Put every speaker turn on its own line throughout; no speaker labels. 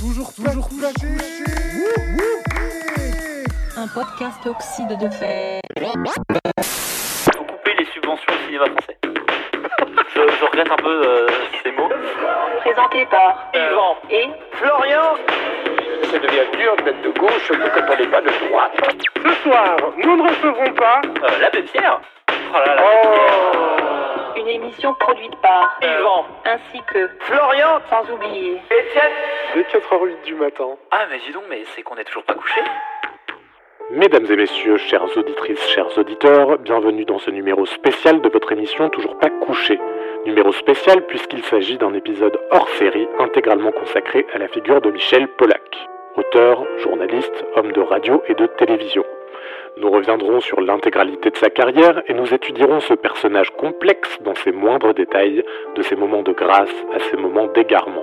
toujours, toujours placé.
Un podcast oxyde de fer.
Faut couper les subventions au cinéma français. Je, je regrette un peu euh, ces mots.
Présenté par
Yvan
et
Florian
Ça devient dur d'être de gauche, surtout quand on n'est pas de droite.
Ce soir, nous ne recevrons pas
euh, L'abbé Pierre Oh là là,
une émission produite par
Yvan
ainsi que
Florian
sans oublier
Étienne
dès 4h08 du matin.
Ah mais dis donc, mais c'est qu'on est toujours pas couché
Mesdames et messieurs, chères auditrices, chers auditeurs, bienvenue dans ce numéro spécial de votre émission Toujours pas couché. Numéro spécial puisqu'il s'agit d'un épisode hors série intégralement consacré à la figure de Michel Pollack, auteur, journaliste, homme de radio et de télévision. Nous reviendrons sur l'intégralité de sa carrière et nous étudierons ce personnage complexe dans ses moindres détails, de ses moments de grâce à ses moments d'égarement.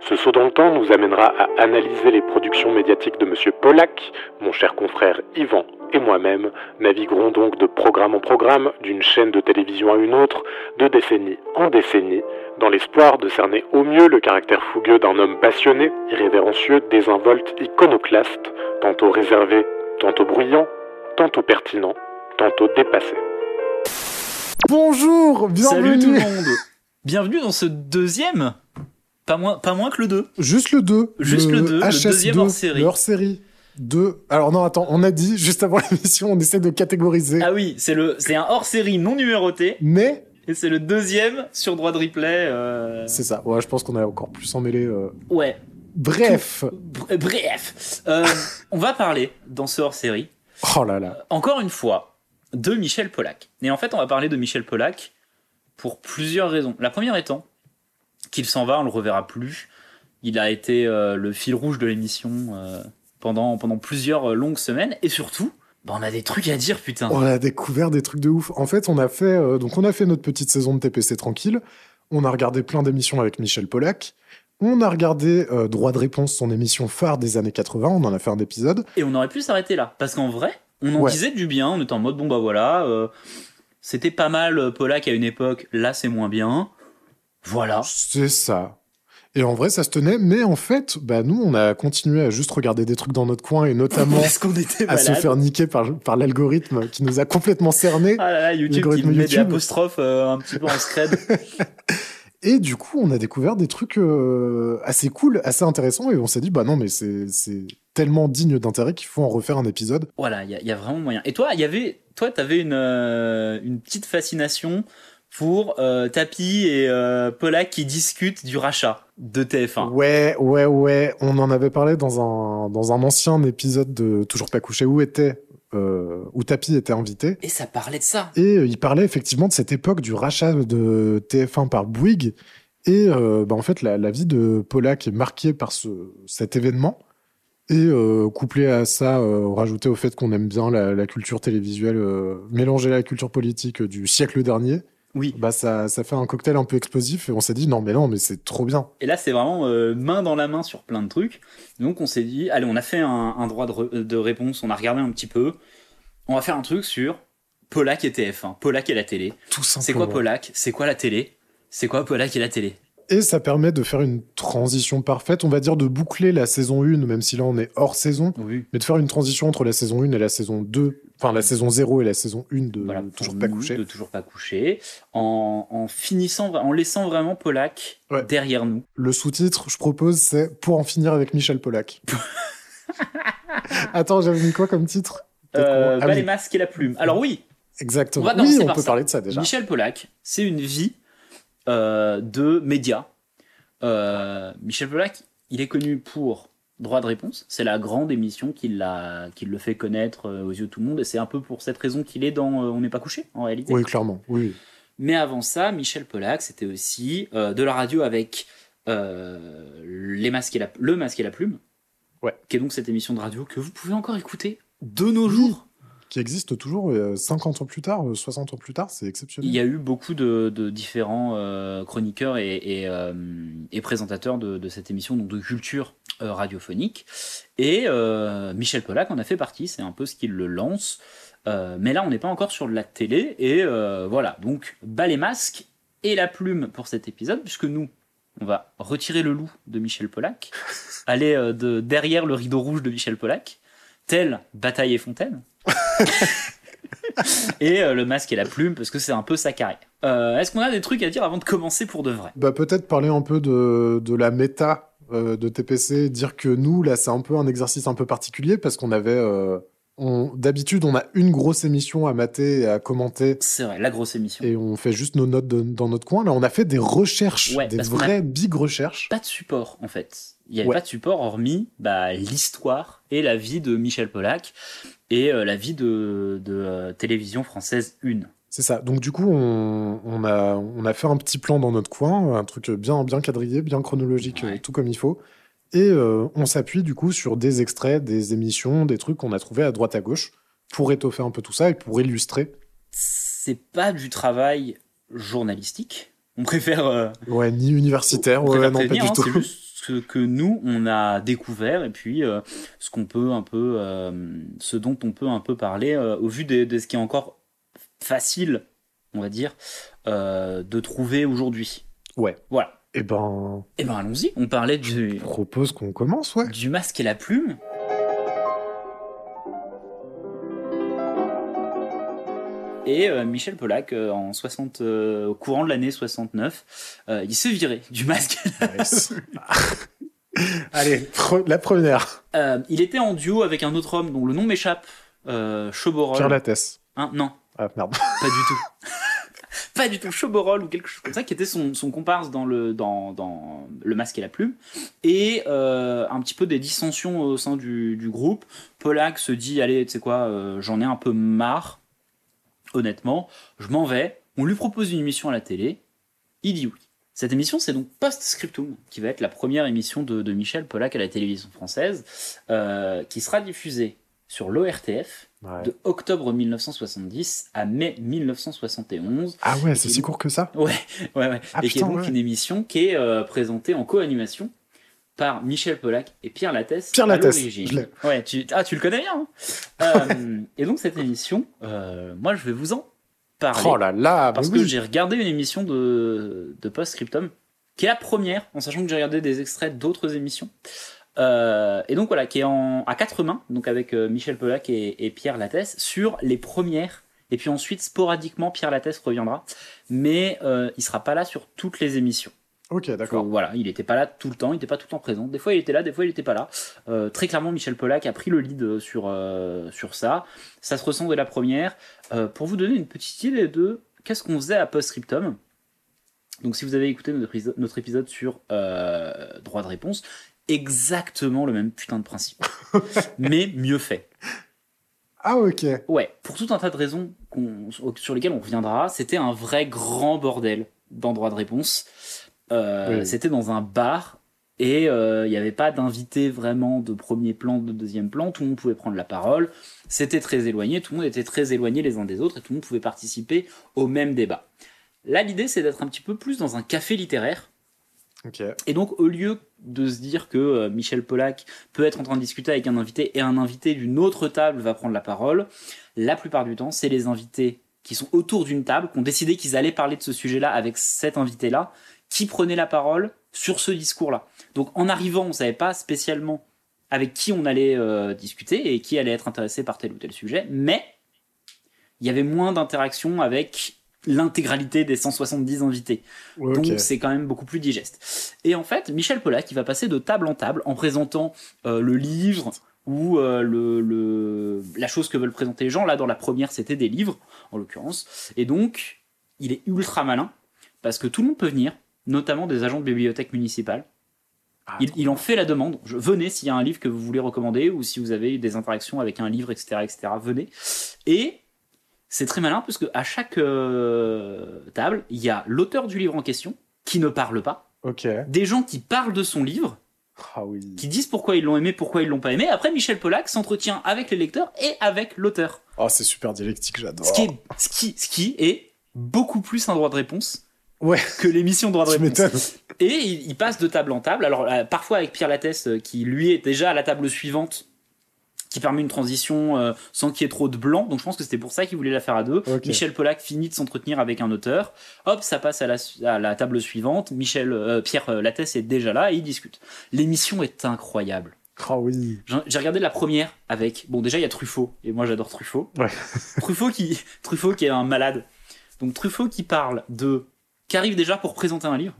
Ce saut dans le temps nous amènera à analyser les productions médiatiques de M. Pollack. Mon cher confrère Yvan et moi-même naviguerons donc de programme en programme, d'une chaîne de télévision à une autre, de décennie en décennie, dans l'espoir de cerner au mieux le caractère fougueux d'un homme passionné, irrévérencieux, désinvolte, iconoclaste, tantôt réservé, tantôt bruyant, tantôt pertinent, tantôt dépassé.
Bonjour,
Salut tout
bienvenue.
le monde Bienvenue dans ce deuxième pas moins, pas moins que le 2.
Juste le 2.
Juste le deux, le deuxième hors-série.
Hors série. 2. Alors non, attends, on a dit juste avant l'émission, on essaie de catégoriser.
Ah oui, c'est le, c'est un hors-série non numéroté,
Mais
et c'est le deuxième sur droit de replay. euh,
c'est ça. Ouais, je pense qu'on a encore plus emmêlé. euh.
Ouais,
Bref.
Br- Bref, Euh, on va parler dans ce hors-série, Euh,
Oh là là.
encore une fois, de Michel Pollack. Et en fait, on va parler de Michel Pollack pour plusieurs raisons. La première étant qu'il s'en va, on le reverra plus. Il a été euh, le fil rouge de l'émission euh, pendant, pendant plusieurs euh, longues semaines. Et surtout, bah, on a des trucs à dire, putain.
On a découvert Oh, des trucs de ouf. En fait, on a fait euh, donc on a fait notre petite saison de TPC tranquille. On a regardé plein d'émissions avec Michel Pollack. On a regardé euh, Droit de réponse, son émission phare des années 80. On en a fait un épisode.
Et on aurait pu s'arrêter là. Parce qu'en vrai, on en
Ouais.
disait du bien. On était en mode, bon bah voilà, euh, c'était pas mal euh, Pollack à une époque. Là, c'est moins bien. Voilà.
C'est ça. Et en vrai, ça se tenait. Mais en fait, bah nous, on a continué à juste regarder des trucs dans notre coin et notamment
Parce qu'on était
à se
malade.
faire niquer par, par l'algorithme qui nous a complètement cerné.
Ah là là, YouTube qui
L'algorithme
met des
YouTube.
apostrophes euh, un petit peu en scred.
Et du coup, on a découvert des trucs euh, assez cool, assez intéressants. Et on s'est dit, bah non, mais c'est c'est tellement digne d'intérêt qu'il faut en refaire un épisode.
voilà, il y, a- il y a vraiment moyen. Et toi, il y avait, toi, t'avais une euh, une petite fascination pour euh, Tapi et euh, Paula qui discutent du rachat de TF1.
Ouais, ouais, ouais. On en avait parlé dans un, dans un ancien épisode de Toujours pas couché où était, euh, où Tapi était invité.
Et ça parlait de ça.
Et euh, il parlait effectivement de cette époque du rachat de TF1 par Bouygues. Et euh, bah, en fait, la, la vie de Pollack est marquée par ce, cet événement. Et euh, couplé à ça, euh, rajouté au fait qu'on aime bien la, la culture télévisuelle, euh, mélanger la culture politique du siècle dernier,
Oui.
bah ça, ça fait un cocktail un peu explosif. Et on s'est dit, non, mais non, mais c'est trop bien.
Et là, c'est vraiment euh, main dans la main sur plein de trucs. Donc, on s'est dit, allez, on a fait un, un droit de, re- de réponse, on a regardé un petit peu. On va faire un truc sur Pollack et TF1, Pollack et la télé.
Tout simplement.
C'est quoi Pollack C'est quoi la télé C'est quoi Pollack et la télé
Et ça permet de faire une transition parfaite, on va dire de boucler la saison 1, même si là on est hors saison,
Oui.
mais de faire une transition entre la saison 1 et la saison 2, enfin la saison 0 et la saison 1 de
voilà,
Toujours
pour
pas
nous,
couché.
de toujours pas couché, en, en finissant, en laissant vraiment Pollack
Ouais.
derrière nous.
Le sous-titre, je propose, c'est Pour en finir avec Michel Pollack. Attends, j'avais mis quoi comme titre Peut-être
Euh,
qu'on- ah
bah,
oui,
les masques et la plume. Alors oui,
Exactement.
on va
oui,
commencer
on
par
peut
ça.
parler de ça déjà.
Michel Pollack, c'est une vie euh, de média. Euh, Michel Pollack, il est connu pour Droit de réponse. C'est la grande émission qui, l'a- qui le fait connaître euh, aux yeux de tout le monde. Et c'est un peu pour cette raison qu'il est dans euh, On n'est pas couché, en réalité.
Oui, clairement. Oui.
Mais avant ça, Michel Pollack, c'était aussi euh, de la radio avec euh, les masques et la, Le Masque et la Plume.
Ouais.
Qui est donc cette émission de radio que vous pouvez encore écouter de nos jours.
Qui existe toujours euh, 50 ans plus tard, euh, 60 ans plus tard, c'est
Il
exceptionnel.
y a eu beaucoup de, de différents euh, chroniqueurs et, et, euh, et présentateurs de, de cette émission, donc de culture euh, radiophonique. Et euh, Michel Pollack en a fait partie, c'est un peu ce qui le lance. Euh, mais là, on n'est pas encore sur de la télé. Et euh, voilà, donc bas les masques et la plume pour cet épisode, puisque nous, on va retirer le loup de Michel Pollack, aller euh, de, derrière le rideau rouge de Michel Pollack, telle Bataille et Fontaine, et euh, le masque et la plume, parce que c'est un peu sa carrière. Euh, Est-ce qu'on a des trucs à dire avant de commencer pour de vrai
Bah, peut-être parler un peu de, de la méta euh, de TPC, dire que nous, là, c'est un peu un exercice un peu particulier parce qu'on avait. euh, on- D'habitude, on a une grosse émission à mater et à commenter
C'est vrai, la grosse émission.
et on fait juste nos notes de- dans notre coin. Là, on a fait des recherches,
Ouais,
des
parce qu'on a-
vraies big recherches.
Pas de support, en fait. Il n'y avait
Ouais.
pas de support hormis bah, l'histoire et la vie de Michel Pollack et euh, la vie de, de, euh, Télévision Française 1.
C'est ça. Donc, du coup, on, on a, on a fait un petit plan dans notre coin, un truc bien, bien quadrillé, bien chronologique,
Ouais.
euh, tout comme il faut. Et euh, on s'appuie, du coup, sur des extraits, des émissions, des trucs qu'on a trouvés à droite à gauche pour étoffer un peu tout ça et pour illustrer.
C'est pas du travail journalistique. On préfère, euh,
Ouais, ni universitaire,
on
ouais,
préfère
non, pas
prévenir,
du
hein.
tout.
C'est juste ce que nous, on a découvert et puis euh, ce qu'on peut un peu, euh, ce dont on peut un peu parler euh, au vu de, de ce qui est encore facile, on va dire, euh, de trouver aujourd'hui.
Ouais.
Voilà.
Eh ben,
Eh ben allons-y, on parlait du,
je propose qu'on commence, ouais.
du masque et la plume. Et euh, Michel Pollack, euh, en 60, euh, au courant de l'année 69, euh, il s'est viré du masque.
Nice. Allez, pre- la première.
Euh, il était en duo avec un autre homme dont le nom m'échappe, euh, Choborol.
Pierre Lattès.
Hein, non,
Ah, merde.
pas du tout. pas du tout, Choborol ou quelque chose comme ça, qui était son, son comparse dans le, dans, dans le Masque et la Plume. Et euh, un petit peu des dissensions au sein du, du groupe. Pollack se dit Allez, tu sais quoi, euh, j'en ai un peu marre, honnêtement, je m'en vais. On lui propose une émission à la télé, il dit oui. Cette émission, c'est donc Post-Scriptum, qui va être la première émission de, de Michel Pollack à la télévision française, euh, qui sera diffusée sur l'ORTF
Ouais.
de octobre 1970 à mai 1971.
Ah ouais, c'est si court que ça
Ouais, ouais, ouais.
Ah,
et qui est
putain,
donc
ouais.
une émission qui est euh, présentée en co-animation par Michel Pollack et Pierre Lattès.
Pierre
à
Lattès,
l'origine.
je l'ai.
Ouais, tu... Ah, tu le connais bien. hein Euh, et donc cette émission, euh, moi je vais vous en parler.
Oh là là,
parce
mais
que
oui.
j'ai regardé une émission de, de Post-Scriptum, qui est la première, en sachant que j'ai regardé des extraits d'autres émissions. Euh, et donc voilà, qui est en, à quatre mains, donc avec euh, Michel Pelac et, et Pierre Lattès, sur les premières. Et puis ensuite, sporadiquement, Pierre Lattès reviendra. Mais euh, il sera pas là sur toutes les émissions.
Ok, d'accord.
Faut- Voilà, il n'était pas là tout le temps, il n'était pas tout le temps présent. Des fois il était là, des fois il n'était pas là. Euh, très clairement, Michel Pollack a pris le lead euh, sur, euh, sur ça. Ça se ressent dès la première. Euh, pour vous donner une petite idée de qu'est-ce qu'on faisait à Postscriptum, donc si vous avez écouté notre, épiso- notre épisode sur euh, droit de réponse, exactement le même putain de principe, mais mieux fait.
Ah, ok.
Ouais, pour tout un tas de raisons qu'on- sur lesquelles on reviendra, c'était un vrai grand bordel d'endroits de réponse. Euh,
Oui.
C'était dans un bar et euh, il n'y avait pas d'invité vraiment de premier plan, de deuxième plan. Tout le monde pouvait prendre la parole. C'était très éloigné. Tout le monde était très éloigné les uns des autres et tout le monde pouvait participer au même débat. Là, l'idée, c'est d'être un petit peu plus dans un café littéraire
Ok.
et donc, au lieu de se dire que euh, Michel Pollack peut être en train de discuter avec un invité et un invité d'une autre table va prendre la parole, la plupart du temps, c'est les invités qui sont autour d'une table, qui ont décidé qu'ils allaient parler de ce sujet-là avec cet invité-là, qui prenaient la parole sur ce discours-là. Donc, en arrivant, on ne savait pas spécialement avec qui on allait euh, discuter et qui allait être intéressé par tel ou tel sujet, mais il y avait moins d'interaction avec l'intégralité des 170 invités.
Ok.
Donc c'est quand même beaucoup plus digeste. Et en fait, Michel Pollack, il va passer de table en table en présentant euh, le livre ou euh, le, le- la chose que veulent présenter les gens. Là, dans la première, c'était des livres, en l'occurrence. Et donc, il est ultra malin, parce que tout le monde peut venir, notamment des agents de bibliothèque municipale.
Ah,
Il, il en fait la demande. Je- venez s'il y a un livre que vous voulez recommander ou si vous avez eu des interactions avec un livre, etc., etc. Venez. Et c'est très malin parce que à chaque euh, table, il y a l'auteur du livre en question qui ne parle pas,
Ok.
des gens qui parlent de son livre,
Ah oui.
qui disent pourquoi ils l'ont aimé, pourquoi ils l'ont pas aimé. Après, Michel Pollack s'entretient avec les lecteurs et avec l'auteur.
Oh, c'est super dialectique, j'adore.
Ce qui, est, ce, qui, ce qui est beaucoup plus un droit de réponse
Ouais.
que l'émission droit de
Tu
réponse.
m'étonnes.
Et il, il passe de table en table. Alors, euh, parfois avec Pierre Lattès, euh, qui lui est déjà à la table suivante, qui permet une transition euh, sans qu'il y ait trop de blanc. Donc je pense que c'était pour ça qu'il voulait la faire à deux.
Ok.
Michel Pollack finit de s'entretenir avec un auteur. Hop, ça passe à la, su- à la table suivante. Michel euh, Pierre euh, Lattès est déjà là et ils discutent. L'émission est incroyable.
Ah oui.
J'en- J'ai regardé la première avec. Bon, déjà, il y a Truffaut. Et moi, j'adore Truffaut.
Ouais.
Truffaut, qui... Truffaut qui est un malade. Donc, Truffaut qui parle de. qui arrive déjà pour présenter un livre,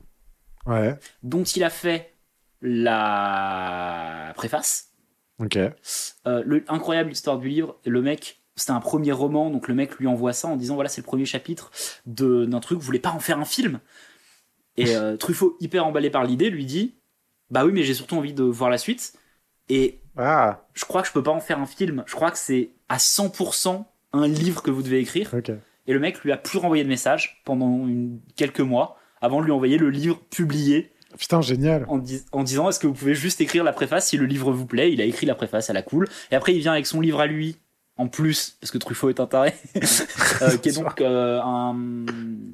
Ouais.
dont il a fait la préface.
Ok.
Euh, le... Incroyable histoire du livre. Le mec, c'était un premier roman, donc le mec lui envoie ça en disant voilà, c'est le premier chapitre de- d'un truc, vous voulez pas en faire un film Et euh, Truffaut, hyper emballé par l'idée, lui dit bah oui, mais j'ai surtout envie de voir la suite. Et
Ah.
je crois que je peux pas en faire un film. Je crois que c'est à 100% un livre que vous devez écrire.
Ok.
Et le mec lui a plus renvoyé de message pendant une- quelques mois avant de lui envoyer le livre publié
Putain, génial.
en, dis- en disant est-ce que vous pouvez juste écrire la préface si le livre vous plaît. Il a écrit la préface à la cool. Et après il vient avec son livre à lui en plus parce que Truffaut est un taré euh, qui est donc euh, un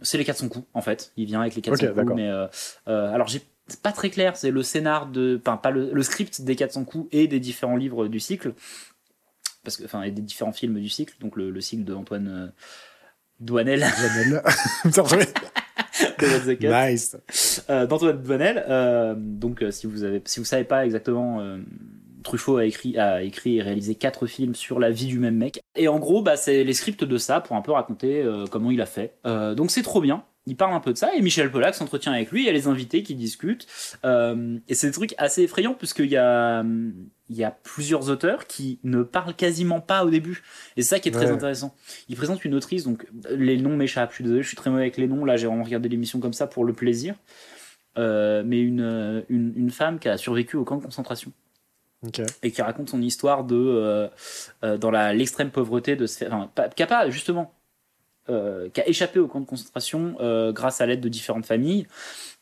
c'est les 400 coups en fait. Il vient avec les 400
Ok,
coups
d'accord.
mais euh, euh, alors j'ai c'est pas très clair, c'est le scénar de enfin pas le, le script des 400 coups et des différents livres du cycle parce que enfin et des différents films du cycle donc le, le cycle de Antoine euh, Douanel
Lionel. Putain, j'aurais-
de What the Cut.
nice.
Euh, d'Antoine Douanel. Euh, donc, euh, si vous avez, si vous savez pas exactement, euh, Truffaut a écrit, a écrit et réalisé quatre films sur la vie du même mec. Et en gros, bah, c'est les scripts de ça pour un peu raconter euh, comment il a fait. Euh, donc, c'est trop bien. Il parle un peu de ça et Michel Pollack s'entretient avec lui. Il y a les invités qui discutent. Euh, et c'est des trucs assez effrayants puisqu'il y a, hum, il y a plusieurs auteurs qui ne parlent quasiment pas au début. Et c'est ça qui est très
Ouais.
intéressant. Il présente une autrice, donc les noms m'échappent. Je suis désolé, je suis très mauvais avec les noms. Là, j'ai vraiment regardé l'émission comme ça pour le plaisir. Euh, mais une, euh, une, une femme qui a survécu au camp de concentration
Ok.
et qui raconte son histoire de euh, euh, dans la l'extrême pauvreté de se faire, enfin, pas- qui a pas justement euh, qui a échappé au camp de concentration euh, grâce à l'aide de différentes familles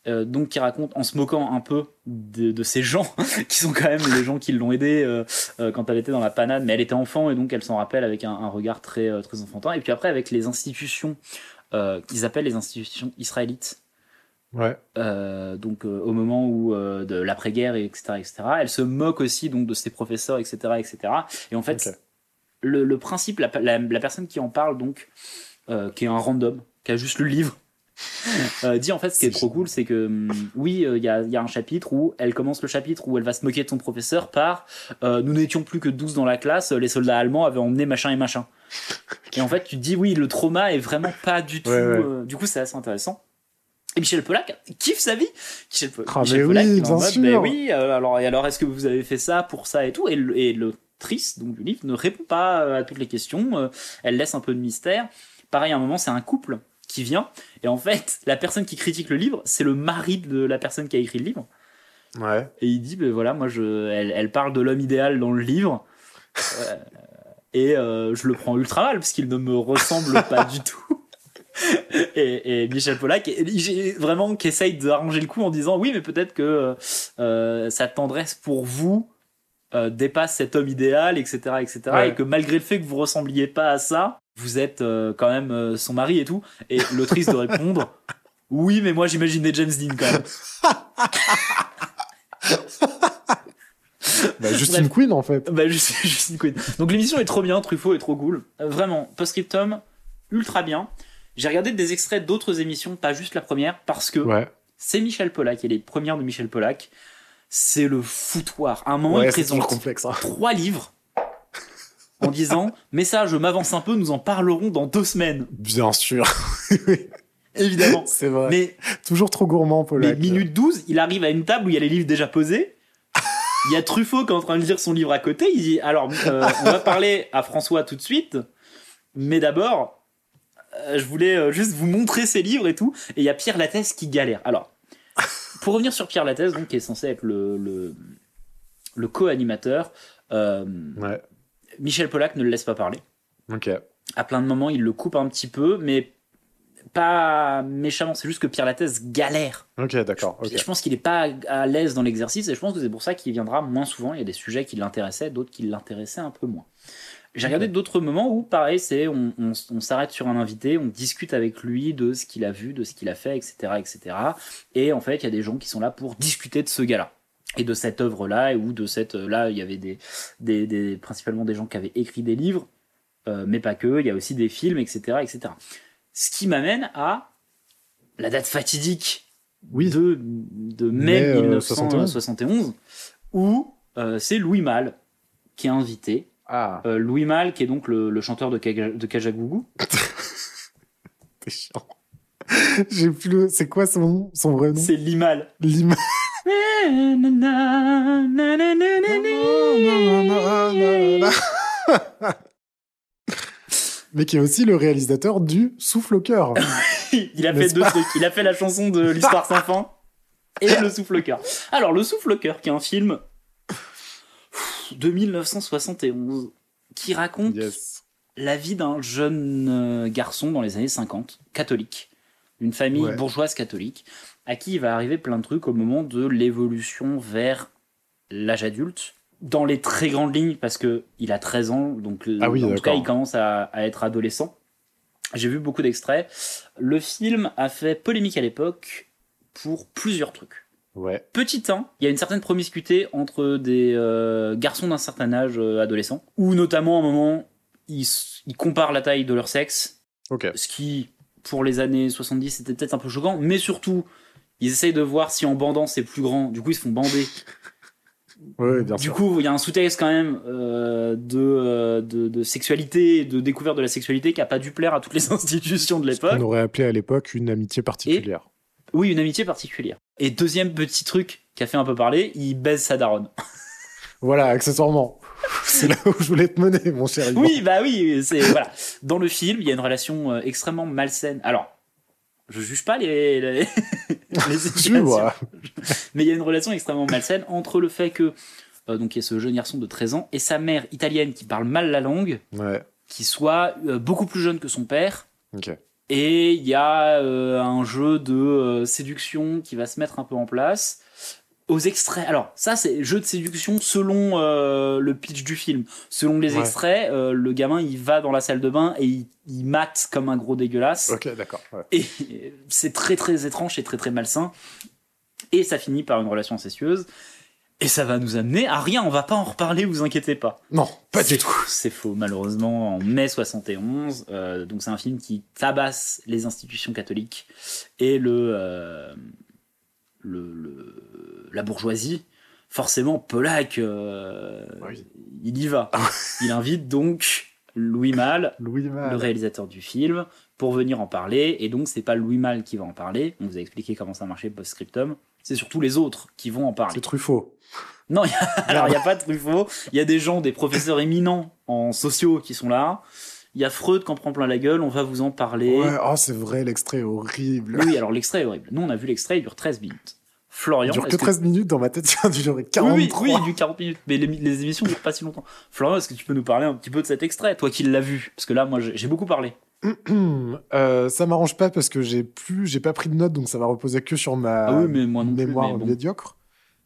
euh, donc qui raconte en se moquant un peu de, de ces gens qui sont quand même les gens qui l'ont aidée euh, euh, quand elle était dans la panade mais elle était enfant et donc elle s'en rappelle avec un, un regard très euh, très enfantin et puis après avec les institutions euh, qu'ils appellent les institutions israélites
Ouais.
euh, donc euh, au moment où euh, de l'après-guerre et etc etc elle se moque aussi donc de ses professeurs etc etc et en fait
Ok.
le, le principe la, la- la personne qui en parle donc euh, qui est un random qui a juste le livre euh, dit en fait ce qui est
C'est
trop cool c'est que hum, oui euh, il y, a, il y a un chapitre où elle commence le chapitre où elle va se moquer de son professeur par euh, nous n'étions plus que 12 dans la classe les soldats allemands avaient emmené machin et machin et en fait tu te dis oui le trauma est vraiment pas du tout
Ouais, ouais.
euh, du coup c'est assez intéressant et Michel Pollack kiffe sa vie. Michel, Po-
Ah,
Michel
mais oui,
Pollack, il est en
bien
mode,
sûr.
Ben oui, euh, alors, et alors est-ce que vous avez fait ça pour ça et tout Et, le- et l'autrice donc, du livre ne répond pas euh, à toutes les questions. euh, elle laisse un peu de mystère. Pareil, à un moment, c'est un couple qui vient. Et en fait, la personne qui critique le livre, c'est le mari de la personne qui a écrit le livre.
Ouais. Bah,
Et il dit, ben voilà, moi, je, elle, elle parle de l'homme idéal dans le livre. Euh, et euh, je le prends ultra mal parce qu'il ne me ressemble pas du tout. Et, et Michel Pollack, et- j'ai- vraiment, qui essaye d'arranger le coup en disant, oui, mais peut-être que euh, sa tendresse pour vous euh, dépasse cet homme idéal, etc., etc.,
Ouais.
et que malgré le fait que vous ressembliez pas à ça, vous êtes euh, quand même euh, son mari et tout. Et l'autrice de répondre, oui, mais moi j'imaginais James Dean quand même.
Bah, Justine Queen, en fait.
Bah, juste, juste une queen. Donc l'émission est trop bien, Truffaut est trop cool. Euh, vraiment, post-scriptum, ultra bien. J'ai regardé des extraits d'autres émissions, pas juste la première, parce que
Ouais.
c'est Michel Pollack et les premières de Michel Pollack. C'est le foutoir. À un moment,
Ouais,
il
c'est toujours
présente
complexe. hein.
trois livres en disant Mais ça, je m'avance un peu, nous en parlerons dans deux semaines.
Bien sûr.
Évidemment.
C'est vrai.
Mais
Toujours trop gourmand,
Mais
Pollack.
minute 12, il arrive à une table où il y a les livres déjà posés. Il y a Truffaut qui est en train de lire son livre à côté. Il dit Alors, euh, on va parler à François tout de suite. Mais d'abord, euh, je voulais euh, juste vous montrer ses livres et tout. Et il y a Pierre Lattès qui galère. Alors, pour revenir sur Pierre Lattès, donc, qui est censé être le, le, le co-animateur, euh,
Ouais.
Michel Pollack ne le laisse pas parler
Ok.
à plein de moments, il le coupe un petit peu, mais pas méchamment. C'est juste que Pierre Lattès galère.
Ok, d'accord. Ok.
Et Je pense qu'il n'est pas à l'aise dans l'exercice et je pense que c'est pour ça qu'il viendra moins souvent. Il y a des sujets qui l'intéressaient, d'autres qui l'intéressaient un peu moins. J'ai regardé d'autres moments où, pareil, c'est on, on s- on s'arrête sur un invité, on discute avec lui de ce qu'il a vu, de ce qu'il a fait, etc., etc. Et en fait, il y a des gens qui sont là pour discuter de ce gars-là. et de cette œuvre-là, et ou de cette. euh, Là, il y avait des, des, des- principalement des gens qui avaient écrit des livres, euh, mais pas que, il y a aussi des films, etc. etc. Ce qui m'amène à la date fatidique
Oui.
de, de mai,
Mai, euh,
1971, où euh, c'est Louis Malle qui est invité.
Ah,
Euh, Louis Malle, qui est donc le, le chanteur de, Kaga- de Kajagougou.
t'es chiant. J'ai plus le... C'est quoi son, nom, son vrai nom
C'est Limal.
Lima. Mais qui est aussi le réalisateur du Souffle au cœur.
il a fait
N'est-ce
deux
pas
trucs. Il a fait la chanson de l'histoire sans fin et le souffle au cœur. Alors, le souffle au cœur, qui est un film de 1971 qui raconte
yes.
la vie d'un jeune euh, garçon dans les années 50, catholique, d'une famille
Ouais.
bourgeoise catholique, à qui il va arriver plein de trucs au moment de l'évolution vers l'âge adulte, dans les très grandes lignes, parce que il a 13 ans, donc euh,
Ah oui,
en tout cas,
d'accord.
il commence à, à être adolescent. J'ai vu beaucoup d'extraits. Le film a fait polémique à l'époque pour plusieurs trucs.
Ouais.
Petit 1, il y a une certaine promiscuité entre des euh, garçons d'un certain âge euh, adolescent, où notamment à un moment, ils, s- ils comparent la taille de leur sexe,
Ok.
ce qui, pour les années 70, c'était peut-être un peu choquant, mais surtout, ils essayent de voir si en bandant c'est plus grand, du coup ils se font bander.
Ouais, bien
Du
sûr.
coup, il y a un sous-texte quand même euh, de, euh, de, de sexualité, de découverte de la sexualité qui a pas dû plaire à toutes les institutions de l'époque.
On aurait appelé à l'époque une amitié particulière.
Oui, une amitié particulière. Et deuxième petit truc qui a fait un peu parler, il baise sa daronne.
Voilà, accessoirement. C'est là où je voulais te mener, mon cher Yvan.
Oui, bah oui, c'est voilà. Dans le film, il y a une relation euh, extrêmement malsaine. Alors, je juge pas les les, les
Tu
situations,
vois.
mais il y a une relation extrêmement malsaine entre le fait que euh, donc il y a ce jeune garçon de 13 ans et sa mère italienne qui parle mal la langue,
Ouais.
qui soit euh, beaucoup plus jeune que son père.
Ok.
Et il y a euh, un jeu de euh, séduction qui va se mettre un peu en place. Aux extraits. Alors, ça, c'est jeu de séduction selon euh, le pitch du film. Selon les
Ouais.
extraits, euh, le gamin, il va dans la salle de bain et il, il mate comme un gros dégueulasse.
Ok, d'accord. ouais.
Et euh, c'est très, très étrange et très, très malsain. Et ça finit par une relation incestueuse. Et ça va nous amener à rien. On va pas en reparler, vous inquiétez pas.
Non, pas
C'est-
du tout.
C'est faux, malheureusement, en mai 71. euh, donc c'est un film qui tabasse les institutions catholiques et le, euh, le, le- la bourgeoisie. Forcément, Pollack, euh,
Oui.
il y va. il invite donc Louis Malle,
Louis
le réalisateur du film, pour venir en parler. Et donc c'est pas Louis Malle qui va en parler. On vous a expliqué comment ça marchait post-scriptum. C'est surtout les autres qui vont en parler.
C'est Truffaut.
Non, il y a- alors il n'y a pas de Truffaut, il y a des gens, des professeurs éminents en sociaux qui sont là. Il y a Freud qui en prend plein la gueule, on va vous en parler.
Ouais, oh, c'est vrai, l'extrait est horrible.
Oui, alors l'extrait est horrible. Nous, on a vu l'extrait, il dure 13 minutes.
Il
Florian,
dure que
est-ce que-
13 minutes dans ma tête, il durait
Oui,
43.
oui, oui, il dure 40 minutes, mais les, les émissions ne durent pas si longtemps. Florian, est-ce que tu peux nous parler un petit peu de cet extrait, toi qui l'as vu Parce que là, moi, j'ai j'ai beaucoup parlé.
Euh, ça m'arrange pas parce que j'ai plus, j'ai pas pris de notes, donc ça va reposer que sur ma
Ah oui, mais moi non plus,
mémoire
mais bon.
médiocre.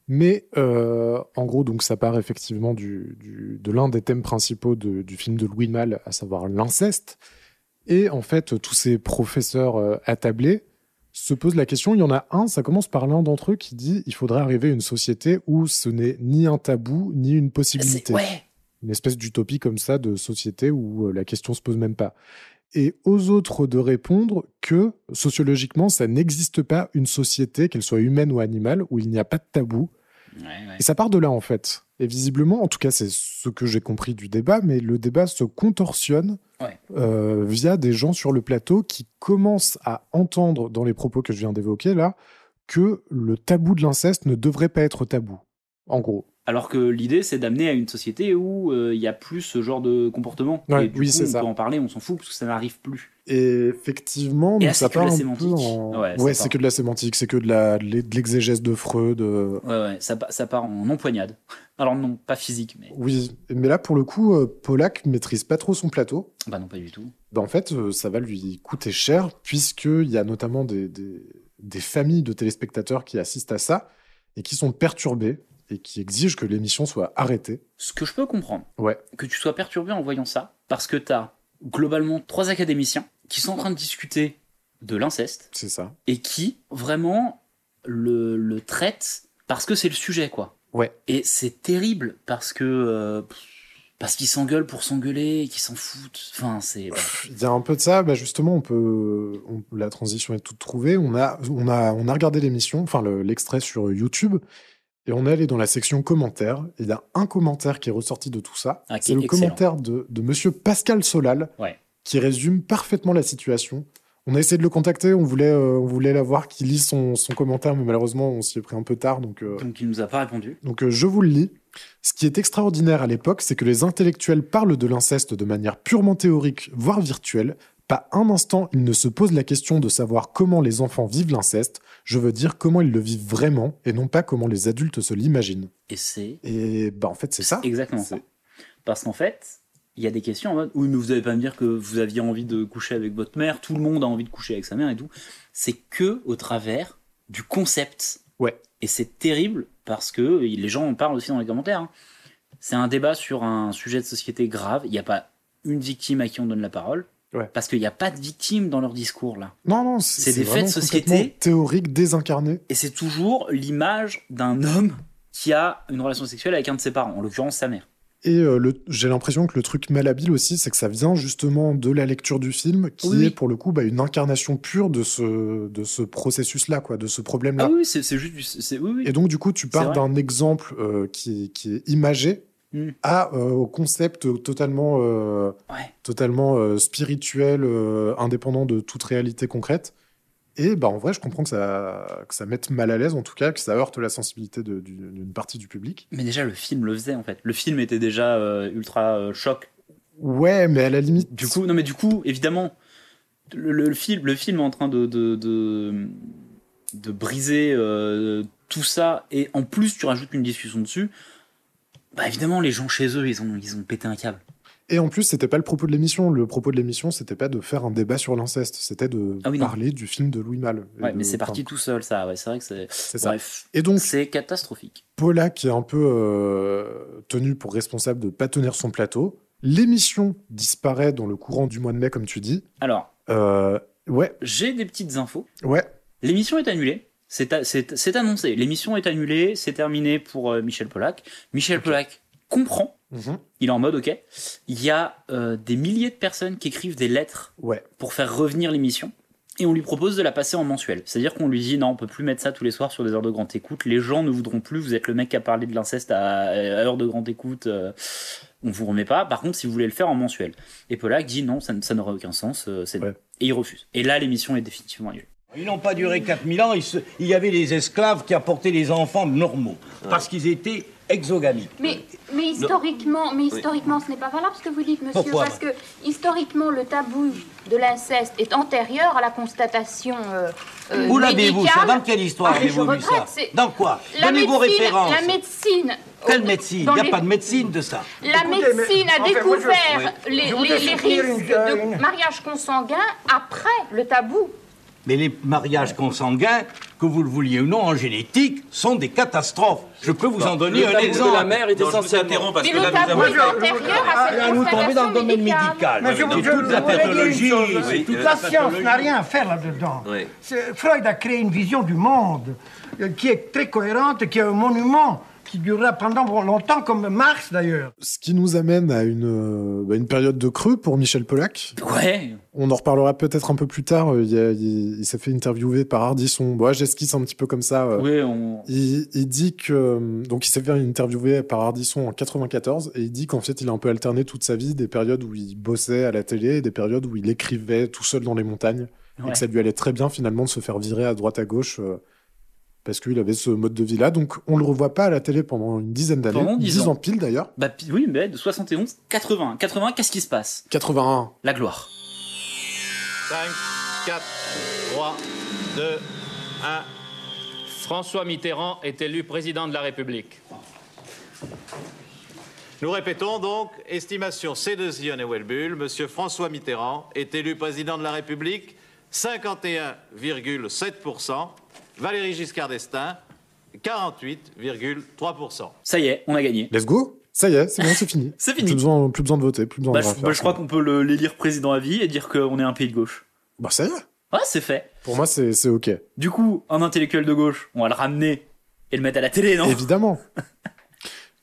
Mais euh, en gros, donc ça part effectivement du, du- de l'un des thèmes principaux de- du film de Louis Malle, à savoir l'inceste. Et en fait, tous ces professeurs euh, attablés se posent la question. Il y en a un, ça commence par l'un d'entre eux qui dit il faudrait arriver à une société où ce n'est ni un tabou ni une
C'est-
possibilité
Ouais,
une espèce d'utopie comme ça de société où euh, la question se pose même pas. Et aux autres de répondre que sociologiquement, ça n'existe pas une société, qu'elle soit humaine ou animale, où il n'y a pas de tabou.
ouais, ouais.
Et ça part de là en fait. Et visiblement, en tout cas, c'est ce que j'ai compris du débat, mais le débat se contorsionne
Ouais.
euh, via des gens sur le plateau qui commencent à entendre dans les propos que je viens d'évoquer là que le tabou de l'inceste ne devrait pas être tabou. En gros.
Alors que l'idée, c'est d'amener à une société où euh, il y a plus ce genre de comportement.
Ouais,
Et du
oui,
coup,
c'est
on
ça.
peut en parler, on s'en fout, parce que ça n'arrive plus.
Et effectivement,
Et
donc
là, c'est
ça
que de
part
la
un
sémantique.
peu en...
Ouais,
Ouais,
ça
c'est
part.
que de la sémantique, c'est que de la- de l'exégèse de Freud. euh,
Ouais, ouais, ça, pa- ça part en empoignade. Alors non, pas physique, mais...
Oui, mais là, pour le coup, euh, Pollack maîtrise pas trop son plateau.
Bah non, pas du tout.
Ben, en fait, euh, ça va lui coûter cher, puisqu'il y a notamment des, des- des familles de téléspectateurs qui assistent à ça et qui sont perturbés et qui exigent que l'émission soit arrêtée.
Ce que je peux comprendre,
Ouais.
que tu sois perturbé en voyant ça, parce que t'as globalement trois académiciens qui sont en train de discuter de l'inceste
C'est ça.
et qui vraiment le, le traitent parce que c'est le sujet, quoi.
Ouais.
Et c'est terrible parce que euh, parce qu'ils s'engueulent pour s'engueuler, et qu'ils s'en foutent. Enfin, c'est
Il y a un peu de ça, bah justement, on peut, on- la transition est toute trouvée. On a, on a, on a regardé l'émission, enfin le- l'extrait sur YouTube, et on est allé dans la section commentaires. Et Il y a un commentaire qui est ressorti de tout ça.
Ah, qui
C'est
est
le
excellent.
commentaire de, de Monsieur Pascal Solal,
Ouais.
qui résume parfaitement la situation. On a essayé de le contacter, on voulait, euh, on voulait l'avoir, qu'il lise son, son commentaire, mais malheureusement, on s'y est pris un peu tard, donc. euh,
donc il nous a pas répondu.
donc euh, je vous le lis. Ce qui est extraordinaire à l'époque, c'est que les intellectuels parlent de l'inceste de manière purement théorique, voire virtuelle. Pas un instant, ils ne se posent la question de savoir comment les enfants vivent l'inceste. Je veux dire comment ils le vivent vraiment et non pas comment les adultes se l'imaginent.
Et c'est
Et bah en fait, c'est ça.
exactement ça. Parce qu'en fait, il y a des questions en mode oui, mais vous n'allez pas me dire que vous aviez envie de coucher avec votre mère. Tout le monde a envie de coucher avec sa mère et tout. C'est que au travers du concept.
Ouais.
Et c'est terrible parce que les gens en parlent aussi dans les commentaires. hein. C'est un débat sur un sujet de société grave. Il n'y a pas une victime à qui on donne la parole.
Ouais.
Parce qu'il n'y a pas de victime dans leur discours là.
Non, non, c'est
C'est des faits
vraiment
de société.
complètement théorique, désincarné.
Et c'est toujours l'image d'un homme qui a une relation sexuelle avec un de ses parents, en l'occurrence sa mère.
Et euh, le- j'ai l'impression que le truc malhabile aussi, c'est que ça vient justement de la lecture du film, qui
Oui, oui.
est pour le coup bah, une incarnation pure de ce, de ce processus-là, quoi, de ce problème-là.
Ah oui, c'est c'est juste du. c'est- Oui, oui.
Et donc, du coup, tu pars
vrai.
d'un exemple euh, qui, qui est imagé
Mm.
à, euh, au concept totalement, euh,
Ouais.
totalement euh, spirituel, euh, indépendant de toute réalité concrète. Et bah, en vrai, je comprends que ça, que ça mette mal à l'aise, en tout cas, que ça heurte la sensibilité de- d'une d'une partie du public.
Mais déjà, le film le faisait en fait. Le film était déjà euh, ultra euh, choc.
Ouais, mais à la limite,
Du coup, non, mais du coup, évidemment, le, le- le film, le film est en train de, de, de, de briser euh, tout ça. Et en plus, tu rajoutes une discussion dessus. Bah évidemment, les gens chez eux, ils ont, ils ont pété un câble.
Et en plus, c'était pas le propos de l'émission. Le propos de l'émission, c'était pas de faire un débat sur l'inceste, c'était de
Ah oui, non.
parler du film de Louis Malle. Et
Ouais,
de-
mais c'est
enfin,
parti tout seul, ça. Ouais, c'est vrai que Euh, c'est.
C'est ça.
Bref,
Et donc,
c'est catastrophique.
Paula, qui est un peu euh, tenue pour responsable de pas tenir son plateau. L'émission disparaît dans le courant du mois de mai, comme tu dis.
Alors,
Euh, ouais,
j'ai des petites infos.
ouais,
L'émission est annulée. C'est a- c'est- c'est annoncé. L'émission est annulée. C'est terminé pour euh, Michel Polac. Michel Polac comprend.
mhm,
Il est en mode OK. Il y a euh, des milliers de personnes qui écrivent des lettres
ouais.
pour faire revenir l'émission. Et on lui propose de la passer en mensuel. C'est-à-dire qu'on lui dit non, on peut plus mettre ça tous les soirs sur des heures de grande écoute. Les gens ne voudront plus. Vous êtes le mec qui a parlé de l'inceste à, à heure de grande écoute. euh, on vous remet pas. Par contre, si vous voulez le faire en mensuel. Et Polac dit non, ça, n- ça n'aurait aucun sens. euh, c'est
Ouais.
Et il refuse. Et là, l'émission est définitivement annulée.
Ils n'ont pas duré 4000 ans, ils se- il y avait les esclaves qui apportaient les enfants normaux, parce qu'ils étaient exogamiques.
Mais, mais historiquement, mais historiquement ce n'est pas valable ce que vous dites, monsieur,
Pourquoi
parce que historiquement, le tabou de l'inceste est antérieur à la constatation euh, euh,
Où l'avez-vous ça
médicale.
Dans quelle histoire
Ah, mais je
avez-vous vu
regrette,
ça
c'est-
Dans quoi
La
Donnez vos
médecine-
références.
La médecine.
Quelle
au-
médecine
dans
Il n'y a
les-
pas de médecine de ça.
La médecine a découvert les, les- les risques de mariage consanguin après le tabou.
Mais les mariages consanguins, que vous le vouliez ou non, en génétique, sont des catastrophes. Je peux vous en donner un exemple. la mère est essentiellement...
Mais le tabou est antérieur à cette
nous tomber dans
constatation
le domaine
médicale.
médical. C'est toute la euh, pathologie. c'est toute
La science n'a rien à faire là-dedans. C'est- Freud a créé une vision du monde euh, qui est très cohérente, qui est un monument qui durera pendant longtemps, comme Marx d'ailleurs.
Ce qui nous amène à une, euh, bah, une période de creux pour Michel Pollack.
Ouais,
On en reparlera peut-être un peu plus tard. Euh, Il, y a- il- il s'est fait interviewer par Hardisson. Bon, ouais, j'esquisse un petit peu comme ça. euh,
Oui, on...
Il, il dit que euh, donc il s'est fait interviewer par Hardisson en 94 et il dit qu'en fait il a un peu alterné toute sa vie des périodes où il bossait à la télé et des périodes où il écrivait tout seul dans les montagnes et
Ouais.
que ça lui allait très bien finalement de se faire virer à droite à gauche euh, parce qu'il avait ce mode de vie là donc on le revoit pas à la télé pendant une dizaine d'années
Pendant dix ans.
ans pile d'ailleurs
Bah pi- oui, mais de 71, 80. 80, qu'est-ce qui se passe
81
La gloire.
5, 4, 3, 2, 1. François Mitterrand est élu président de la République.
Nous répétons donc, estimation C2 Zion et Welbull, Monsieur François Mitterrand est élu président de la République, 51,7%, Valérie Giscard d'Estaing, 48,3%.
Ça y est, on a gagné.
let's go ça y est c'est bon c'est fini
C'est fini.
plus besoin plus besoin de voter plus besoin
Bah,
de
je,
rien
bah,
faire.
je crois qu'on peut le- l'élire président à vie et dire qu'on est un pays de gauche.
Bah, ça y est
Ouais, c'est fait.
pour moi c'est c'est ok
Du coup, un intellectuel de gauche, on va le ramener et le mettre à la télé, non
Évidemment.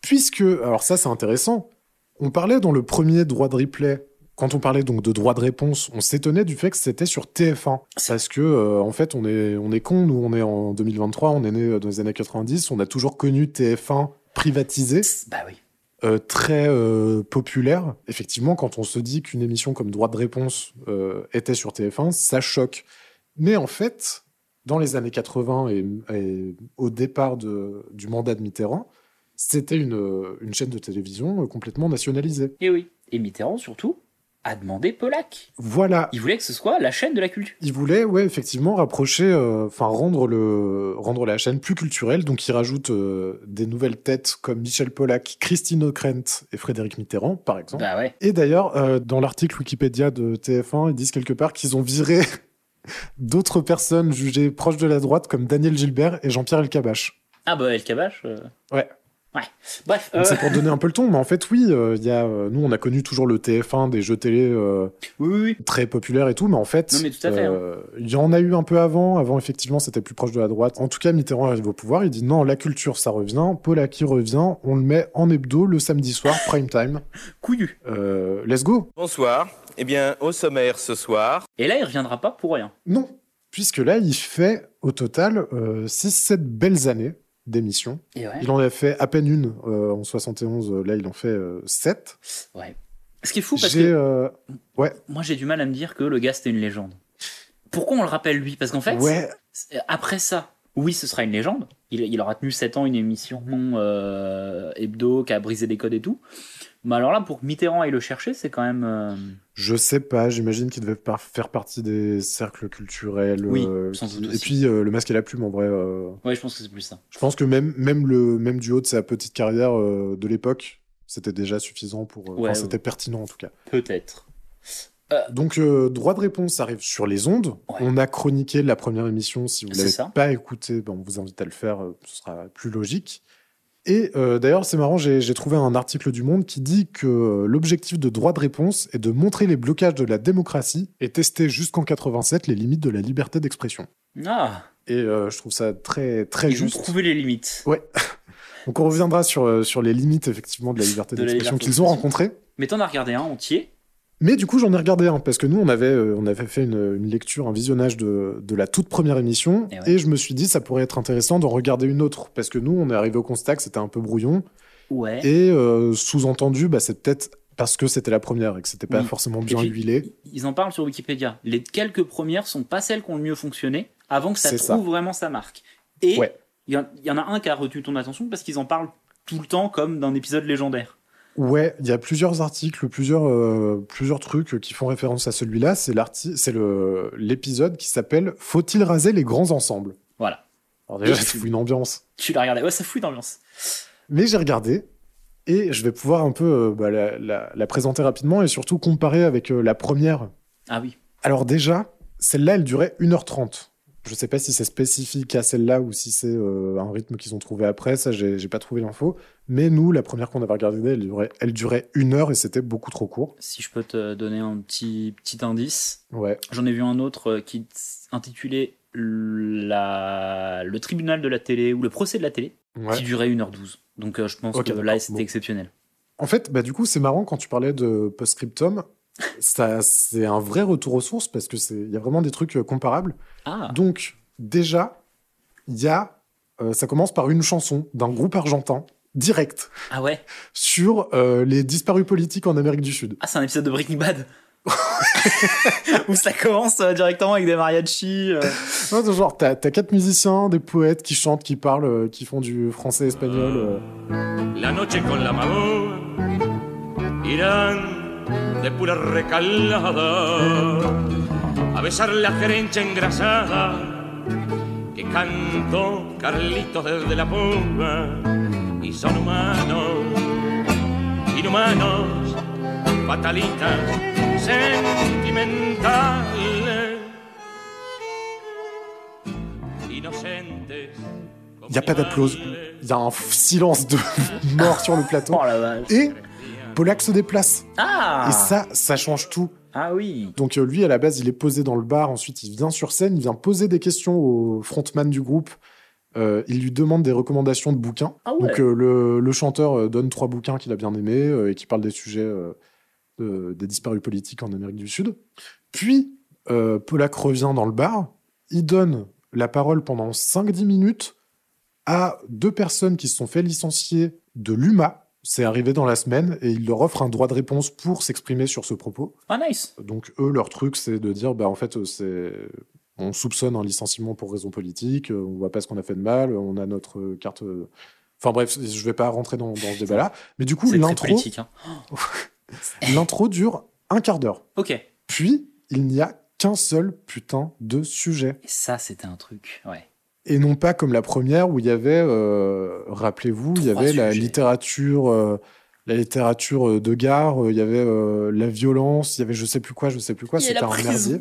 Puisque, alors ça c'est intéressant, on parlait dans le premier droit de replay, quand on parlait donc de droit de réponse, on s'étonnait du fait que c'était sur TF1. Parce que, euh, en fait, on est, on est con, nous on est en 2023, on est né euh, dans les années 90, on a toujours connu TF1 privatisé.
Bah oui.
euh, très euh, populaire. Effectivement, quand on se dit qu'une émission comme Droit de réponse euh, était sur TF1, ça choque. Mais en fait, dans les années 80 et, et au départ de- du mandat de Mitterrand, c'était une, une chaîne de télévision euh, complètement nationalisée.
Et Eh oui. Et Mitterrand, surtout, a demandé Polak.
Voilà.
Il voulait que ce soit la chaîne de la culture.
Il voulait, ouais, effectivement, rapprocher, euh, enfin, rendre, le, rendre la chaîne plus culturelle. Donc, il rajoute euh, des nouvelles têtes comme Michel Pollack, Christine O'Krent et Frédéric Mitterrand, par exemple.
Bah ouais.
Et d'ailleurs, euh, dans l'article Wikipédia de TF1, ils disent quelque part qu'ils ont viré d'autres personnes jugées proches de la droite, comme Daniel Gilbert et Jean-Pierre Elkabach.
Ah bah El Kabash. euh,
Ouais.
Ouais. Bref.
Donc
euh,
C'est pour donner un peu le ton, mais en fait, oui, euh, il y a, euh, nous, on a connu toujours le TF1 des jeux télé euh,
Oui, oui, oui.
très populaires et tout, mais en fait,
Non, mais tout à fait, hein.
euh, il y en a eu un peu avant. Avant, effectivement, c'était plus proche de la droite. En tout cas, Mitterrand arrive au pouvoir, il dit non, la culture, ça revient, Polaki revient, on le met en hebdo le samedi soir, prime time.
Couillu.
Euh, let's go.
Bonsoir. Eh bien, au sommaire ce soir.
Et là, il reviendra pas pour rien.
Non, puisque là, il fait au total 6-7 belles années d'émissions.
Et ouais.
Il en a fait à peine une euh, en 71, euh, là, il en fait 7.
Ouais. Ce qui est fou parce
J'ai,
que
euh, Ouais.
moi j'ai du mal à me dire que le gars c'était une légende. Pourquoi on le rappelle lui Parce qu'en fait,
Ouais.
c'est- après ça, oui ce sera une légende. Il, il aura tenu 7 ans une émission euh, hebdo qui a brisé des codes et tout. Mais alors là, pour que Mitterrand aille le chercher, c'est quand même... euh,
Je sais pas, j'imagine qu'il devait par- faire partie des cercles culturels.
Oui,
euh,
sans
qui-
doute
Et
aussi.
puis, euh, le masque et la plume, en vrai. euh,
Ouais, je pense que c'est plus ça.
Je pense que même, même, le, même du haut de sa petite carrière euh, de l'époque, c'était déjà suffisant pour. euh,
Ouais,
enfin,
ouais.
c'était pertinent, en tout cas.
Peut-être.
Donc, euh, droit de réponse arrive sur les ondes. On a chroniqué la première émission. Si vous
C'est
l'avez
ça.
pas écouté, ben, on vous invite à le faire. euh, Ce sera plus logique. Et euh, d'ailleurs, c'est marrant, j'ai j'ai trouvé un article du Monde qui dit que euh, l'objectif de droit de réponse est de montrer les blocages de la démocratie et tester jusqu'en 87 les limites de la liberté d'expression.
Ah
Et euh, je trouve ça très, très
Ils ont
juste.
trouvé les limites.
Ouais. Donc on reviendra sur, euh, sur les limites, effectivement, de la liberté
De la
d'expression
liberté
qu'ils ont rencontrée.
Mais t'en as regardé un entier.
Mais du coup, j'en ai regardé un, parce que nous, on avait, euh, on avait fait une, une lecture, un visionnage de, de la toute première émission, et,
Et Eh ouais.
je me suis dit, ça pourrait être intéressant d'en regarder une autre, parce que nous, on est arrivé au constat que c'était un peu brouillon,
Ouais.
et euh, sous-entendu, bah, c'est peut-être parce que c'était la première, et que c'était pas
Oui.
forcément
Mm. Et
bien
puis,
huilé.
Ils en parlent sur Wikipédia. Les quelques premières sont pas celles qui ont le mieux fonctionné avant que ça
C'est
trouve
ça.
vraiment sa marque. Et il
Ouais.
y, en- il y en a un qui a retenu ton attention parce qu'ils en parlent tout le temps comme d'un épisode légendaire.
Ouais, il y a plusieurs articles, plusieurs, euh, plusieurs trucs qui font référence à celui-là, c'est l'arti- c'est le- l'épisode qui s'appelle « Faut-il raser les grands ensembles ?»
Voilà.
Alors déjà, ça fout une ambiance.
Tu l'as regardé. Ouais, ça fout d'ambiance.
Mais j'ai regardé et je vais pouvoir un peu euh, bah, la, la- la présenter rapidement et surtout comparer avec euh, la première.
Ah oui.
Alors déjà, celle-là, elle durait 1h30. Je sais pas si c'est spécifique à celle-là ou si c'est euh, un rythme qu'ils ont trouvé après, ça j'ai j'ai pas trouvé l'info. Mais nous, la première qu'on avait regardée, elle durait, elle durait une heure et c'était beaucoup trop court.
Si je peux te donner un petit, petit indice,
Ouais.
j'en ai vu un autre euh, qui est intitulé la... Le tribunal de la télé ou le procès de la télé
Ouais.
qui durait 1h12. Donc euh, je pense
Ok,
que là,
d'accord.
c'était
Bon.
exceptionnel.
En fait, bah, du coup, c'est marrant quand tu parlais de Postscriptum. ça, c'est un vrai retour aux sources parce que c'est, il y a vraiment des trucs euh, comparables.
Ah.
Donc, déjà, il y a, euh, ça commence par une chanson d'un groupe argentin direct
Ah ouais
sur euh, les disparus politiques en Amérique du Sud.
Ah, c'est un épisode de Breaking Bad Où ça commence euh, directement avec des mariachis. euh.
Ouais, c'est genre, t'as, t'as quatre musiciens, des poètes qui chantent, qui parlent, euh, qui font du français espagnol. euh.
La noche con la maboa irán de pura recalada a besar la gerencia engrasada que cantó Carlitos desde la puma y son humanos, inhumanos, fatalistas, sentimentales, inocentes.
Il n'y a pas d'applause. Il y a un f- silence de mort sur le plateau. Et Polak se déplace.
Oh Ah
Et ça, ça change tout.
Ah oui
Donc euh, lui, à la base, il est posé dans le bar, ensuite il vient sur scène, il vient poser des questions au frontman du groupe. Euh, il lui demande des recommandations de bouquins.
Ah ouais.
Donc euh, le, le chanteur euh, donne trois bouquins qu'il a bien aimés euh, et qui parlent des sujets euh, de- des disparus politiques en Amérique du Sud. Puis euh, Pollack revient dans le bar, il donne la parole pendant 5-10 minutes à deux personnes qui se sont fait licencier de l'UMA. C'est arrivé dans la semaine et il leur offre un droit de réponse pour s'exprimer sur ce propos.
Ah, nice.
Donc eux, leur truc, c'est de dire, bah en fait, euh, c'est on soupçonne un licenciement pour raison politique, euh, on voit pas ce qu'on a fait de mal, euh, on a notre euh, carte. euh, Enfin bref, je vais pas rentrer dans, dans ce débat-là. Mais du coup,
C'est très
l'intro,
politique, hein.
l'intro dure un quart d'heure.
Ok.
Puis il n'y a qu'un seul putain de sujet.
Et ça, c'était un truc. Ouais.
Et non pas comme la première où il y avait, euh, rappelez-vous, il y avait la littérature, euh, la littérature euh, de gare, euh, il y avait euh, la violence, il y avait je sais plus quoi, je sais plus quoi,
Il y a
c'était
la
un
prison.
merdier.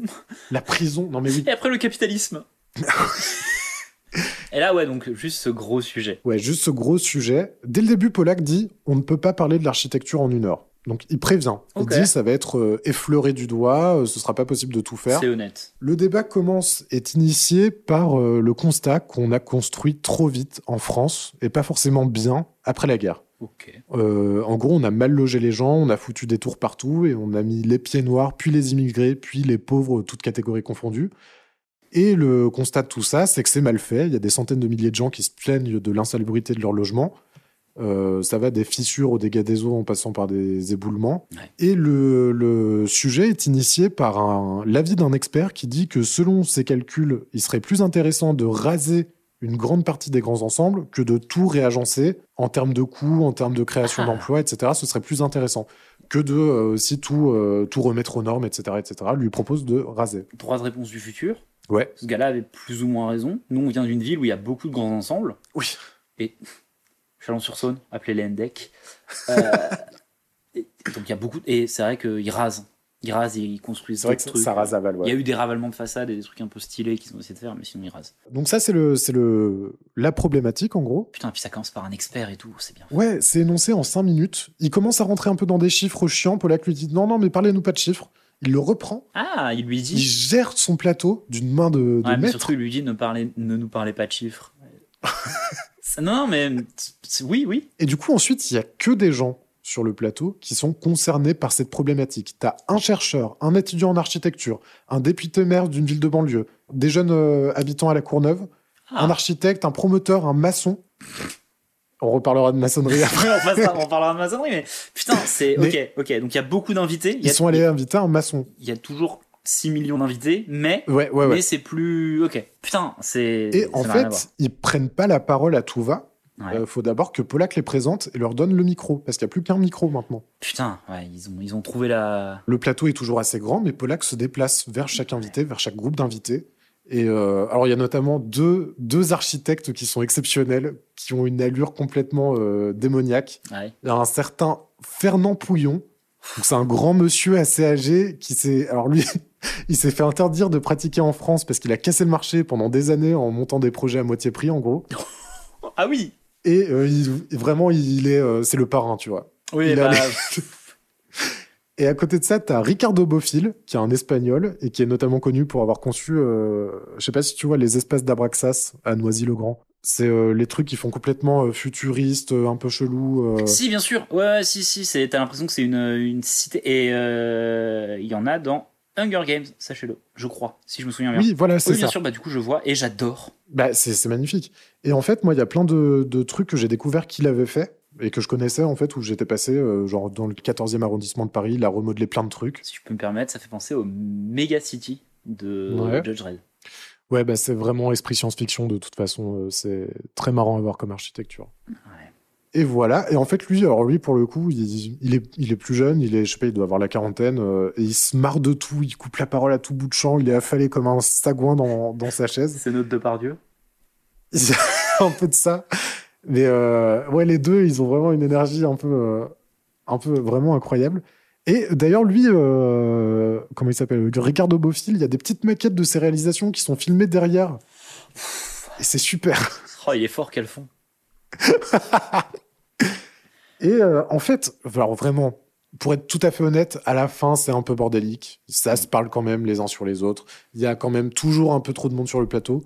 La prison, non mais oui.
Et après le capitalisme. Et là, ouais, donc juste ce gros sujet.
Ouais, juste ce gros sujet. Dès le début, Pollack dit on ne peut pas parler de l'architecture en une heure. Donc il prévient.
Ok.
Il dit ça va être euh, effleuré du doigt, euh, ce sera pas possible de tout faire.
C'est honnête.
Le débat commence est initié par euh, le constat qu'on a construit trop vite en France et pas forcément bien après la guerre.
Ok.
Euh, en gros, on a mal logé les gens, on a foutu des tours partout et on a mis les pieds noirs, puis les immigrés, puis les pauvres, toutes catégories confondues. Et le constat de tout ça, c'est que c'est mal fait. Il y a des centaines de milliers de gens qui se plaignent de l'insalubrité de leur logement. Euh, ça va des fissures aux dégâts des eaux en passant par des éboulements. Et le, le sujet est initié par un- l'avis d'un expert qui dit que selon ses calculs, il serait plus intéressant de raser une grande partie des grands ensembles que de tout réagencer en termes de coûts, en termes de création d'emplois, etc. Ce serait plus intéressant que de euh, si tout, euh, tout remettre aux normes, etc., etc. Lui propose de raser.
Droit de réponse du futur.
Ouais.
Ce gars-là avait plus ou moins raison. Nous, on vient d'une ville où il y a beaucoup de grands ensembles.
Oui.
Et Chalon-sur-Saône, appelé les NDEC. Euh, et- donc il y a beaucoup. Et c'est vrai qu'ils rasent. Ils rasent, ils construisent.
C'est vrai
d'autres
que
trucs.
ça rase à Val, ouais.
Il y a eu des ravalements de façade et des trucs un peu stylés qu'ils ont essayé de faire, mais sinon ils rasent.
Donc ça, c'est le, c'est le, la problématique, en gros.
Putain, puis ça commence par un expert et tout, c'est bien.
Ouais, c'est énoncé en 5 minutes. Il commence à rentrer un peu dans des chiffres chiants. Pollack lui dit « Non, non, mais parlez-nous pas de chiffres ». Il le reprend.
Ah, il lui dit.
Il gère son plateau d'une main de, de
Ouais, mais
maître.
surtout, il lui dit ne, parlez, ne nous parlez pas de chiffres. Ça- non, non, mais c'est- oui, oui.
Et du coup, ensuite, il y a que des gens sur le plateau qui sont concernés par cette problématique. T'as un chercheur, un étudiant en architecture, un député maire d'une ville de banlieue, des jeunes euh, habitants à la Courneuve,
Ah.
un architecte, un promoteur, un maçon. On reparlera de maçonnerie après.
on, passera- on parlera de maçonnerie, mais putain, c'est.
Mais-
Ok, ok. Donc il y a beaucoup d'invités. Il y
Ils
a-
sont allés inviter un maçon.
Il y a toujours 6 millions d'invités, mais.
Ouais, ouais, ouais.
Mais c'est plus. Ok. Putain, c'est.
Et
ça
en
n'a rien à voir.
fait, ils prennent pas la parole à tout va. Il faut d'abord que Pollack les présente et leur donne le micro, parce qu'il n'y a plus qu'un micro maintenant.
Putain, ouais, ils ont, ils ont trouvé la.
Le plateau est toujours assez grand, mais Pollack se déplace vers chaque invité, vers chaque groupe d'invités. Et euh, alors, il y a notamment deux, deux architectes qui sont exceptionnels, qui ont une allure complètement euh, démoniaque.
Ouais.
Il y a un certain Fernand Pouillon. Donc, C'est un grand monsieur assez âgé qui s'est. Alors, lui, il s'est fait interdire de pratiquer en France parce qu'il a cassé le marché pendant des années en montant des projets à moitié prix, en gros.
Ah oui
Et euh, il- vraiment, il est, euh, c'est le parrain, tu vois.
Oui,
Il a
bah,
les- et à côté de ça, t'as Ricardo Bofil, qui est un espagnol et qui est notamment connu pour avoir conçu, euh, je sais pas si tu vois, les espaces d'Abraxas à Noisy-le-Grand. C'est euh, les trucs qui font complètement euh, futuriste, euh, un peu chelou. euh.
Si, bien sûr. Ouais, ouais, si, si. c'est- T'as l'impression que c'est une, une cité. Et euh, il y en a dans Hunger Games, sachez-le, je crois, si je me souviens bien.
Oui, voilà, c'est
bien
ça.
sûr, bah, du coup, je vois et j'adore.
Bah, c'est c'est magnifique. Et en fait, moi, il y a plein de, de trucs que j'ai découvert qu'il avait fait et que je connaissais, en fait, où j'étais passé, euh, genre, dans le 14e arrondissement de Paris, il a remodelé plein de trucs.
Si je peux me permettre, ça fait penser au Mega City de
Ouais.
Judge Red.
Ouais, bah, c'est vraiment esprit science-fiction, de toute façon. euh, c'est très marrant à voir comme architecture. Et voilà. Et en fait, lui, alors lui, pour le coup, il, il est, il est plus jeune, il est, je sais pas, il doit avoir la quarantaine, euh, et il se marre de tout, il coupe la parole à tout bout de champ, il est affalé comme un sagouin dans, dans sa chaise.
C'est notre Depardieu
Il y a un peu de ça. Mais euh, ouais, les deux, ils ont vraiment une énergie un peu, euh, un peu vraiment incroyable. Et d'ailleurs, lui, euh, comment il s'appelle Ricardo Bofil, il y a des petites maquettes de ses réalisations qui sont filmées derrière. Et c'est super.
Oh, il est fort, qu'elles font.
Et euh, en fait, alors vraiment, pour être tout à fait honnête, à la fin, c'est un peu bordélique. Ça se parle quand même les uns sur les autres. Il y a quand même toujours un peu trop de monde sur le plateau.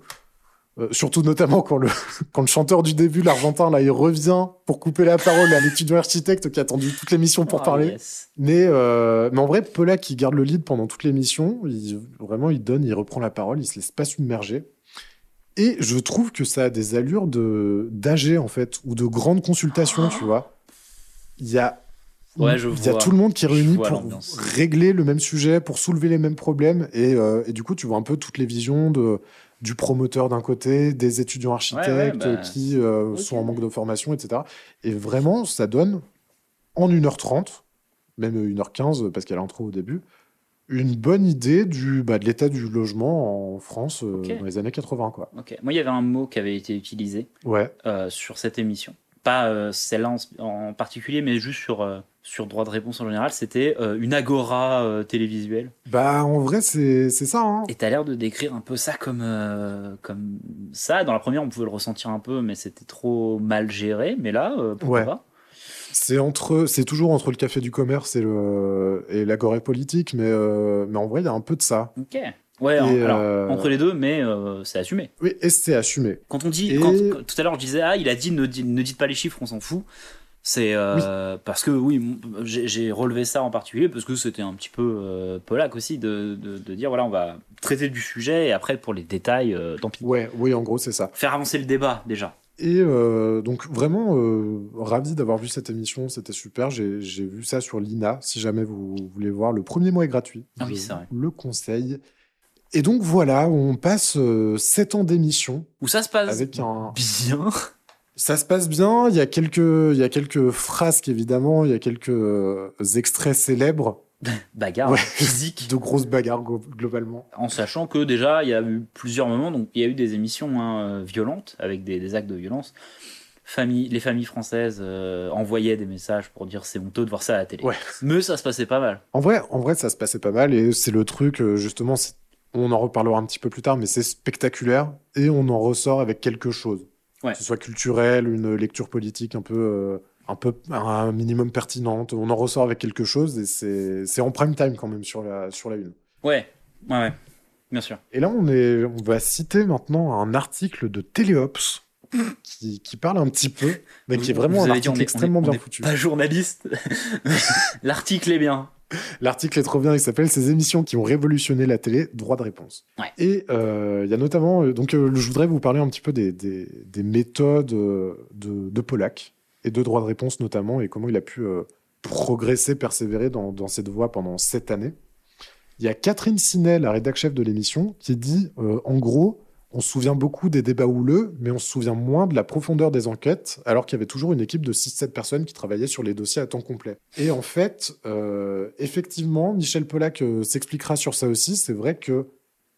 Euh, surtout notamment quand le, quand le chanteur du début, l'Argentin, là, il revient pour couper la parole à l'étudiant architecte qui a attendu toute l'émission pour
Ah,
parler.
yes.
Mais, euh, mais en vrai, Pola qui garde le lead pendant toute l'émission, il- vraiment, il donne, il reprend la parole, il se laisse pas submerger. Et je trouve que ça a des allures de d'AG, en fait, ou de grandes consultations, tu vois. Il y a,
Ouais, je
il y a
vois.
tout le monde qui
Je
réunit
vois
pour
l'ambiance.
régler le même sujet, pour soulever les mêmes problèmes. Et, euh, et du coup, tu vois un peu toutes les visions de, du promoteur d'un côté, des étudiants architectes
bah,
qui euh, sont en manque de formation, etc. Et vraiment, ça donne en 1h30, même 1h15, parce qu'il y a l'intro au début, une bonne idée du, bah, de l'état du logement en France euh,
Ok.
dans les années 80. Quoi.
Ok. Moi, il y avait un mot qui avait été utilisé
Ouais.
euh, sur cette émission. Pas euh, celle-là en, en particulier, mais juste sur, euh, sur droit de réponse en général. C'était euh, une agora euh, télévisuelle.
Bah, en vrai, c'est c'est ça. hein.
Et t'as l'air de décrire un peu ça comme, euh, comme ça. Dans la première, on pouvait le ressentir un peu, mais c'était trop mal géré. Mais là, euh, pourquoi
Ouais.
pas
C'est entre, c'est toujours entre le café du commerce et le et l'agorée politique, mais euh, mais en vrai, il y a un peu de ça.
Ok. Ouais,
Et,
en- alors,
euh,
entre les deux, mais euh, c'est assumé.
Oui, et c'est assumé.
Quand on dit,
Et-
quand- quand- tout à l'heure, je disais, ah, il a dit ne, di- ne dites pas les chiffres, on s'en fout. C'est euh, parce que, oui, m- j'ai j'ai relevé ça en particulier parce que c'était un petit peu euh, polac aussi de, de- de dire, voilà, on va traiter du sujet et après, pour les détails, euh, tant pis.
Ouais, oui, en gros, c'est ça.
Faire avancer le débat déjà.
Et euh, donc vraiment euh, ravi d'avoir vu cette émission, c'était super. J'ai j'ai vu ça sur l'INA. Si jamais vous voulez voir, le premier mois est gratuit.
Ah oui,
Je
c'est vrai.
Le conseil. Et donc voilà, on passe euh, sept ans d'émission
Où ça se passe
avec un.
bien.
Ça se passe bien. Il y a quelques, il y a quelques frasques évidemment. Il y a quelques euh, extraits célèbres.
Bagarre
Ouais.
physique.
De grosses bagarres glo- globalement.
En sachant que déjà, il y a eu plusieurs moments, donc il y a eu des émissions hein, euh, violentes avec des, des actes de violence. Famille, les familles françaises euh, envoyaient des messages pour dire c'est honteux de voir ça à la télé.
Ouais.
Mais ça se passait pas mal.
En vrai, en vrai, ça se passait pas mal et c'est le truc, euh, justement, c'est- on en reparlera un petit peu plus tard, mais c'est spectaculaire et on en ressort avec quelque chose.
Ouais.
Que ce soit culturel, une lecture politique un peu, euh, un peu, un minimum pertinente, on en ressort avec quelque chose et c'est c'est en prime time quand même sur la, sur la une.
Ouais, ouais, ouais. Bien sûr.
Et là, on, est, on va citer maintenant un article de Téléops qui, qui parle un petit peu, mais qui est vraiment un
avez dit,
article
on est- on est-
extrêmement
on
bien
est
foutu.
Pas journaliste. L'article est bien.
L'article est trop bien, il s'appelle Ces émissions qui ont révolutionné la télé, droit de réponse. Et euh, il y a notamment. euh, Donc, euh, je voudrais vous parler un petit peu des, des- des méthodes euh, de, de Pollack et de droit de réponse notamment, et comment il a pu euh, progresser, persévérer dans, dans cette voie pendant sept années. Il y a Catherine Sinet, la rédac chef de l'émission, qui dit euh, en gros, on se souvient beaucoup des débats houleux, mais on se souvient moins de la profondeur des enquêtes, alors qu'il y avait toujours une équipe de 6-7 personnes qui travaillaient sur les dossiers à temps complet. Et en fait, euh, effectivement, Michel Pollack euh, s'expliquera sur ça aussi. C'est vrai que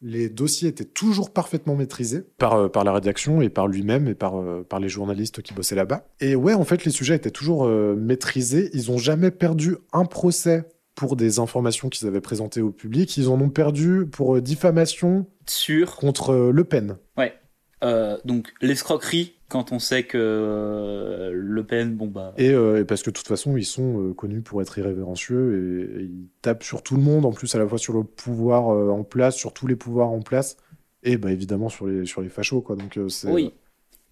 les dossiers étaient toujours parfaitement maîtrisés par, euh, par la rédaction et par lui-même et par, euh, par les journalistes qui bossaient là-bas. Et ouais, en fait, les sujets étaient toujours euh, maîtrisés. Ils n'ont jamais perdu un procès pour des informations qu'ils avaient présentées au public. Ils en ont perdu pour euh, diffamation
Sur.
contre euh, Le Pen.
Ouais. Euh, donc l'escroquerie, quand on sait que euh, Le Pen, bon bah.
Et, euh, et parce que de toute façon, ils sont euh, connus pour être irrévérencieux et, et ils tapent sur tout le monde, en plus à la fois sur le pouvoir euh, en place, sur tous les pouvoirs en place, et bah, évidemment sur les, sur les fachos. Quoi. Donc, euh, c'est-
Oui.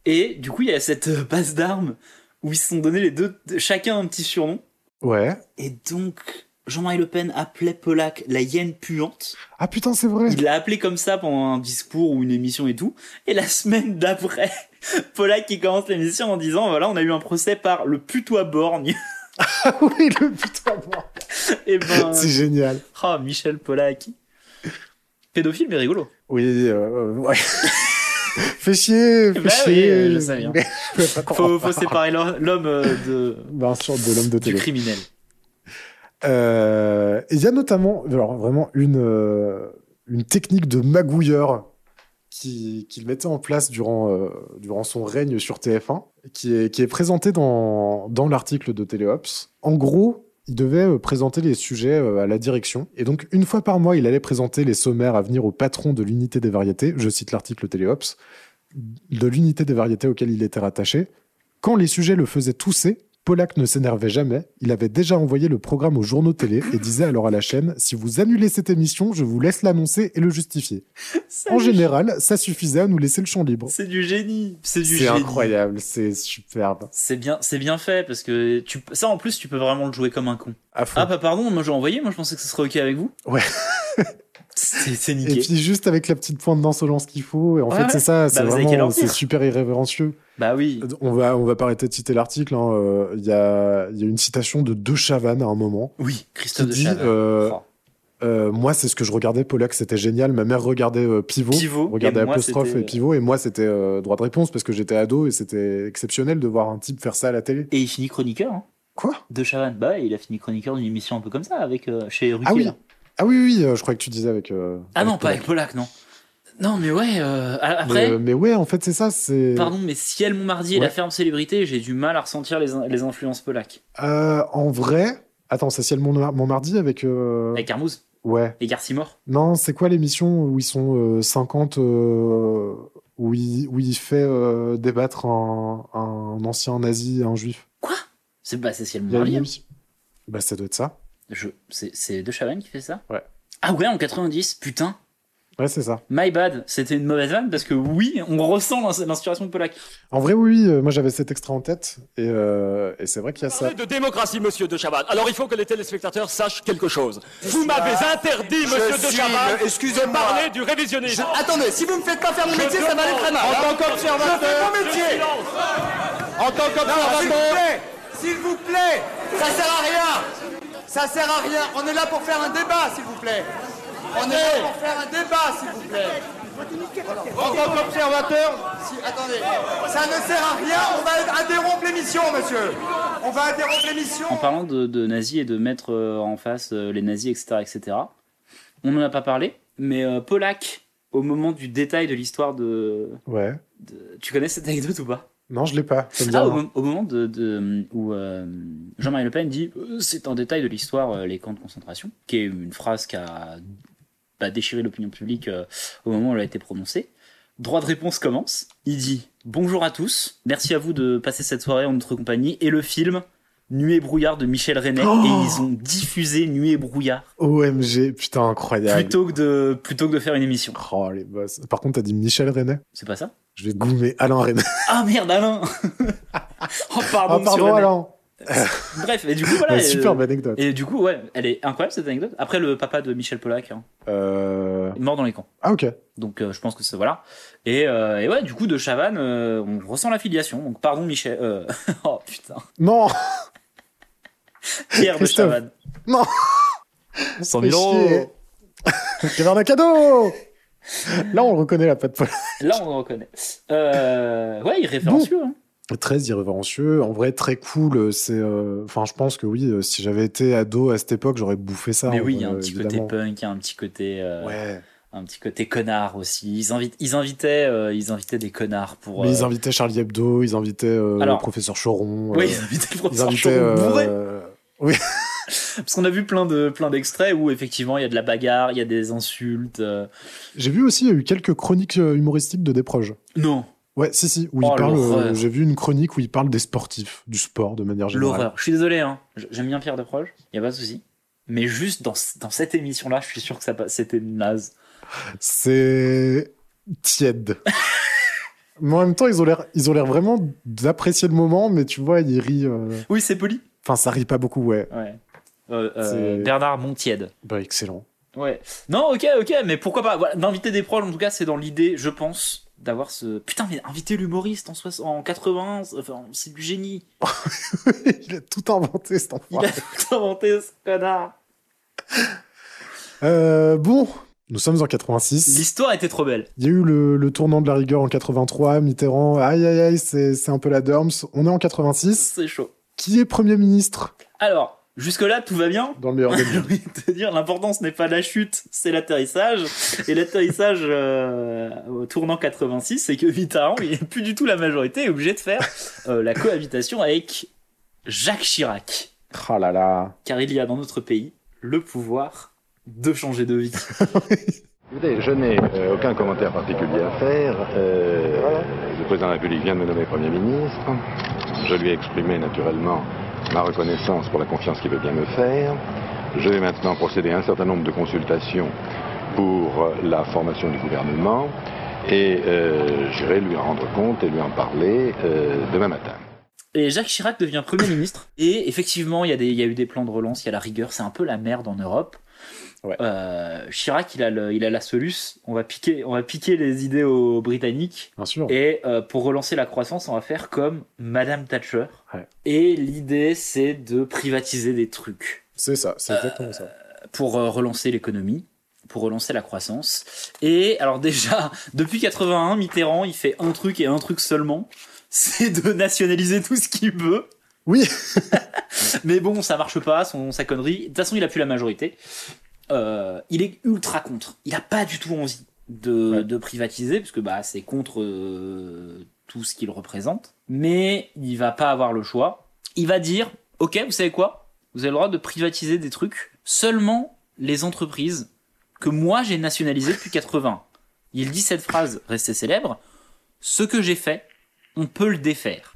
Et du coup, il y a cette euh, passe d'armes où ils se sont donnés les deux, chacun un petit surnom.
Ouais.
Et donc, Jean-Marie Le Pen appelait Pelac la hyène puante.
Ah putain, c'est vrai
Il l'a appelé comme ça pendant un discours ou une émission et tout. Et la semaine d'après, Polac qui commence l'émission en disant voilà, on a eu un procès par le putois borgne.
Ah oui, le putois
borgne. et ben.
C'est génial.
Oh, Michel Polac. Pédophile, mais rigolo.
Oui, euh, ouais. fais chier, fais
Bah oui,
chier.
euh, je sais bien.
Mais je peux pas
Faut,
comprendre.
faut séparer l'ho- l'homme euh, de,
Bien sûr, de l'homme de
du
télé.
criminel.
Euh, et Il y a notamment alors, vraiment une, euh, une technique de magouilleur qui- qu'il mettait en place durant, euh, durant son règne sur TF1, qui est, qui est présentée dans, dans l'article de Téléops. En gros, il devait euh, présenter les sujets euh, à la direction. Et donc, une fois par mois, il allait présenter les sommaires à venir au patron de l'unité des variétés, je cite l'article Téléops, de l'unité des variétés auquel il était rattaché. Quand les sujets le faisaient tousser, Polak ne s'énervait jamais. Il avait déjà envoyé le programme aux journaux télé et disait alors à la chaîne Si vous annulez cette émission, je vous laisse l'annoncer et le justifier. En général, ça suffisait à nous laisser le champ libre.
C'est du génie. C'est du
C'est
génie.
incroyable, c'est superbe.
C'est bien, c'est bien fait parce que tu, ça en plus tu peux vraiment le jouer comme un con.
À fond.
Ah bah pardon, moi j'ai envoyé, moi je pensais que ce serait ok avec vous.
Ouais.
C'est c'est
Et
niqué.
puis juste avec la petite pointe d'insolence qu'il faut. Et en
Ouais,
fait,
ouais.
c'est ça,
Bah,
c'est
vous avez qu'à leur
vraiment c'est
dire.
super irrévérencieux.
Bah oui.
On va, on va pas arrêter de citer l'article. hein, euh, Il y, a, il y a une citation de De Chavannes à un moment.
Oui, Christophe
qui
de
dit,
Chavannes.
euh,
Oh.
euh, moi, c'est ce que je regardais, Pollock, c'était génial. Ma mère regardait euh, Pivot,
Pivot,
regardait
et moi,
Apostrophe
c'était-
et Pivot, et moi, c'était euh, droit de réponse parce que j'étais ado et c'était exceptionnel de voir un type faire ça à la télé.
Et il finit chroniqueur. hein.
Quoi
De Chavannes, bah il a fini chroniqueur d'une émission un peu comme ça avec euh, chez Ruquier.
Ah oui,
là.
ah oui, oui, euh, je crois que tu disais avec. euh,
Ah non, pas
Polak.
avec Polak, non. Non mais ouais. euh, a- après,
Mais, euh, mais ouais, en fait, c'est ça. C'est.
pardon, mais Ciel Montmardi et
Ouais.
la ferme célébrité, j'ai du mal à ressentir les, in- les influences Polak.
Euh, en vrai, attends, c'est Ciel Mon- Montmardi avec. euh,
Avec Carmouze
Ouais.
et Garcimore.
Non, c'est quoi l'émission où ils sont euh, 50, euh, où, il, où il fait euh, débattre un, un ancien nazi et un juif
C'est bah c'est Ciel
Il y a une
Montmardi. hein.
émission- Bah, ça doit être ça.
Je- C'est c'est De Chavannes qui fait ça
Ouais.
Ah ouais, en 90, putain.
Ouais, c'est ça.
My bad, c'était une mauvaise vanne parce que oui, on ressent l'ins- l'inspiration de Polak.
En vrai, oui, oui, euh, moi j'avais cet extrait en tête, et, euh, et c'est vrai qu'il y a ça.
Parlez de démocratie, monsieur de Chavannes. Alors il faut que les téléspectateurs sachent quelque chose. Vous m'avez interdit,
Je
monsieur de
suis
Chavannes,
le- excusez-moi.
de parler du révisionnisme.
Je- attendez, si vous me faites pas faire mon métier, ça va aller très mal.
En tant
Je
qu'observateur-
fais mon métier. En tant qu'observateur. S'il vous plaît, s'il vous plaît, ça sert à rien. Ça sert à rien. On est là pour faire un débat, s'il vous plaît. On est là pour faire un débat, s'il vous plaît. En tant qu'observateur, si, attendez, ça ne sert à rien. On va interrompre l'émission, monsieur. On va interrompre l'émission.
En parlant de, de nazis et de mettre euh, en face euh, les nazis, etc., etc., on n'en a pas parlé, mais euh, Polak, au moment du détail de l'histoire de...
Ouais.
Tu connais cette anecdote ou pas
Non, je l'ai pas. ça me dit
Ah, au,
rien.
mom- au moment de, de- où euh, Jean-Marie Le Pen dit euh, c'est en détail de l'histoire euh, les camps de concentration, qui est une phrase qui a bah, déchiré l'opinion publique euh, au moment où elle a été prononcée. Droit de réponse commence. Il dit bonjour à tous, merci à vous de passer cette soirée en notre compagnie et le film Nuit et brouillard de Michel Renet
Oh
et ils ont diffusé Nuit et brouillard
OMG, putain, incroyable.
plutôt que de plutôt que de faire une émission.
Oh, les boss. Par contre, t'as dit Michel René
C'est pas ça
Je vais goumer Alain René.
Ah merde Alain. oh pardon,
Ah,
monsieur
pardon,
Renet.
Alain. Bah,
Bref, et du coup, voilà. euh,
Ouais,
et-
superbe anecdote.
Et du coup, ouais, elle est incroyable cette anecdote. Après, le papa de Michel Pollack, hein,
Euh,
mort dans les camps.
Ah, ok.
Donc, euh, je pense que c'est voilà. Et, euh, et ouais, du coup, de Chavannes, euh, on ressent l'affiliation. Donc, pardon, Michel. euh, oh putain.
Non
Pierre de
Christophe.
Chavannes.
Non
100
Fais
000
chier.
euros.
J'avais un cadeau Là, on le reconnaît la patte Polak.
Là, on le reconnaît. Euh, ouais, il est référencieux. hein.
Très irrévérencieux, en vrai très cool. C'est, euh, enfin, je pense que oui. euh, Si j'avais été ado à cette époque, j'aurais bouffé ça.
Mais
en
oui, il y
vrai,
a un petit
euh, évidemment.
côté punk, il y a un petit côté. euh,
Ouais.
Un petit côté connard aussi. Ils, invitent, ils, invitaient, euh, ils invitaient des connards pour.
Mais
euh,
ils invitaient Charlie Hebdo, ils invitaient euh,
Alors-
le professeur Choron.
Oui,
euh,
ils invitaient le
ils
professeur
invitaient,
Choron bourré.
euh, Oui.
Parce qu'on a vu plein de plein d'extraits où effectivement il y a de la bagarre, il y a des insultes. euh,
J'ai vu aussi, il y a eu quelques chroniques euh, humoristiques de Desproges.
Non.
Ouais, si, si. Où
Oh,
il parle.
l'horreur.
euh, J'ai vu une chronique où il parle des sportifs, du sport de manière générale.
L'horreur. Je suis désolé, hein. J- j'aime bien Pierre Desproges, il y a pas de souci. Mais juste dans, c- dans cette émission-là, je suis sûr que ça pa- c'était naze.
C'est tiède. mais en même temps, ils ont l'air, ils ont l'air vraiment d'apprécier le moment, mais tu vois, ils rient. euh,
Oui, c'est poli.
Enfin, ça rit pas beaucoup, ouais.
Ouais. Euh, euh,
C'est-
Bernard Montiède.
Bah, excellent.
Ouais. Non, ok, ok, mais pourquoi pas Voilà, D'inviter des proches, en tout cas, c'est dans l'idée, je pense, d'avoir ce. Putain, mais inviter l'humoriste en, soix- en 80, enfin, c'est du génie.
Il a tout inventé, cet
Il a
enfoiré.
tout inventé, ce connard.
Euh, bon, nous sommes en 86.
L'histoire était trop belle.
Il y a eu le, le tournant de la rigueur en 83, Mitterrand, aïe aïe aïe, c'est c'est un peu la Dorms. On est en 86.
C'est chaud.
Qui est Premier ministre
Alors, jusque-là, tout va bien.
dans le meilleur des
J'ai
mondes
envie de te dire, l'important, ce n'est pas la chute, c'est l'atterrissage. Et l'atterrissage euh, au tournant 86, c'est que Mitterrand, il n'est plus du tout la majorité, est obligé de faire euh, la cohabitation avec Jacques Chirac.
Oh là là.
Car il y a dans notre pays le pouvoir de changer de vie.
Écoutez, je n'ai euh, aucun commentaire particulier à faire. Euh, Le président de la République vient de me nommer Premier ministre. Je lui ai exprimé naturellement ma reconnaissance pour la confiance qu'il veut bien me faire. Je vais maintenant procéder à un certain nombre de consultations pour euh, la formation du gouvernement et euh, j'irai lui en rendre compte et lui en parler euh, demain matin.
Et Jacques Chirac devient Premier ministre. Et effectivement, il y, a des- il y a eu des plans de relance, il y a la rigueur, c'est un peu la merde en Europe. Euh, Chirac, il a, le- il a la soluce. On va piquer, on va piquer les idées aux Britanniques. Et euh, pour relancer la croissance, on va faire comme Madame Thatcher. Et l'idée, c'est de privatiser des trucs.
C'est ça,
Euh.
c'est exactement ça.
Pour euh, relancer l'économie, pour relancer la croissance. Et alors déjà, depuis 81, Mitterrand, il fait un truc et un truc seulement. C'est de nationaliser tout ce qu'il veut.
Oui.
Mais bon, ça marche pas, son, sa connerie. De toute façon, il a plus la majorité. Euh, il est ultra contre. Il a pas du tout envie de, de privatiser, parce que bah, c'est contre euh, tout ce qu'il représente. Mais il va pas avoir le choix. Il va dire, ok, vous savez quoi Vous avez le droit de privatiser des trucs. Seulement les entreprises que moi j'ai nationalisées depuis 80. Il dit cette phrase restée célèbre. Ce que j'ai fait, on peut le défaire.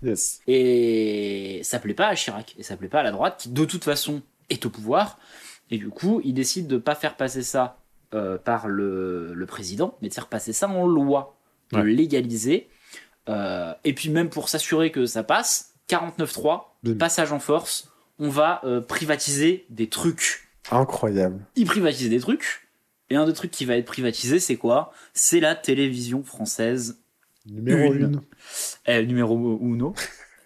Et ça plaît pas à Chirac et ça plaît pas à la droite qui de toute façon est au pouvoir. Et du coup, il décide de pas faire passer ça euh, par le, le président, mais de faire passer ça en loi, de
Ouais.
légaliser. Euh, et puis même pour s'assurer que ça passe, 49.3, passage en force, on va euh, privatiser des trucs.
Incroyable.
Ils privatisent des trucs. Et un des trucs qui va être privatisé, c'est quoi C'est la télévision française
Numéro
une. Euh, numéro uno.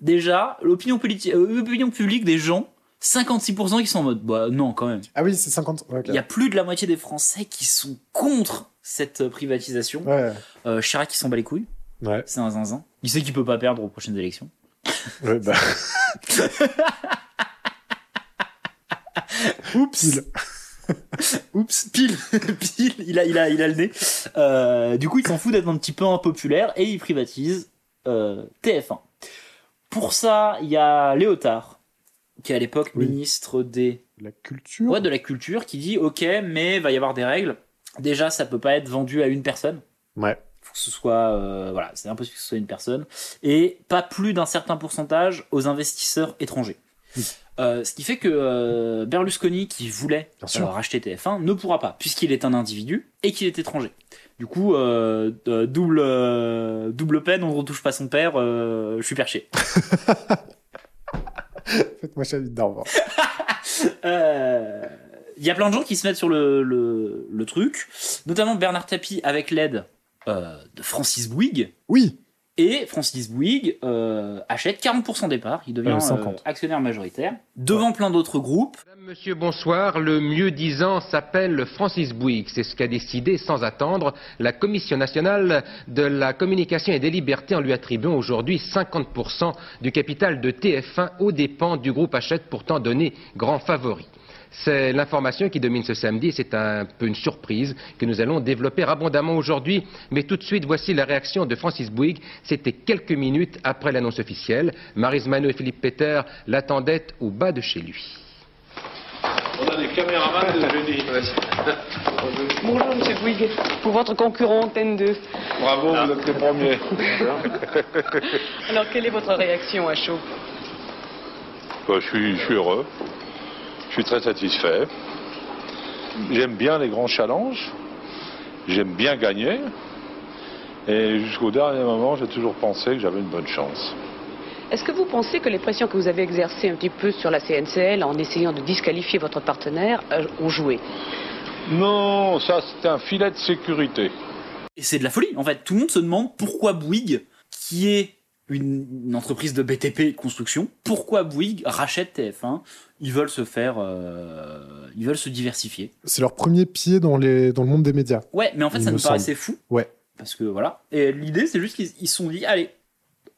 Déjà, l'opinion politi- euh, l'opinion publique des gens, 56% qui sont en mode bah non quand même.
Ah oui, c'est 50. ouais,
Il
clair.
y a plus de la moitié des Français qui sont contre cette euh, privatisation.
Ouais.
Euh, Chirac qui s'en bat les couilles.
Ouais.
C'est un zinzin. Il sait qu'il peut pas perdre aux prochaines élections.
Ouais, bah.
Oups. Oups, pile, pile, il a, il a, il a le nez. Euh, du coup, il s'en fout d'être un petit peu impopulaire et il privatise euh, TF1. Pour ça, il y a Léotard, qui est à l'époque ministre des...
La culture
Ouais, de la culture, qui dit, ok, mais va y avoir des règles. Déjà, ça peut pas être vendu à une personne.
Ouais.
Faut que ce soit... euh, voilà, c'est impossible que ce soit une personne. Et pas plus d'un certain pourcentage aux investisseurs étrangers. Euh, ce qui fait que euh, Berlusconi, qui voulait
sûr.
euh, racheter TF1, ne pourra pas, puisqu'il est un individu et qu'il est étranger. Du coup, euh, euh, double, euh, double peine, on ne retouche pas son père, euh, je suis perché.
Faites-moi chavite d'arbre.
Euh, Il y a plein de gens qui se mettent sur le, le, le truc, notamment Bernard Tapie avec l'aide euh, de Francis Bouygues.
Oui.
Et Francis Bouygues euh, achète 40% des parts, il devient
Euh, 50.
euh, actionnaire majoritaire, devant plein d'autres groupes.
Monsieur, bonsoir. Le mieux-disant s'appelle Francis Bouygues. C'est ce qu'a décidé, sans attendre, la Commission nationale de la communication et des libertés en lui attribuant aujourd'hui 50% du capital de TF1 aux dépens du groupe Hachette, pourtant donné grand favori. C'est l'information qui domine ce samedi et c'est un peu une surprise que nous allons développer abondamment aujourd'hui. Mais tout de suite, voici la réaction de Francis Bouygues. C'était quelques minutes après l'annonce officielle. Marise Mano et Philippe Peter l'attendaient au bas de chez lui.
On a des caméramans de jeudi.
Bonjour Monsieur Bouygues, pour votre concurrent Antenne 2.
Bravo, vous êtes les premiers.
Alors quelle est votre réaction à chaud
Bah, je, suis, je suis heureux. Je suis très satisfait. J'aime bien les grands challenges. J'aime bien gagner. Et jusqu'au dernier moment, j'ai toujours pensé que j'avais une bonne chance.
Est-ce que vous pensez que les pressions que vous avez exercées un petit peu sur la CNCL en essayant de disqualifier votre partenaire euh, ont joué
Non, ça c'est un filet de sécurité.
Et c'est de la folie. En fait, tout le monde se demande pourquoi Bouygues, qui est une, une entreprise de BTP et de construction, pourquoi Bouygues rachète TF1 Ils veulent se faire, euh, ils veulent se diversifier.
C'est leur premier pied dans, les... dans le monde des médias.
Ouais, mais en fait,
Il
ça
me
nous paraissait fou
semble. Ouais.
parce que voilà. Et l'idée, c'est juste qu'ils ils se sont dit, allez,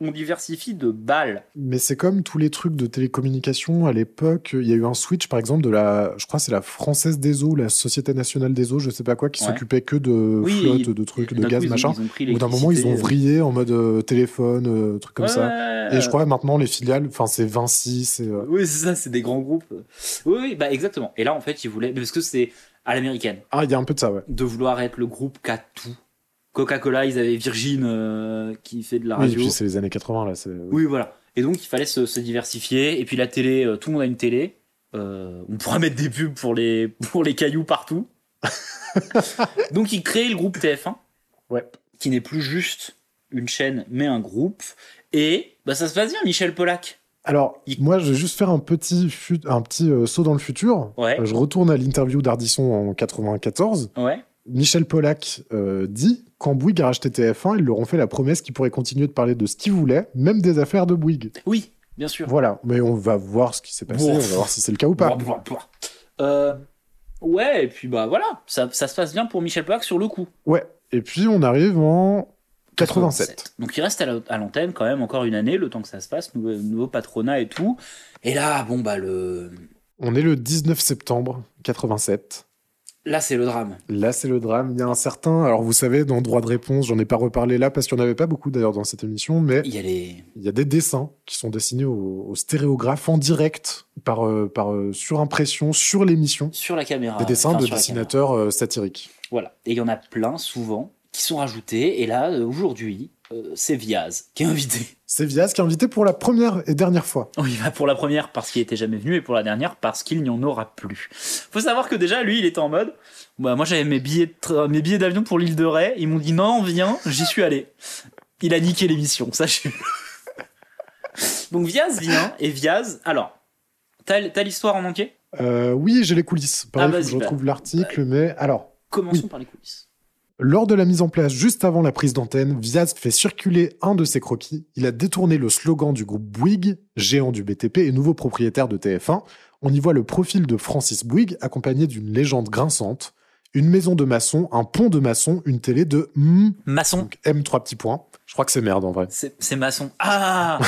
on diversifie de balles.
Mais c'est comme tous les trucs de télécommunication à l'époque. Il y a eu un switch, par exemple, de la, je crois, que c'est la Française des Eaux, la Société Nationale des Eaux, je sais pas quoi, qui
Ouais.
s'occupait que de
Oui,
flotte,
ils-
de trucs,
d'un
de
coup,
gaz,
ils ont-
machin.
ils ont pris
Au bout d'un moment, ils ont
l'électricité.
vrillé en mode euh, téléphone, euh, trucs comme
Ouais,
ça.
ouais,
Et je
ouais.
crois maintenant les filiales, enfin, c'est Vinci, c'est. euh,
Oui, c'est ça, c'est des grands groupes. Oui, oui, bah exactement. Et là, en fait, ils voulaient, parce que c'est à l'américaine.
Ah, il y a un peu de ça, ouais.
de vouloir être le groupe qui a tout. Coca-Cola, ils avaient Virgin euh, qui fait de la
Oui, et
radio.
puis c'est les années 80, là. c'est-
Oui, voilà. Et donc, il fallait se, se diversifier. Et puis, la télé, euh, tout le monde a une télé. Euh, on pourra mettre des pubs pour les, pour les cailloux partout. donc, il crée le groupe TF1, qui n'est plus juste une chaîne, mais un groupe. Et bah, ça se passe bien, Michel Polac.
Alors, moi, je vais juste faire un petit, fut- un petit euh, saut dans le futur.
Ouais.
Euh, Je retourne à l'interview d'Ardisson en 94.
Ouais.
Michel Pollack euh, dit quand Bouygues a racheté TF1, ils leur ont fait la promesse qu'ils pourraient continuer de parler de ce qu'ils voulaient, même des affaires de Bouygues.
Oui, bien sûr.
Voilà, mais on va voir ce qui s'est passé,
Bon.
on va voir si c'est le cas ou pas.
Bon, bon, bon. Euh, ouais, et puis bah voilà, ça, ça se passe bien pour Michel Polac sur le coup.
Ouais, et puis on arrive en 87.
Donc il reste à la- à l'antenne quand même encore une année, le temps que ça se passe, nouveau, nouveau patronat et tout. Et là, bon bah le,
On est le 19 septembre 87.
là c'est le drame.
Là, c'est le drame. Il y a un certain. Alors, vous savez, dans droit de réponse, j'en ai pas reparlé là parce qu'il n'y en avait pas beaucoup d'ailleurs dans cette émission, mais
il y a,
des dessins qui sont dessinés au, au stéréographe en direct par, euh, par euh, surimpression sur l'émission.
Sur la caméra.
Des dessins
Enfin,
de
sur la caméra.
dessinateurs euh, satiriques.
Voilà. Et il y en a plein souvent qui sont rajoutés. Et là, euh, aujourd'hui, euh, c'est Viaz qui est invité.
C'est Vias qui est invité pour la première et dernière fois.
Oh, il va pour la première parce qu'il était jamais venu et pour la dernière parce qu'il n'y en aura plus. Faut savoir que déjà, lui, il était en mode bah, Moi, j'avais mes billets de tra- mes billets d'avion pour l'île de Ré. Ils m'ont dit Non, viens, j'y suis allé. Il a niqué l'émission, sachez-le. Donc, Viaz vient et Viaz. Alors, t'as l- t'as l'histoire en entier
Euh, oui, j'ai les coulisses. Pareil,
Ah,
faut que
vas-y,
je
bah.
retrouve l'article, mais alors.
Commençons par les coulisses.
Lors de la mise en place juste avant la prise d'antenne, Vias fait circuler un de ses croquis. Il a détourné le slogan du groupe Bouygues, géant du BTP et nouveau propriétaire de TF1. On y voit le profil de Francis Bouygues accompagné d'une légende grinçante. Une maison de maçon, un pont de maçon, une télé de M.
Maçon.
M trois petits points. Je crois que c'est merde en vrai.
C'est c'est maçon. Ah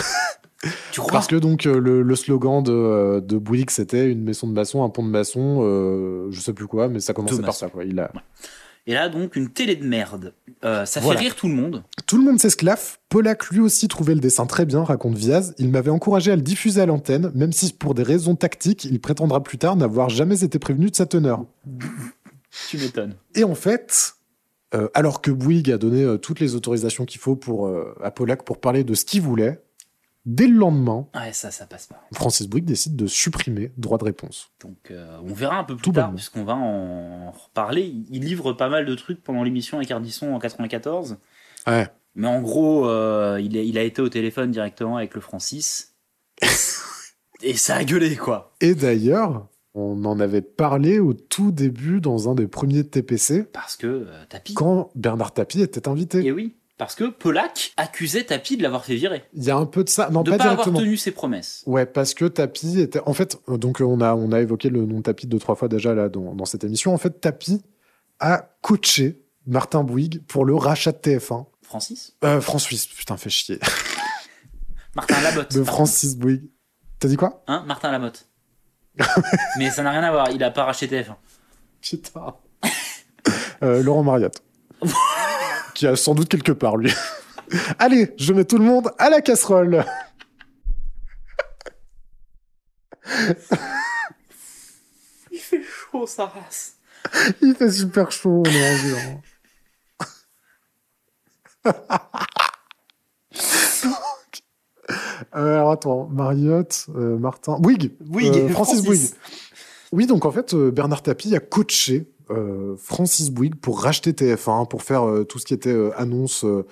Tu crois
Parce que donc euh, le, le slogan de, euh, de Bouygues c'était une maison de maçon, un pont de maçon, euh, je sais plus quoi, mais ça commençait par
maçons.
ça quoi. Il a...
Et là, donc, une télé de merde. Euh, ça
Voilà.
fait rire tout le monde.
Tout le monde s'esclaffe. Pollack lui aussi trouvait le dessin très bien, raconte Viaz. Il m'avait encouragé à le diffuser à l'antenne, même si pour des raisons tactiques, il prétendra plus tard n'avoir jamais été prévenu de sa teneur.
Tu m'étonnes.
Et en fait, euh, alors que Bouygues a donné euh, toutes les autorisations qu'il faut pour, euh, à Pollack pour parler de ce qu'il voulait, dès le lendemain,
Ouais, ça, ça passe pas.
Francis Bouygues décide de supprimer droit de réponse.
Donc, euh, on verra un peu plus tard, puisqu'on va en reparler. Il- Il livre pas mal de trucs pendant l'émission avec Ardisson en 94.
Ouais.
Mais en gros, euh, il, a, il a été au téléphone directement avec le Francis. Et ça a gueulé, quoi.
Et d'ailleurs, on en avait parlé au tout début dans un des premiers TPC,
Parce que euh, Tapi.
quand Bernard Tapie était invité.
Et oui, parce que Polak accusait Tapi de l'avoir fait virer.
Il y a un peu de ça. Non,
de
pas,
pas, avoir
directement.
tenu ses promesses.
Ouais, parce que Tapi était. En fait, euh, donc euh, on a, on a évoqué le nom de Tapi deux, trois fois déjà là, dans, dans cette émission. En fait, Tapi a coaché Martin Bouygues pour le rachat de TF1.
Francis
Euh, François, putain, fait chier.
Martin Lamotte.
De
pardon.
Francis Bouygues. T'as dit quoi
Hein Martin Lamotte. Mais ça n'a rien à voir, il a pas racheté TF1.
Putain. Euh, Laurent Mariotte. qui a sans doute quelque part, lui. Allez, je mets tout le monde à la casserole.
Il fait chaud, sa race.
Il fait super chaud, on est en hein. dur. Euh, alors attends, Mariotte, euh, Martin, Bouygues,
Bouygues,
euh, Francis,
Francis.
Bouygues. Oui, donc en fait, euh, Bernard Tapie a coaché euh, Francis Bouygues pour racheter TF1, pour faire euh, tout ce qui était euh, annonce, euh,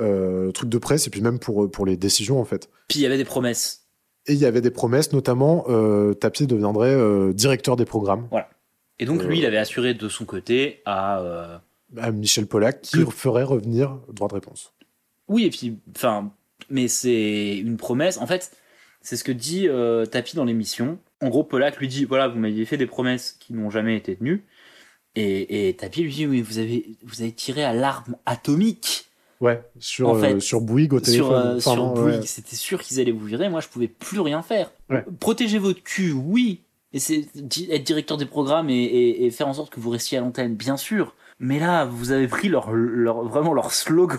euh, truc de presse, et puis même pour, euh, pour les décisions en fait.
Puis il y avait des promesses.
Et il y avait des promesses, notamment euh, Tapie deviendrait euh, directeur des programmes
Voilà. Et donc lui, il avait assuré de son côté à. euh,
à Michel Pollack, qui ferait revenir droit de réponse.
Oui, et puis, enfin, mais c'est une promesse. En fait, c'est ce que dit euh, Tapi dans l'émission. En gros, Pollack lui dit voilà, vous m'aviez fait des promesses qui n'ont jamais été tenues. Et, et Tapi lui dit oui, vous avez, vous avez tiré à l'arme atomique.
Ouais, sur,
En fait,
euh, sur Bouygues au téléphone.
Sur, euh,
Enfin,
sur
non, ouais.
Bouygues, c'était sûr qu'ils allaient vous virer. Moi, je pouvais plus rien faire.
Ouais.
Protégez votre cul, oui, Et c'est di- être directeur des programmes et, et- et faire en sorte que vous restiez à l'antenne, bien sûr. Mais là, vous avez pris leur, leur- vraiment leur slogan.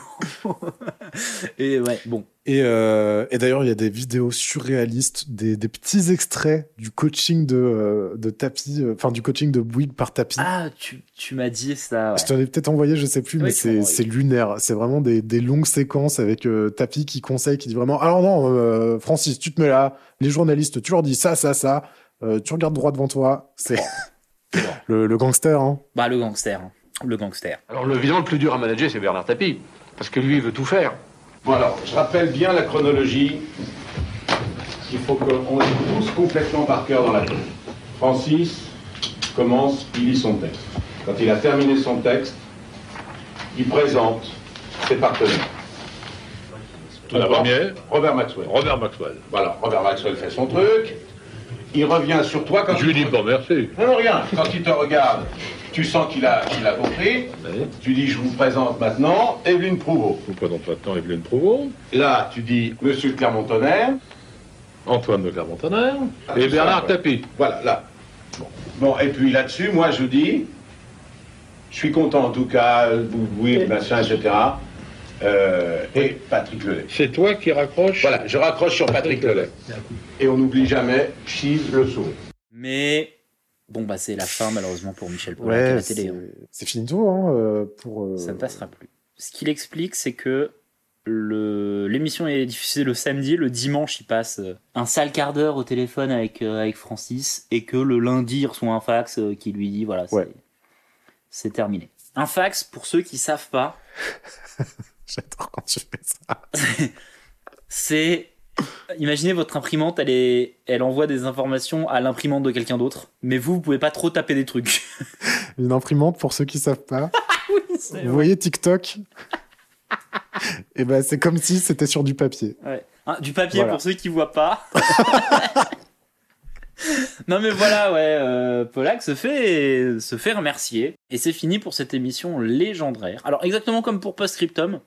et ouais, bon.
Et, euh, et d'ailleurs, il y a des vidéos surréalistes, des, des petits extraits du coaching de, euh, de Tapi, euh, enfin du coaching de Bouygues par Tapi.
Ah, tu, tu m'as dit ça. ouais.
Je t'en ai peut-être envoyé, je sais plus,
Oui,
mais
tu
c'est,
m'as envoyé.
c'est lunaire. C'est vraiment des, des longues séquences avec euh, Tapi qui conseille, qui dit vraiment Alors non, euh, Francis, tu te mets là, les journalistes, tu leur dis ça, ça, ça, euh, tu regardes droit devant toi. C'est le, le gangster, hein.
Bah, le gangster. hein. Le gangster.
Alors le vilain le plus dur à manager, c'est Bernard Tapie, parce que lui, il veut tout faire.
Bon alors, je rappelle bien la chronologie. Il faut qu'on les pousse complètement par cœur dans la tête. Francis commence, il lit son texte. Quand il a terminé son texte, il présente ses partenaires.
Tout premier,
Robert Maxwell.
Robert Maxwell.
Voilà, Robert Maxwell fait son truc. Il revient sur toi quand
Je lui dis pas merci.
Non, non, rien. Quand il te regarde, tu sens qu'il a, qu'il a compris. Tu dis, je vous présente maintenant Evelyne Prouveau. Je vous présente maintenant Evelyne Prouveau. Là, tu dis Monsieur de Clermont-Tonnerre. Ah, Antoine de Clermont-Tonnerre.
Et Bernard
Tapie. Voilà, là. Bon. Bon, et puis là-dessus, moi, je dis, je suis content en tout cas, euh, oui, machin, etc. Euh, et Patrick Lelay. C'est toi qui raccroches Voilà, je raccroche sur Patrick Lelay. Et on n'oublie jamais Chiz le Sourd.
Mais bon, bah, c'est la fin, malheureusement, pour Michel Pollack à
Ouais,
la
c'est,
télé. hein.
c'est finito, hein, euh, pour. euh,
Ça ne passera plus. Ce qu'il explique, c'est que le- l'émission est diffusée le samedi, le dimanche, il passe euh, un sale quart d'heure au téléphone avec, euh, avec Francis, et que le lundi, il reçoit un fax euh, qui lui dit voilà, c'est c'est terminé. Un fax, pour ceux qui savent pas,
J'adore quand tu fais ça.
c'est. Imaginez votre imprimante, elle, est, elle envoie des informations à l'imprimante de quelqu'un d'autre, mais vous, vous pouvez pas trop taper des trucs.
Une imprimante, pour ceux qui savent pas.
Ah c'est
Vous voyez TikTok Et ben, c'est comme si c'était sur du papier.
Ouais. Hein, du papier
Voilà.
pour ceux qui voient pas. non mais voilà, ouais, euh, Pollack se fait, se fait remercier. Et c'est fini pour cette émission légendaire. Alors exactement comme pour Postscriptum.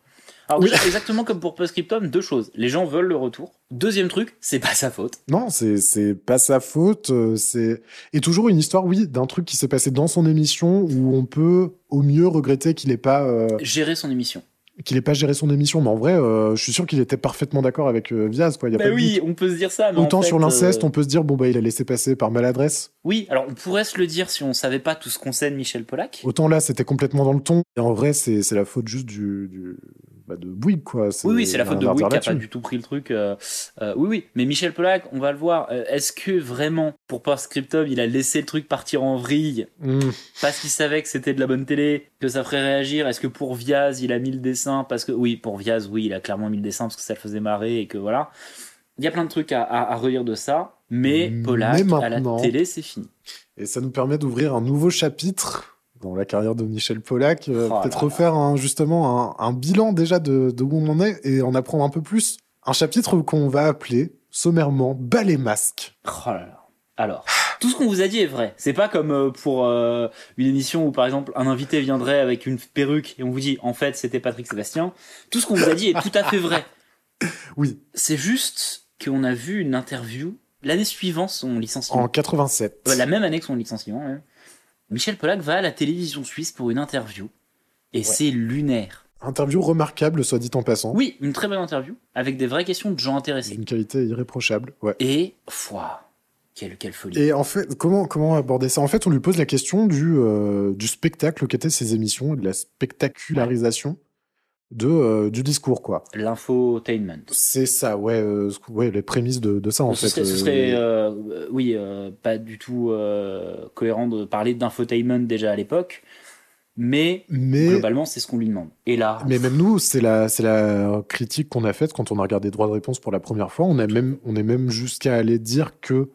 Alors déjà, exactement comme pour Postscriptum, deux choses. Les gens veulent le retour. Deuxième truc, c'est pas sa faute.
Non, c'est c'est pas sa faute. euh, C'est et toujours une histoire, oui, d'un truc qui s'est passé dans son émission où on peut au mieux regretter qu'il ait pas euh,
Gérer son émission.
qu'il ait pas géré son émission. Mais en vrai, euh, je suis sûr qu'il était parfaitement d'accord avec euh, Viaz. Quoi. Y a pas
Bah
de
oui,
doute.
on peut se dire ça. Mais
Autant
en fait,
sur l'inceste,
euh,
on peut se dire bon bah il a laissé passer par maladresse.
Oui, alors on pourrait se le dire si on savait pas tout ce qu'on sait de Michel Pollack.
Autant là, c'était complètement dans le ton. Et en vrai, c'est c'est la faute juste du, du- bah, de Bouygues quoi.
Oui, oui, c'est la
y a
faute de
rien à
Bouygues
redire
qui a pas
là-dessus.
du tout pris le truc. euh, euh, oui, oui, mais Michel Pollack, on va le voir. euh, Est-ce que vraiment, pour Postscriptum, il a laissé le truc partir en vrille
Mm.
parce qu'il savait que c'était de la bonne télé, que ça ferait réagir Est-ce que pour Viaz, il a mis le dessin Parce que, oui, pour Viaz, oui, il a clairement mis le dessin parce que ça le faisait marrer et que voilà. Il y a plein de trucs à, à, à relire de ça, mais Pollack,
Mais
à la
maintenant-
télé, c'est fini.
Et ça nous permet d'ouvrir un nouveau chapitre dans la carrière de Michel Pollack. euh,
Oh là
Peut-être
là.
refaire un- justement un, un bilan déjà de, de où on en est et en apprendre un peu plus. Un chapitre qu'on va appeler sommairement Bas les masques.
Oh là là. Alors, tout ce qu'on vous a dit est vrai. C'est pas comme euh, pour euh, une émission où, par exemple, un invité viendrait avec une perruque et on vous dit, en fait, c'était Patrick Sébastien. Tout ce qu'on vous a dit est tout à fait vrai.
Oui.
C'est juste qu'on a vu une interview l'année suivante son licenciement.
En 87.
Ouais, La même année que son licenciement, même. Michel Pollack va à la télévision suisse pour une interview. Et c'est lunaire.
Interview remarquable, soit dit en passant.
Oui, une très bonne interview, avec des vraies questions de gens intéressés.
Une qualité irréprochable. Ouais.
Et, foi, quelle, quelle folie.
Et en fait, comment, comment aborder ça En fait, on lui pose la question du, euh, du spectacle qu'étaient ces émissions, et de la spectacularisation de, euh, du discours, quoi.
L'infotainment.
C'est ça, ouais, euh, ce que- ouais, les prémices de, de ça, en
ce
fait.
serait, ce
euh,
serait, euh, euh, oui, euh, pas du tout euh, cohérent de parler d'infotainment déjà à l'époque, mais,
Mais-
globalement, c'est ce qu'on lui demande. Et là,
Mais même nous, c'est la, c'est la critique qu'on a faite quand on a regardé Droit de réponse pour la première fois. On, a même, on est même jusqu'à aller dire que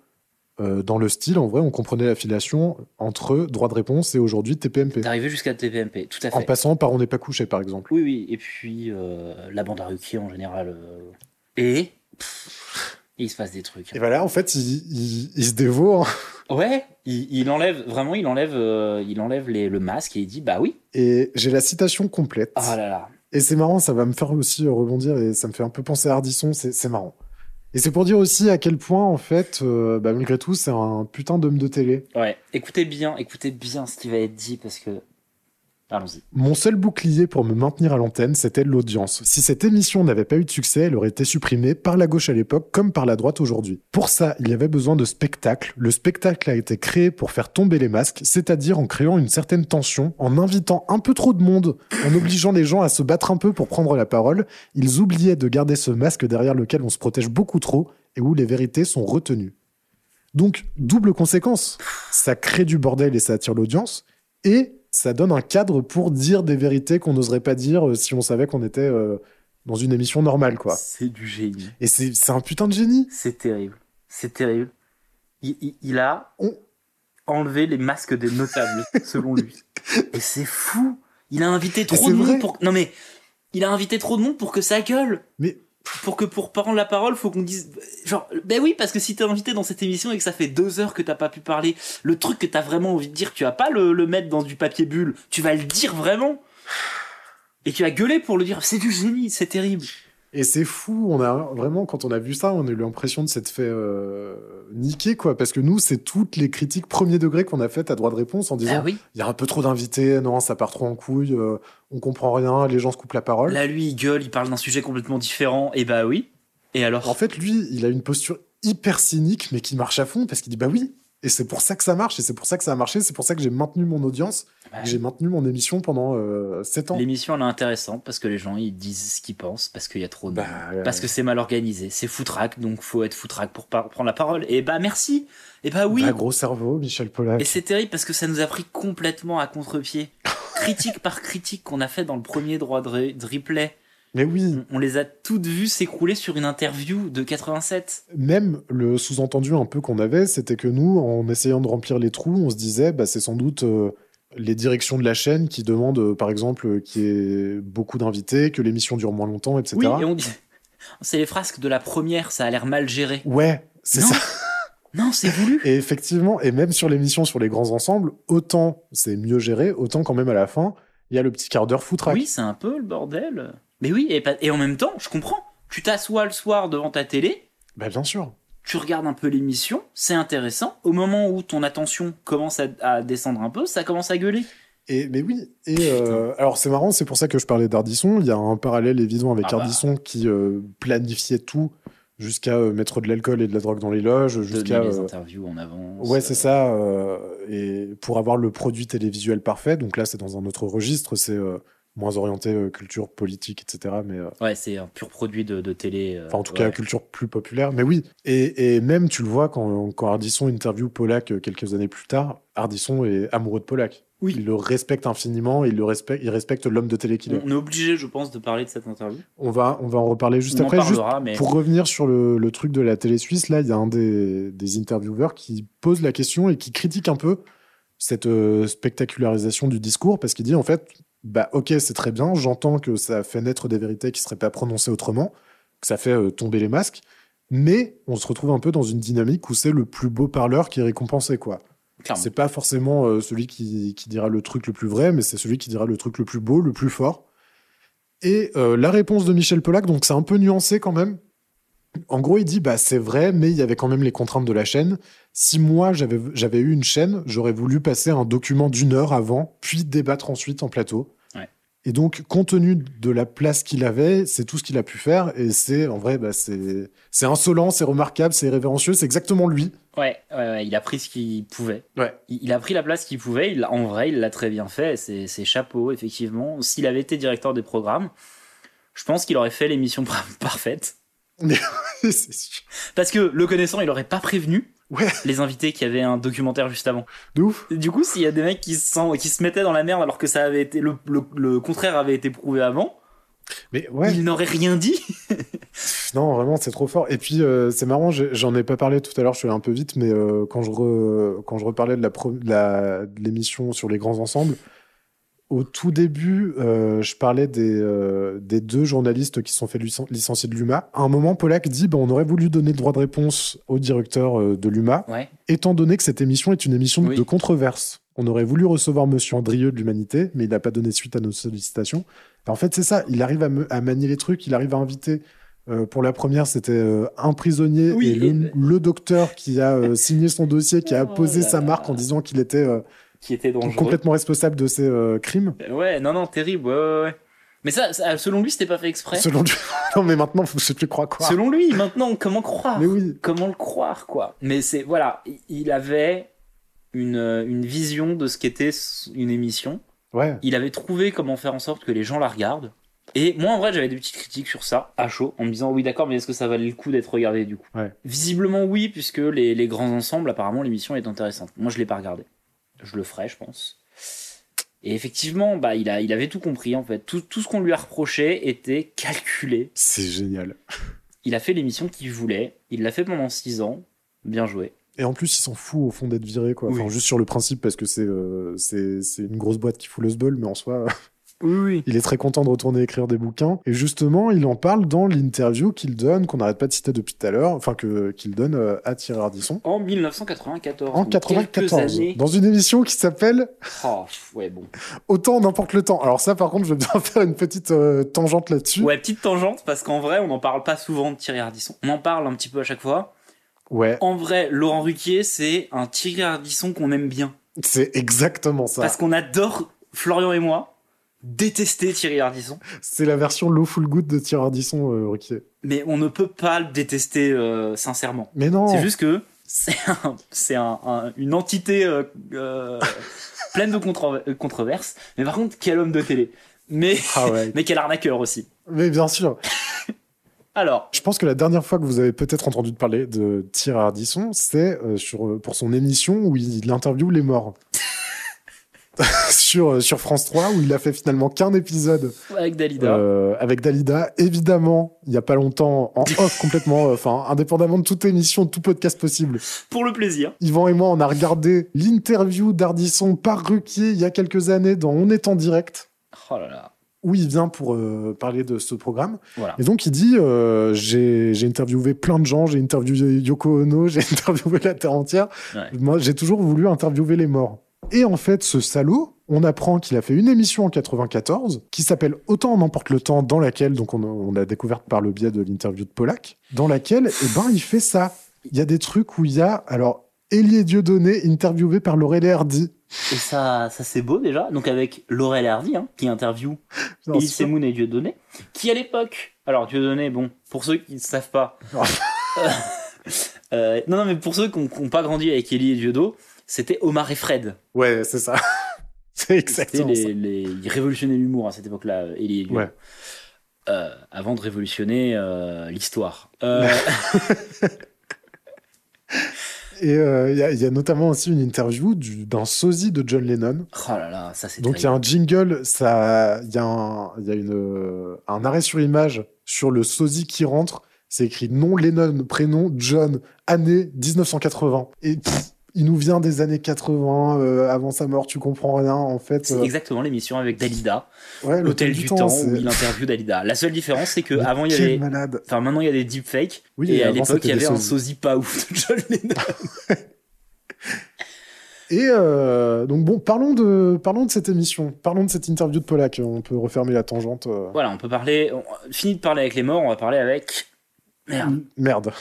euh, dans le style, en vrai, on comprenait l'affiliation entre Droit de réponse et aujourd'hui TPMP.
d'arriver jusqu'à TPMP, tout à fait.
En passant par On n'est pas couché, par exemple.
Oui, oui, et puis euh, la bande à Ruquier en général. euh, et pff, il se passe des trucs.
Et voilà, en fait, il, il- il se dévoue.
Ouais, il, il enlève, vraiment, il enlève, euh, il enlève les- le masque et il dit, bah oui.
Et j'ai la citation complète.
Ah là là.
Et c'est marrant, ça va me faire aussi rebondir et ça me fait un peu penser à Ardisson, c'est c'est marrant. Et c'est pour dire aussi à quel point, en fait, euh, bah, malgré tout, c'est un putain d'homme de télé.
Ouais, écoutez bien, écoutez bien ce qui va être dit parce que. Allons-y.
Mon seul bouclier pour me maintenir à l'antenne, c'était l'audience. Si cette émission n'avait pas eu de succès, elle aurait été supprimée par la gauche à l'époque comme par la droite aujourd'hui. Pour ça, il y avait besoin de spectacle. Le spectacle a été créé pour faire tomber les masques, c'est-à-dire en créant une certaine tension, en invitant un peu trop de monde, en obligeant les gens à se battre un peu pour prendre la parole. Ils oubliaient de garder ce masque derrière lequel on se protège beaucoup trop et où les vérités sont retenues. Donc, double conséquence. Ça crée du bordel et ça attire l'audience. Et ça donne un cadre pour dire des vérités qu'on n'oserait pas dire euh, si on savait qu'on était euh, dans une émission normale, quoi.
C'est du génie.
Et c'est c'est un putain de génie.
C'est terrible. C'est terrible. Il, il- il a enlevé les masques des notables, selon lui. Et c'est fou. Il a invité trop
c'est
de monde
vrai.
pour. Non mais, il a invité trop de monde pour que ça gueule.
Mais
pour que pour prendre la parole, faut qu'on dise. Genre, ben oui, parce que si t'es invité dans cette émission et que ça fait deux heures que t'as pas pu parler, le truc que t'as vraiment envie de dire, tu vas pas le, le mettre dans du papier bulle. Tu vas le dire vraiment. Et tu vas gueuler pour le dire. C'est du génie. C'est terrible.
Et c'est fou, on a vraiment quand on a vu ça, on a eu l'impression de s'être fait euh, niquer quoi, parce que nous c'est toutes les critiques premier degré qu'on a faites à droit de réponse en disant il
Ah oui.
y a un peu trop d'invités, non ça part trop en couille, euh, on comprend rien, les gens se coupent la parole.
Là, lui, il gueule, il parle d'un sujet complètement différent. Et bah oui. Et alors
En fait lui il a une posture hyper cynique mais qui marche à fond parce qu'il dit bah oui et c'est pour ça que ça marche et c'est pour ça que ça a marché, c'est pour ça que j'ai maintenu mon audience,
Bah
que j'ai maintenu mon émission pendant euh, 7 ans.
L'émission elle est intéressante parce que les gens ils disent ce qu'ils pensent parce qu'il y a trop
Bah,
de monde, parce que c'est mal organisé, c'est foutraque donc faut être foutraque pour par- prendre la parole. Et bah merci. Et bah oui.
Bah, gros cerveau Michel Pollack.
Et c'est terrible parce que ça nous a pris complètement à contre-pied. critique par critique qu'on a fait dans le premier droit de, ré- de replay.
Mais oui.
On les a toutes vues s'écrouler sur une interview de 87.
même le sous-entendu un peu qu'on avait, c'était que nous, en essayant de remplir les trous, on se disait, bah, c'est sans doute euh, les directions de la chaîne qui demandent, euh, par exemple, euh, qu'il y ait beaucoup d'invités, que l'émission dure moins longtemps, etc.
Oui, et on dit. C'est les frasques de la première, ça a l'air mal géré.
Ouais, c'est ça.
Non, c'est voulu.
Et effectivement, et même sur l'émission sur les grands ensembles, autant c'est mieux géré, autant quand même à la fin, il y a le petit quart d'heure foutraque.
Oui, c'est un peu le bordel. Mais oui, et, pas- et en même temps, je comprends. Tu t'assois le soir devant ta télé,
Bah, bien sûr.
tu regardes un peu l'émission, c'est intéressant. Au moment où ton attention commence à, à descendre un peu, ça commence à gueuler.
Et, mais oui, et euh, alors c'est marrant, c'est pour ça que je parlais d'Ardisson. Il y a un parallèle évident avec
Ah bah.
Ardisson qui euh, planifiait tout jusqu'à euh, mettre de l'alcool et de la drogue dans les loges, jusqu'à
Donner les
euh,
interviews en avance.
Ouais, c'est ça. euh, et pour avoir le produit télévisuel parfait, donc là, c'est dans un autre registre, c'est euh, moins orienté euh, culture politique, etc. Mais euh,
Ouais, c'est un pur produit de, de télé. euh,
enfin, en tout
ouais.
cas, culture plus populaire. Mais oui. Et, et même, tu le vois quand, quand Ardisson interview Polak euh, quelques années plus tard. Ardisson est amoureux de Polak.
Oui.
Il le respecte infiniment. Il le respecte. Il respecte l'homme de télé qu'il est.
On est obligé, je pense, de parler de cette interview.
On va, on va en reparler juste
On en
après. juste
parlera, mais-
Pour revenir sur le, le truc de la télé suisse, là, il y a un des, des intervieweurs qui pose la question et qui critique un peu cette euh, spectacularisation du discours parce qu'il dit en fait, bah ok, c'est très bien, j'entends que ça fait naître des vérités qui seraient pas prononcées autrement, que ça fait euh, tomber les masques, mais on se retrouve un peu dans une dynamique où c'est le plus beau parleur qui est récompensé, quoi.
Clairement.
C'est pas forcément euh, celui qui, qui dira le truc le plus vrai, mais c'est celui qui dira le truc le plus beau, le plus fort. Et euh, la réponse de Michel Pollack, donc c'est un peu nuancé quand même. En gros, il dit bah c'est vrai, mais il y avait quand même les contraintes de la chaîne. Si moi j'avais j'avais eu une chaîne, j'aurais voulu passer un document d'une heure avant, puis débattre ensuite en plateau.
Ouais.
Et donc, compte tenu de la place qu'il avait, c'est tout ce qu'il a pu faire. Et c'est en vrai, bah, c'est c'est insolent, c'est remarquable, c'est irrévérencieux, c'est exactement lui.
Ouais, ouais, ouais, il a pris ce qu'il pouvait.
Ouais.
Il, il a pris la place qu'il pouvait. Il, en vrai, il l'a très bien fait. C'est c'est chapeau, effectivement. S'il avait été directeur des programmes, je pense qu'il aurait fait l'émission par- parfaite.
C'est sûr.
Parce que le connaissant, il aurait pas prévenu
Ouais.
les invités qui avaient un documentaire juste avant.
De ouf.
Et du coup, s'il y a des mecs qui se, sent- qui se mettaient dans la merde alors que ça avait été le, le- le contraire avait été prouvé avant,
Mais ouais.
il n'aurait rien dit.
Non, vraiment, c'est trop fort. Et puis, euh, c'est marrant, j'ai- j'en ai pas parlé tout à l'heure, je suis allé un peu vite, mais euh, quand, je re- quand je reparlais de la pro- de la- de l'émission sur les grands ensembles, au tout début, euh, je parlais des, euh, des deux journalistes qui se sont fait licen- licencier de l'UMA. À un moment, Polak dit bah, on aurait voulu donner le droit de réponse au directeur euh, de l'UMA,
Ouais.
étant donné que cette émission est une émission
Oui.
de controverse. On aurait voulu recevoir Monsieur Andrieux de l'Humanité, mais il Ben, n'a pas donné suite à nos sollicitations. En fait, c'est ça. Il arrive à, me- à manier les trucs, il arrive à inviter Euh, pour la première, c'était euh, un prisonnier
Oui,
et le,
et ben-
le docteur qui a euh, signé son dossier, qui a
Oh
posé
là
sa
là.
marque en disant qu'il était euh,
qui était dangereux.
complètement responsable de ses euh, crimes.
Ouais, non, non, terrible. Ouais, ouais, ouais. Mais ça, ça, selon lui, c'était pas fait exprès.
Selon lui. non, mais maintenant, je sais plus croire quoi.
Selon lui, maintenant, comment croire Comment le croire, quoi Mais c'est voilà, i- il avait une, euh, une vision de ce qu'était s- une émission.
Ouais.
Il avait trouvé comment faire en sorte que les gens la regardent. Et moi, en vrai, j'avais des petites critiques sur ça, à chaud, en me disant oui, d'accord, mais est-ce que ça valait le coup d'être regardé du coup
Ouais.
Visiblement, oui, puisque les, les grands ensembles, apparemment, l'émission est intéressante. Moi, je l'ai pas regardé. Je le ferai, je pense. Et effectivement, bah, il, a, il avait tout compris, en fait. Tout, tout ce qu'on lui a reproché était calculé.
C'est génial.
Il a fait l'émission qu'il voulait. Il l'a fait pendant 6 ans. Bien joué.
Et en plus, il s'en fout au fond d'être viré, quoi. Enfin, juste sur le principe, parce que c'est euh, c'est c'est une grosse boîte qui fout le sbol, mais en soi.
Oui, oui.
Il est très content de retourner écrire des bouquins. Et justement, il en parle dans l'interview qu'il donne, qu'on n'arrête pas de citer depuis tout à l'heure, enfin, que- qu'il donne euh, à Thierry Ardisson.
En 1994.
En
donc quelques
94,
années.
dans une émission qui s'appelle
Oh, pff, ouais, bon.
Autant n'importe le temps. Alors ça, par contre, je veux bien faire une petite euh, tangente là-dessus.
Ouais, petite tangente, parce qu'en vrai, on n'en parle pas souvent de Thierry Ardisson. On en parle un petit peu à chaque fois.
Ouais.
En vrai, Laurent Ruquier, c'est un Thierry Ardisson qu'on aime bien.
C'est exactement ça.
Parce qu'on adore, Florian et moi, détester Thierry Ardisson.
C'est la version lawful good de Thierry Ardisson, euh, Ruquier.
Mais on ne peut pas le détester euh, sincèrement.
Mais non.
C'est juste que c'est un- c'est un- un- une entité euh, euh, pleine de controver- euh, controverses. Mais par contre, quel homme de télé. Mais,
Ah
mais quel arnaqueur aussi.
Mais bien sûr.
Alors.
Je pense que la dernière fois que vous avez peut-être entendu parler de Thierry Ardisson, c'est euh, sur, euh, pour son émission où il interviewe les morts. sur, euh, sur France 3, où il a fait finalement qu'un épisode.
Avec Dalida.
Euh, avec Dalida, évidemment, il n'y a pas longtemps, en off complètement, euh, enfin, indépendamment de toute émission, de tout podcast possible.
Pour le plaisir.
Yvan et moi, on a regardé l'interview d'Ardisson par Ruquier il y a quelques années dans On est en direct
Oh là là.
où il vient pour euh, parler de ce programme.
Voilà.
Et donc il dit euh, j'ai j'ai interviewé plein de gens, j'ai interviewé Yoko Ono, j'ai interviewé la terre entière.
Ouais.
Moi, j'ai toujours voulu interviewer les morts. Et en fait, ce salaud, on apprend qu'il a fait une émission en 94 qui s'appelle Autant on emporte le temps, dans laquelle donc on, on l'a découverte par le biais de l'interview de Polak, dans laquelle eh ben il fait ça. Il y a des trucs où il y a alors Élie Dieudonné interviewé par Laurel Hardy.
Et ça, ça c'est beau déjà. Donc avec Laurel Hardy, hein, qui interview
Bien
Elie
sûr.
Semoun et Dieudonné, qui à l'époque, alors Dieudonné, bon, pour ceux qui ne savent pas, euh, euh, non, non, mais pour ceux qui n'ont pas grandi avec Ellie et Dieudonné, c'était Omar et Fred.
Ouais, c'est ça. C'est
C'était
exactement ça.
les, les- Ils révolutionnaient l'humour à cette époque-là, euh, Ellie et Dieudonné.
Ouais.
Euh, avant de révolutionner euh, l'histoire. Euh,
Et euh, il y, a- il y a notamment aussi une interview du- d'un sosie de John Lennon.
oh là là, ça c'est
Donc il y a un jingle, ça- il y a, un, il y a une, euh, un arrêt sur image sur le sosie qui rentre. C'est écrit nom Lennon, prénom John, année 1980. Et pff, il nous vient des années 80, euh, avant sa mort, tu comprends rien en fait.
C'est
euh,
exactement l'émission avec Dalida.
Ouais,
L'hôtel du, temps
c'est-
où il interview Dalida. La seule différence, c'est que
Mais
avant il y
quel
avait.
malade.
Enfin, maintenant il y a des deepfakes.
Oui,
et,
et
à
avant,
l'époque,
c'était
il y
des
avait un
sosies.
sosie pas ouf de John Lennon.
Et euh, donc bon, parlons de, parlons de cette émission, parlons de cette interview de Polak. On peut refermer la tangente. euh.
voilà, on peut parler. on- Fini de parler avec les morts, on va parler avec. Merde.
Merde.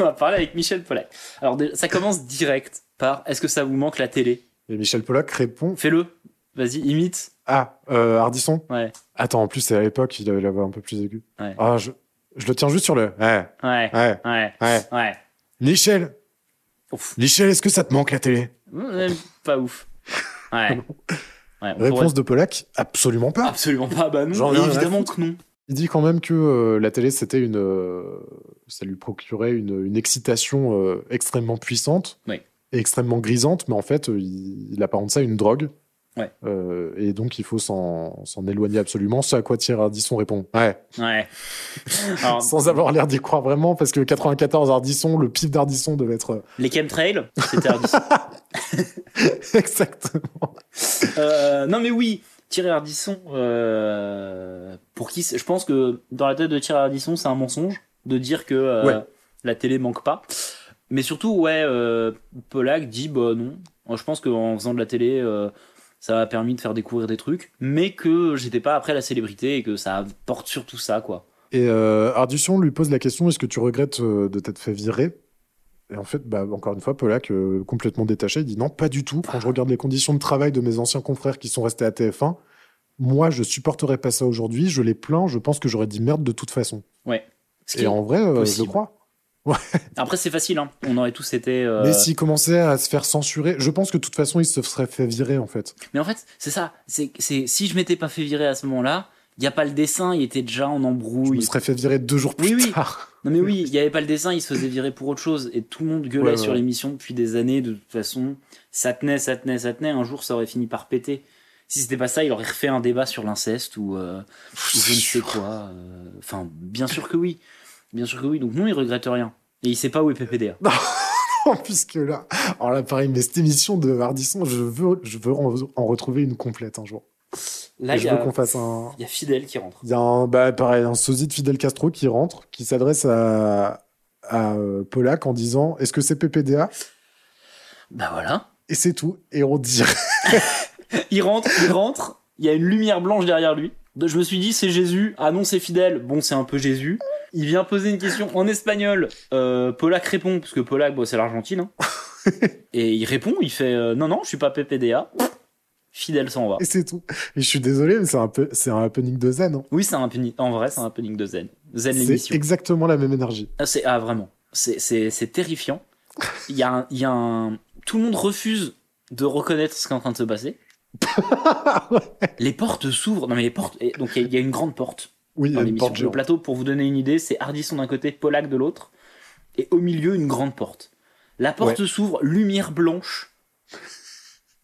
on va parler avec Michel Pollack. Alors, dé- ça commence direct par Est-ce que ça vous manque la télé
Et Michel Pollack répond.
Fais-le. Vas-y, imite.
Ah, euh, Hardisson
Ouais.
Attends, en plus, c'est à l'époque, il devait la voix un peu plus aiguë.
Ouais.
Ah, je, je le tiens juste sur le. Ouais.
Ouais.
Ouais.
Ouais.
Ouais.
Ouais.
Michel Michel, est-ce que ça te manque la télé
Mmh, Pas ouf. Ouais. Ouais, on
Réponse
pourrait-
de Pollack Absolument pas.
Absolument pas. Bah non.
J'en ai rien à
évidemment
foutre.
que non.
Il dit quand même que euh, la télé, c'était une. euh, ça lui procurait une, une excitation euh, extrêmement puissante
Ouais.
et extrêmement grisante, mais en fait, euh, il, il apparente ça à une drogue.
Ouais.
Euh, et donc, il faut s'en s'en éloigner absolument. Ce à quoi Thierry Ardisson répond Ouais.
Ouais. Alors,
Sans avoir l'air d'y croire vraiment, parce que 94 Ardisson, le pif d'Ardisson devait être. euh,
Les chemtrails, c'était Ardisson. Exactement. Euh, non, mais oui, Thierry Ardisson, euh, pour qui c'est- Je pense que dans la tête de Thierry Ardisson, c'est un mensonge de dire que euh,
Ouais.
la télé manque pas. Mais surtout, ouais, euh, Pollack dit bah non. Moi, Je pense qu'en faisant de la télé, euh, ça a permis de faire découvrir des trucs, mais que j'étais pas après la célébrité et que ça porte surtout ça, quoi.
Et euh, Ardisson lui pose la question est-ce que tu regrettes euh, de t'être fait virer Et en fait, bah, encore une fois, Polak, euh, complètement détaché, il dit non, pas du tout. Quand
Ah.
je regarde les conditions de travail de mes anciens confrères qui sont restés à TF1, moi, je supporterais pas ça aujourd'hui. Je les plains. Je pense que j'aurais dit merde de toute façon.
Ouais. Ce qui
Et
est
en vrai, euh, je
possible.
le crois.
Après, c'est facile, hein. on aurait tous été. euh,
Mais s'il commençait à se faire censurer, je pense que de toute façon, il se serait fait virer en fait.
Mais en fait, c'est ça. C'est, c'est- si je m'étais pas fait virer à ce moment-là, il n'y a pas le dessin, il était déjà en embrouille.
Il se serait fait virer deux jours plus tard.
Non mais oui, il n'y avait pas le dessin, il se faisait virer pour autre chose. Et tout le monde gueulait
Ouais, ouais,
sur
ouais.
l'émission depuis des années, de toute façon. Ça tenait, ça tenait, ça tenait. Un jour, ça aurait fini par péter. Si c'était pas ça, il aurait refait un débat sur l'inceste ou, euh, ou je ne sais quoi. euh, Enfin, bien sûr que oui. Bien sûr que oui. Donc non, il regrette rien. Et il sait pas où est PPDA.
Puisque là, alors là, pareil, mais cette émission de Hardisson, je veux, je veux en, en retrouver une complète un jour.
Là,
Et
Ah, il y
je
a-
veux qu'on fasse un.
Il y a Fidèle qui rentre.
Il y a un, bah, pareil, un sosie de Fidel Castro qui rentre, qui s'adresse à, à euh, Polak en disant Est-ce que c'est PPDA
Bah voilà.
Et c'est tout. Et on dirait.
Il rentre, il rentre, il y a une lumière blanche derrière lui. Je me suis dit, c'est Jésus. Ah non, c'est fidèle. Bon, c'est un peu Jésus. Il vient poser une question en espagnol. Euh, Polak répond, parce que Polak, bon, c'est l'Argentine. hein. Et il répond, il fait euh, Non, non, je suis pas PPDA. Fidèle s'en va.
Et c'est tout. Et je suis désolé, mais c'est un, peu, c'est un happening de zen. hein.
Oui, c'est un puni- en vrai, c'est un happening de Zen. Zen
C'est
l'émission.
exactement la même énergie.
Ah, c'est ah, vraiment. C'est- C'est c'est terrifiant. Il y a, un- il y a un- Tout le monde refuse de reconnaître ce qui est en train de se passer. les portes s'ouvrent. Non, mais les portes. et Donc, il y a- il y, a une grande porte.
Oui, il y
dans
a une
l'émission.
porte
Le
géante.
plateau, pour vous donner une idée, c'est Hardisson d'un côté, Polak de l'autre. Et au milieu, une grande porte. La porte
Ouais.
s'ouvre, lumière blanche.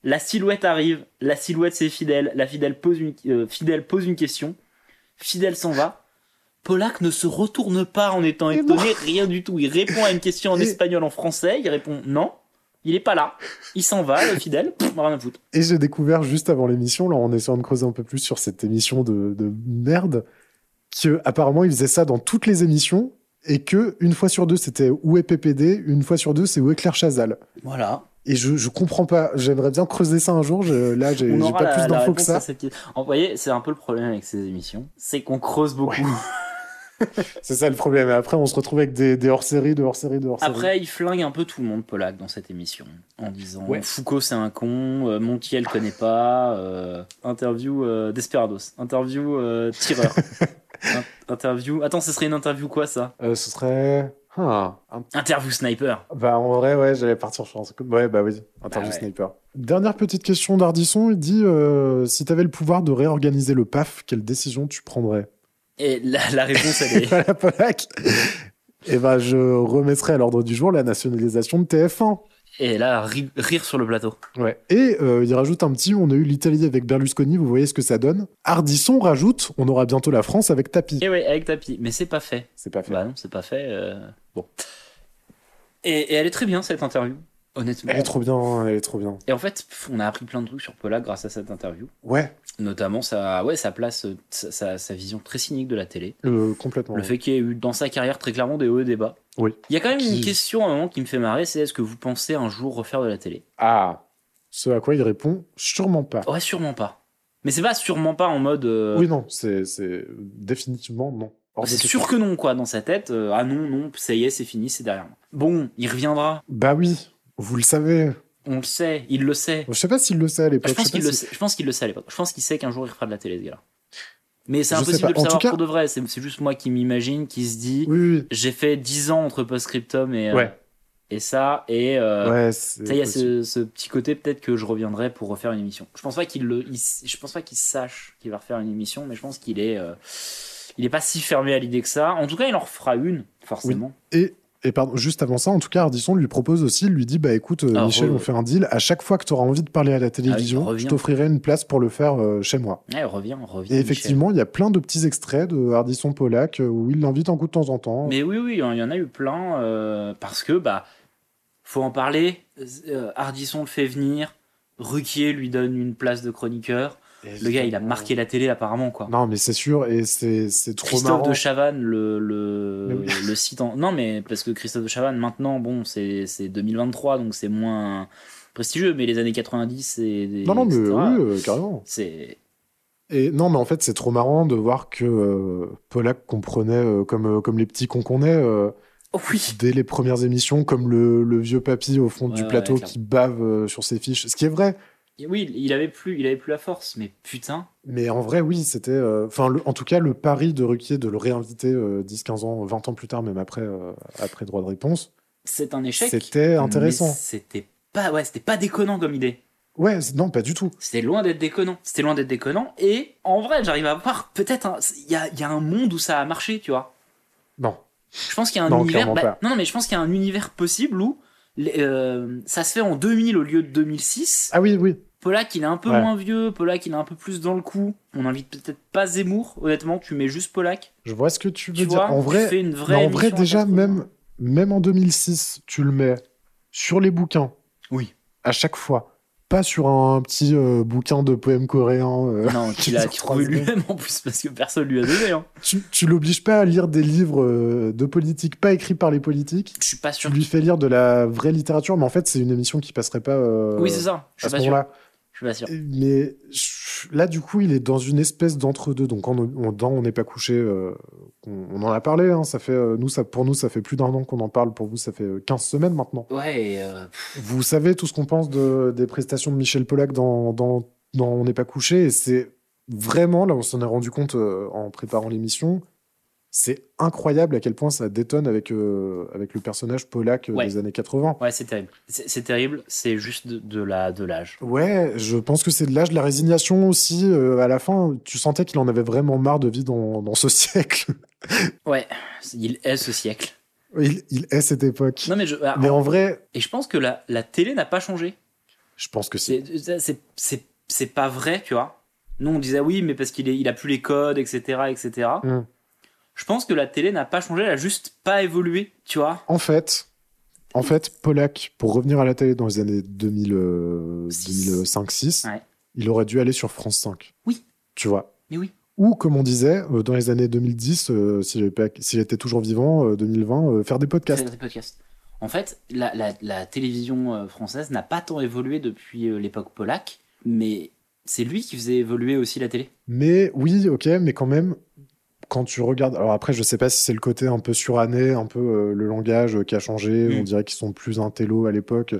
La silhouette arrive. La silhouette, c'est Fidèle. La Fidèle pose une, euh, Fidèle pose une question. Fidèle s'en va. Polak ne se retourne pas en étant étonné, rien du tout. Il répond à une question en espagnol, en français. Il répond non, il est pas là. Il s'en va, le fidèle, pff, rien à foutre.
Et j'ai découvert juste avant l'émission, là, en essayant de creuser un peu plus sur cette émission de, de merde, que apparemment ils faisaient ça dans toutes les émissions et que une fois sur deux c'était E où est PPD, une fois sur deux c'est où est Claire Chazal.
Voilà.
Et je, je comprends pas. J'aimerais bien creuser ça un jour. Je- là, j'ai
On
j'ai
aura
pas
la-
plus
la
d'infos
réponse
que ça.
à cette question. Vous voyez, c'est un peu le problème avec ces émissions, c'est qu'on creuse beaucoup.
C'est ça le problème. Et après, on se retrouve avec des, des hors-séries, de hors-séries, de hors-séries.
Après, il flingue un peu tout le monde, Polak, dans cette émission, en disant
Ouais.
Foucault c'est un con, euh, Montiel connaît pas, euh, interview euh, Desperados, interview euh, Tireur, In- interview. Attends, ce serait une interview quoi ça
Euh, ce serait. Ah, un-
Interview Sniper.
Bah, en vrai, ouais, j'allais partir sur un truc comme- Ouais, bah oui, interview
Bah ouais.
sniper. Dernière petite question d'Ardisson. Il dit euh, Si t'avais le pouvoir de réorganiser le PAF, quelle décision tu prendrais
Et la, la réponse, elle est.
Voilà, Polak. Et bah, je remettrai à l'ordre du jour la nationalisation de TF1.
Et là, ri- rire sur le plateau.
Ouais. Et euh, il rajoute un petit On a eu l'Italie avec Berlusconi, vous voyez ce que ça donne. Ardisson rajoute On aura bientôt la France avec Tapi.
Et oui, Eh avec tapis. Mais c'est pas fait.
C'est pas fait.
Bah non, c'est pas fait. euh, Bon. Et, et elle est très bien cette interview, honnêtement.
Elle est trop bien, elle est trop bien.
Et en fait, pff, on a appris plein de trucs sur Paula grâce à cette interview.
Ouais,
Notamment sa, ouais, sa place, euh, sa, sa- sa vision très cynique de la télé.
euh, complètement.
Le fait qu'il y ait eu dans sa carrière très clairement des hauts et des bas.
Oui.
Il y a quand même
Qui-
une question à un moment qui me fait marrer, c'est est-ce que vous pensez un jour refaire de la télé
Ah. Ce à quoi il répond Sûrement pas.
Ouais, sûrement pas. Mais c'est pas sûrement pas en mode... euh, Ah,
Oui, non, c'est c'est définitivement non. Hors de
C'est
question.
sûr que non, quoi, dans sa tête. euh, ah non, non, ça y est, c'est fini, c'est derrière moi. Bon, il reviendra,
Bah oui, vous le savez.
on le sait, il le sait.
Je sais pas s'il le sait à
Ah,
l'époque.
Je pense
sais
qu'il
pas
le,
si-
sait- je pense qu'il le sait à l'époque. Je pense qu'il sait qu'un jour il refera de la télé, ce gars-là. Mais c'est
Je sais
impossible
pas.
de le
En tout
savoir
cas-
pour de vrai. C'est c'est juste moi qui m'imagine, qui se dit j'ai fait 10 ans entre Postscriptum et, euh,
Ouais.
et ça, et euh,
Ouais,
ça
c'est
y a ce, ce petit côté peut-être que je reviendrai pour refaire une émission. Je pense pas qu'il le, il s- je pense pas qu'il sache qu'il va refaire une émission, mais je pense qu'il est, euh, il est pas si fermé à l'idée que ça. En tout cas, il en refera une
Oui.
forcément.
Et, et pardon, juste avant ça, en tout cas, Ardisson lui propose aussi, il lui dit Bah écoute, euh,
Ah,
Michel,
re- Ah
on fait un deal. À chaque fois que tu auras envie de parler à la télévision, je
reviens.
t'offrirai une place pour le faire euh, chez moi.
Ouais, revient, revient.
Et effectivement, il y a plein de petits extraits de Ardisson Polak euh, où il l'invite un coup de temps en temps.
Mais oui, oui, il y en a eu plein euh, parce que bah faut en parler. Euh, Hardisson le fait venir. Ruquier lui donne une place de chroniqueur. Le gars, il a marqué la télé apparemment quoi.
Non, mais c'est sûr, et c'est c'est trop
Christophe
marrant.
de Chavannes, le, le,
Mais oui.
le site en... Non, mais parce que Christophe de Chavannes, maintenant, bon, c'est c'est 2023, donc c'est moins prestigieux, mais les années 90, c'est...
non, non, mais
etc.,
oui, euh, carrément.
C'est...
Et non, mais en fait, c'est trop marrant de voir que euh, Pollack comprenait, euh, comme, euh, comme les petits cons qu'on est, euh, dès les premières émissions, comme le, le vieux papy au fond du
ouais,
plateau
clairement.
qui bave euh, sur ses fiches. Ce qui est vrai,
Et Oui, il avait plus, il avait plus la force, mais putain.
mais en vrai, oui, c'était. euh, Enfin, le- en tout cas, le pari de Ruquier de le réinviter euh, 10, 15 ans, 20 ans plus tard, même après, euh, après droit de réponse.
C'est un échec.
C'était intéressant.
mais C'était pas, ouais, c'était pas déconnant comme idée.
Ouais, c'est- non, pas du tout.
C'était loin d'être déconnant. C'était loin d'être déconnant. Et en vrai, j'arrive à voir peut-être. un- Il y a, il y a un monde où ça a marché, tu vois.
Non.
Je pense qu'il y a un
Non,
univers.
clairement pas.
non, non, mais je pense qu'il y a un univers possible où les- euh, ça se fait en 2000 au lieu de 2006.
Ah oui, oui.
Polak, il est un peu
Ouais.
moins vieux. Polak, il est un peu plus dans le coup. On invite peut-être pas Zemmour. Honnêtement, tu mets juste Polak.
Je vois ce que tu veux
Tu
dire.
vois,
en
tu
vrai,
fais une vraie
mais en vrai
émission
déjà, même, même en 2006, tu le mets sur les bouquins.
Oui.
À chaque fois. Pas sur un petit euh, bouquin de poème coréen. euh,
Non,
qui
qu'il a
se
trouvé
croise.
lui-même en plus parce que personne lui a donné. hein.
Tu, tu l'obliges pas à lire des livres euh, de politique pas écrits par les politiques.
Je suis pas sûr.
Tu lui fais lire de la vraie littérature, mais en fait, c'est une émission qui passerait pas. euh,
Oui, c'est ça. Je suis
à ce
pas sûr.
moment-là.
Je suis pas sûr.
Mais je- là, du coup, il est dans une espèce d'entre-deux. Donc, quand on, on- dans On n'est pas couché, euh, on, on en a parlé. hein, ça fait, euh, nous, ça, pour nous, ça fait plus d'un an qu'on en parle. Pour vous, ça fait euh, 15 semaines maintenant.
Ouais. et, euh,
Vous savez tout ce qu'on pense de- des prestations de Michel Pollack dans, dans, dans On n'est pas couché. Et c'est vraiment, là, on s'en est rendu compte euh, en préparant l'émission, c'est incroyable à quel point ça détonne avec, euh, avec le personnage Pollack euh,
Ouais.
des années 80.
Ouais, c'est terrible. C'est c'est terrible, c'est juste de, de la de l'âge.
Ouais, je pense que c'est de l'âge de la résignation aussi. euh, à la fin, tu sentais qu'il en avait vraiment marre de vivre dans, dans ce siècle.
Ouais, il est ce siècle.
il, il est cette époque.
Non mais je ah,
Mais en vrai,
et je pense que la, la télé n'a pas changé.
je pense que c'est.
C'est c'est- c'est c'est pas vrai, tu vois. Nous on disait oui, mais parce qu'il est il a plus les codes, etc., etc.
Hmm.
Je pense que la télé n'a pas changé, elle a juste pas évolué, tu vois.
En fait, en fait, Pollack, pour revenir à la télé dans les années 2000, euh, 2005-6, il aurait dû aller sur France 5.
Oui.
Tu vois.
Mais oui.
Ou, comme on disait, euh, dans les années 2010, euh, s'il avait pas- s'il était toujours vivant, euh, 2020, euh, faire des podcasts.
C'est des podcasts. En fait, la, la- la télévision euh, française n'a pas tant évolué depuis euh, l'époque polaque, mais c'est lui qui faisait évoluer aussi la télé.
Mais oui, ok, mais quand même, quand tu regardes. Alors après, je sais pas si c'est le côté un peu suranné, un peu euh, le langage euh, qui a changé.
Mm.
On dirait qu'ils sont plus intello à l'époque.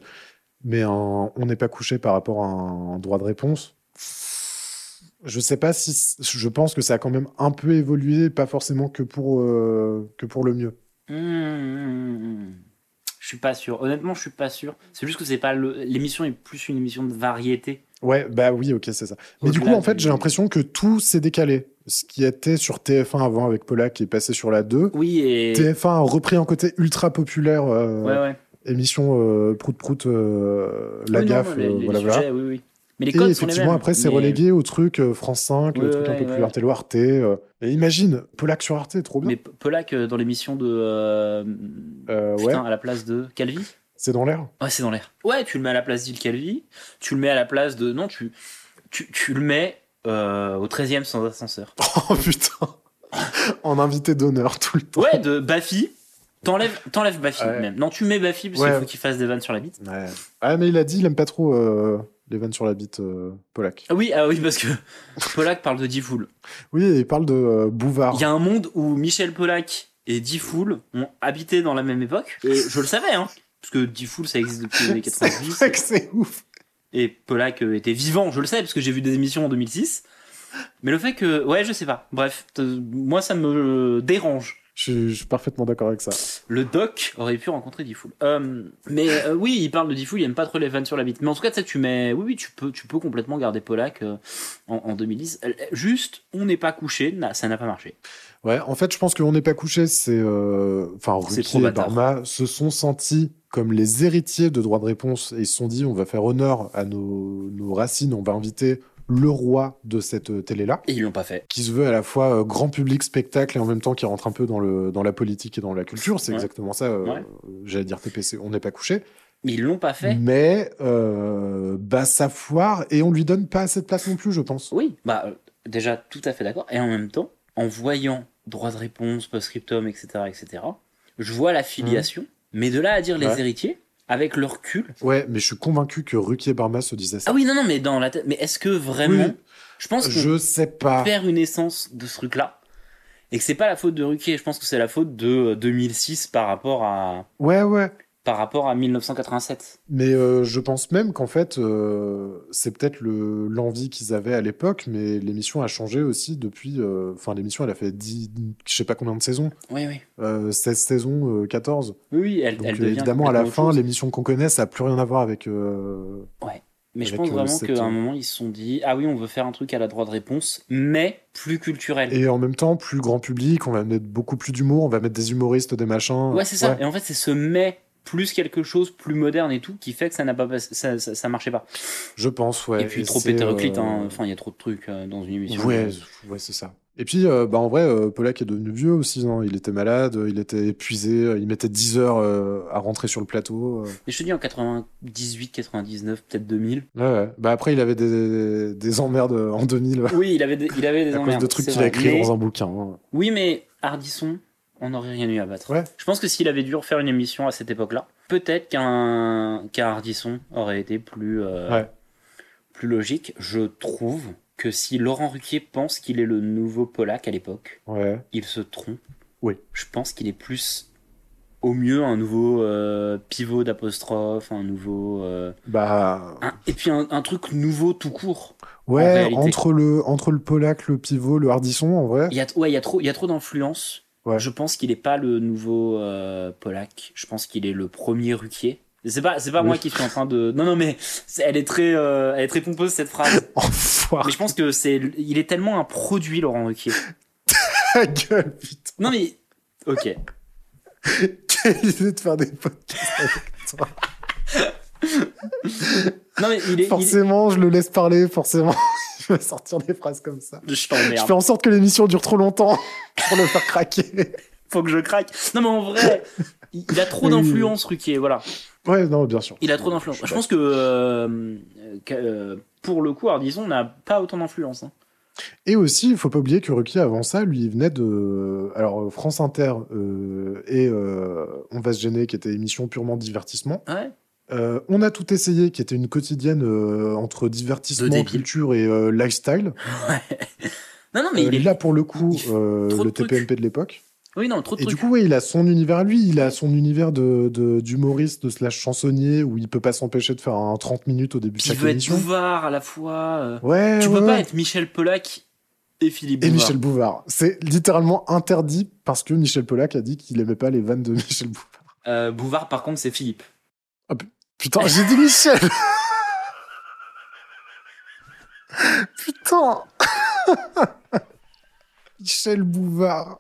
Mais un- on n'est pas couché par rapport à un droit de réponse. Je sais pas si. c- Je pense que ça a quand même un peu évolué, pas forcément que pour, euh, que pour le mieux.
Mmh, mmh, mmh. Je suis pas sûr. Honnêtement, je suis pas sûr. C'est juste que c'est pas le- l'émission est plus une émission de variété.
Ouais, bah oui, ok, c'est ça. Mais du coup,
Au-delà
en fait,
du-
j'ai l'impression que tout s'est décalé. Ce qui était sur TF1 avant avec Paula qui est passé sur la 2.
Oui, et
TF1 a repris un côté ultra populaire, euh,
Ouais, ouais.
émission euh, prout prout, euh, la
Oui, non,
gaffe,
non, les-
euh,
les
voilà,
sujets,
voilà.
oui, oui. Mais les
et
codes sont les
effectivement,
mêmes.
après, c'est
Mais-
relégué au truc euh, France 5,
Ouais,
le truc un
ouais,
peu plus
ouais.
Arte Loire, Arte. euh. Et imagine, Polak sur Arte, trop bien.
Mais Polak euh, dans l'émission de euh,
Bah
putain, à la place de Calvi.
C'est dans l'air.
Ouais, c'est dans l'air. Ouais, tu le mets à la place d'Il Calvi. Tu le mets à la place de non, tu tu, tu le mets euh, au 13e sans ascenseur.
Oh putain En invité d'honneur tout le temps.
Ouais, de Baffy. T'enlèves t'enlèves Baffy même. Non, tu mets Baffy parce qu'il
Ouais.
faut qu'il fasse des vannes sur la bite.
Ah, mais il a dit, il aime pas trop euh, les vannes sur la bite, euh, Polak.
Ah oui, ah oui, parce que Polak parle de Difool.
Oui, et il parle de euh, Bouvard.
Il y a un monde où Michel Pollack et Difool ont habité dans la même époque. Et je le savais, hein. Parce que Difool, ça existe depuis les années 90. C'est
que c'est ouf.
Et Pollack euh, était vivant, je le sais, parce que j'ai vu des émissions en 2006. Mais le fait que. Ouais, je sais pas. Bref, t- moi, ça me dérange.
Je, suis- je suis parfaitement d'accord avec ça.
Le doc aurait pu rencontrer Difool. Euh, mais euh, oui, il parle de Difool, il aime pas trop les vannes sur la bite. Mais en tout cas, tu sais, tu mets. Oui, oui, tu peux, tu peux complètement garder Pollack euh, en, en 2010. Euh, Juste, on n'est pas couché, na- ça n'a pas marché.
Ouais, en fait, je pense qu'on n'est pas couché. C'est euh, enfin
C'est trop
Ruquier et
bâtard.
Barma se sont sentis comme les héritiers de droit de réponse et ils se sont dit on va faire honneur à nos, nos racines, on va inviter le roi de cette télé là.
Et ils l'ont pas fait.
Qui se veut à la fois euh, grand public spectacle et en même temps qui rentre un peu dans le dans la politique et dans la culture. C'est
Ouais.
exactement ça. euh,
Ouais.
J'allais dire TPC. On n'est pas couché.
Mais ils l'ont pas fait.
Mais euh, bah ça foire et on lui donne pas assez de place non plus, je pense.
Oui, bah euh, déjà tout à fait d'accord. Et en même temps, en voyant droit de réponse, post-scriptum, etc., etc., je vois la filiation. Mais de là à dire les
Mm. Ouais.
héritiers, avec le recul.
Ouais, mais je suis convaincu que Ruquier Barma se disait ça.
Ah oui, non, non, mais dans la tête. Mais est-ce que vraiment.
Oui.
Je pense qu'on
Je sais pas.
perd une essence de ce truc-là. Et que c'est pas la faute de Ruquier. Je pense que c'est la faute de euh, 2006 par rapport à,
Ouais, ouais.
par rapport à 1987.
Mais euh, je pense même qu'en fait, euh, c'est peut-être le- l'envie qu'ils avaient à l'époque, mais l'émission a changé aussi depuis. euh, Enfin, l'émission, elle a fait 10, je sais pas combien de saisons.
Oui, oui.
Euh, 16 saisons, euh, 14.
Oui, oui, elle,
Donc,
elle
euh,
devient
évidemment, à la
complètement
fin,
autre chose.
l'émission qu'on connaît, ça n'a plus rien à voir avec. euh,
Ouais. Mais je
avec,
pense
euh,
vraiment
cette-
qu'à un moment, ils se sont dit Ah oui, on veut faire un truc à la droite réponse, mais plus culturel.
Et en même temps, plus grand public, on va mettre beaucoup plus d'humour, on va mettre des humoristes, des machins.
Ouais, c'est ça. Et en fait, c'est ce mais plus quelque chose plus moderne et tout qui fait que ça n'a pas passé- ça, ça, ça marchait pas.
Je pense, ouais.
et puis trop
c'est, euh,
hétéroclite, hein. enfin il y a trop de trucs euh, dans une émission.
Ouais, ouais c'est ça. Et puis, euh, bah, en vrai, euh, Polak est devenu vieux aussi. hein. Il était malade, euh, il était épuisé, euh, il mettait 10 heures euh, à rentrer sur le plateau. euh.
Et je te dis en 98, 99, peut-être 2000.
Ouais, ouais. Bah, après, il avait des, des emmerdes euh, en 2000. ouais,
Oui, il avait des, il avait des
à cause
emmerdes,
de trucs
c'est
qu'il
vrai.
a écrits
Mais-
dans un bouquin. hein.
Oui, mais Hardisson, on n'aurait rien eu à battre. Je pense que s'il avait dû refaire une émission à cette époque-là, peut-être qu'un qu'un Hardisson aurait été plus, euh,
Ouais.
plus logique. Je trouve que si Laurent Ruquier pense qu'il est le nouveau Polak à l'époque,
Ouais.
il se trompe.
Oui.
Je pense qu'il est plus au mieux un nouveau euh, pivot d'apostrophe, un nouveau. euh,
Bah,
un- et puis un, un truc nouveau tout court. en
ouais,
réalité.
entre le, entre le Polak, le pivot, le hardisson, en vrai.
Il y a, ouais, il y a trop, il y a trop d'influence. Je pense qu'il n'est pas le nouveau euh, Polak. Je pense qu'il est le premier Ruquier. C'est pas, c'est pas
Oui.
moi qui suis en train de. Non, non, mais c'est- elle est très, euh, elle est très pompeuse cette phrase.
Enfoiré.
Mais je pense que c'est, il est tellement un produit Laurent Ruquier.
Ta gueule, putain.
Non mais, ok.
Quelle idée de faire des podcasts avec toi.
Non mais il est, il est-
Forcément, je le laisse parler, forcément. je vais sortir des phrases comme ça.
je
Je fais en
t'emmerde.
sorte que l'émission dure trop longtemps pour le faire craquer.
Faut que je craque. Non mais en vrai, il il a trop
Oui, oui, oui.
d'influence Ruquier. Voilà.
Ouais, non, bien sûr.
Il a trop d'influence. Je
suis
pense que, euh, que, euh, pour le coup, Ardisson n'a pas autant d'influence. hein.
Et aussi, il faut pas oublier que Ruquier, avant ça, lui, il venait de. Alors, euh, France Inter euh, et euh, On va se gêner, qui était émission purement divertissement.
Ouais.
Euh, on a tout essayé, qui était une quotidienne euh, entre
De
divertissement,
débiles.
culture et euh, lifestyle.
Non non mais
Euh,
il est.
Là, pour le coup, euh,
trop de
le
trucs.
TPMP de l'époque.
Oui non trop de
Et du
trucs.
coup, ouais, il a son univers à lui, il a son univers de- de- d'humoriste de, slash chansonnier où il peut pas s'empêcher de faire un 30 minutes au début de
Qui
chaque
veut être
émission.
Bouvard à la fois. euh,
Ouais,
tu
ouais,
peux pas
ouais.
être Michel Polac et Philippe
Et
Bouvard.
Michel Bouvard. C'est littéralement interdit parce que Michel Polac a dit qu'il aimait pas les vannes de Michel Bouvard.
Euh, Bouvard, par contre, c'est Philippe.
Putain, j'ai dit Michel Putain Michel Bouvard.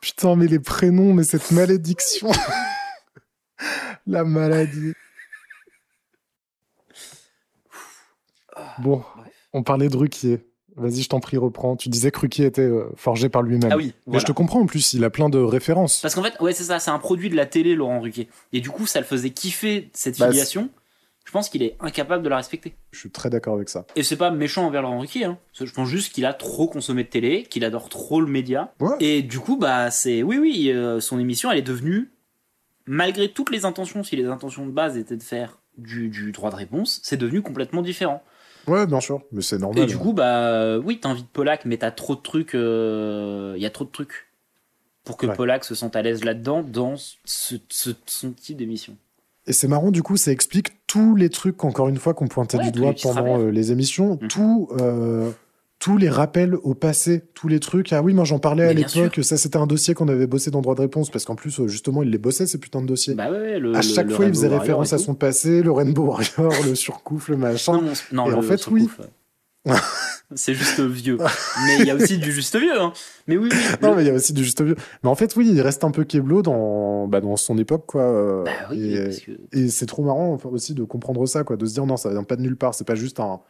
Putain, mais les prénoms, mais cette malédiction. La maladie. Bon, on parlait de Ruquier. Vas-y, je t'en prie, reprends. Tu disais que Ruquier était euh, forgé par lui-même.
Ah oui,
Mais
voilà.
je te comprends en plus, il a plein de références.
Parce qu'en fait, ouais, c'est ça, c'est un produit de la télé, Laurent Ruquier. Et du coup, ça le faisait kiffer, cette
Bah,
filiation. Je pense qu'il est incapable de la respecter.
Je suis très d'accord avec ça.
Et c'est pas méchant envers Laurent Ruquier. Hein. C'est- Je pense juste qu'il a trop consommé de télé, qu'il adore trop le média. Et du coup, bah, c'est. Oui, oui, euh, son émission, elle est devenue. Malgré toutes les intentions, si les intentions de base étaient de faire du, du droit de réponse, c'est devenu complètement différent.
Ouais, bien sûr, mais c'est normal.
Et du coup, bah euh, oui, t'invites Polak, mais t'as trop de trucs. euh, Il y a trop de trucs pour que
Ouais.
Polak se sente à l'aise là-dedans dans ce, ce- son type d'émission.
Et c'est marrant, du coup, ça explique tous les trucs, encore une fois, qu'on pointait
Ouais,
du
tous
doigt
les petits
pendant
travers. Mhm.
euh, les émissions, tout, euh, tous les rappels au passé, tous les trucs. Ah oui, moi j'en parlais à
Mais bien
l'époque, ça c'était un dossier qu'on avait bossé dans Droit de réponse, parce qu'en plus, euh, justement, il les bossait, ces putains de dossiers.
Bah ouais, ouais, le- le-
à chaque
le
fois, il
Rainbow
faisait
Warrior
référence
et
à
tout.
son passé, le Rainbow Warrior, le surcouf, le machin.
Non, mon- non,
Et
le-
en
le
fait, oui.
surcouf, C'est juste vieux. mais il y a aussi du juste vieux. Hein. Mais oui, oui, le-
Non, mais il y a aussi du juste vieux. Mais en fait, oui, il reste un peu Keblo dans, bah, dans son époque, quoi. euh,
Bah oui,
et
parce que-
et c'est trop marrant enfin, aussi de comprendre ça, quoi. De se dire, non, ça vient pas de nulle part. C'est pas juste un,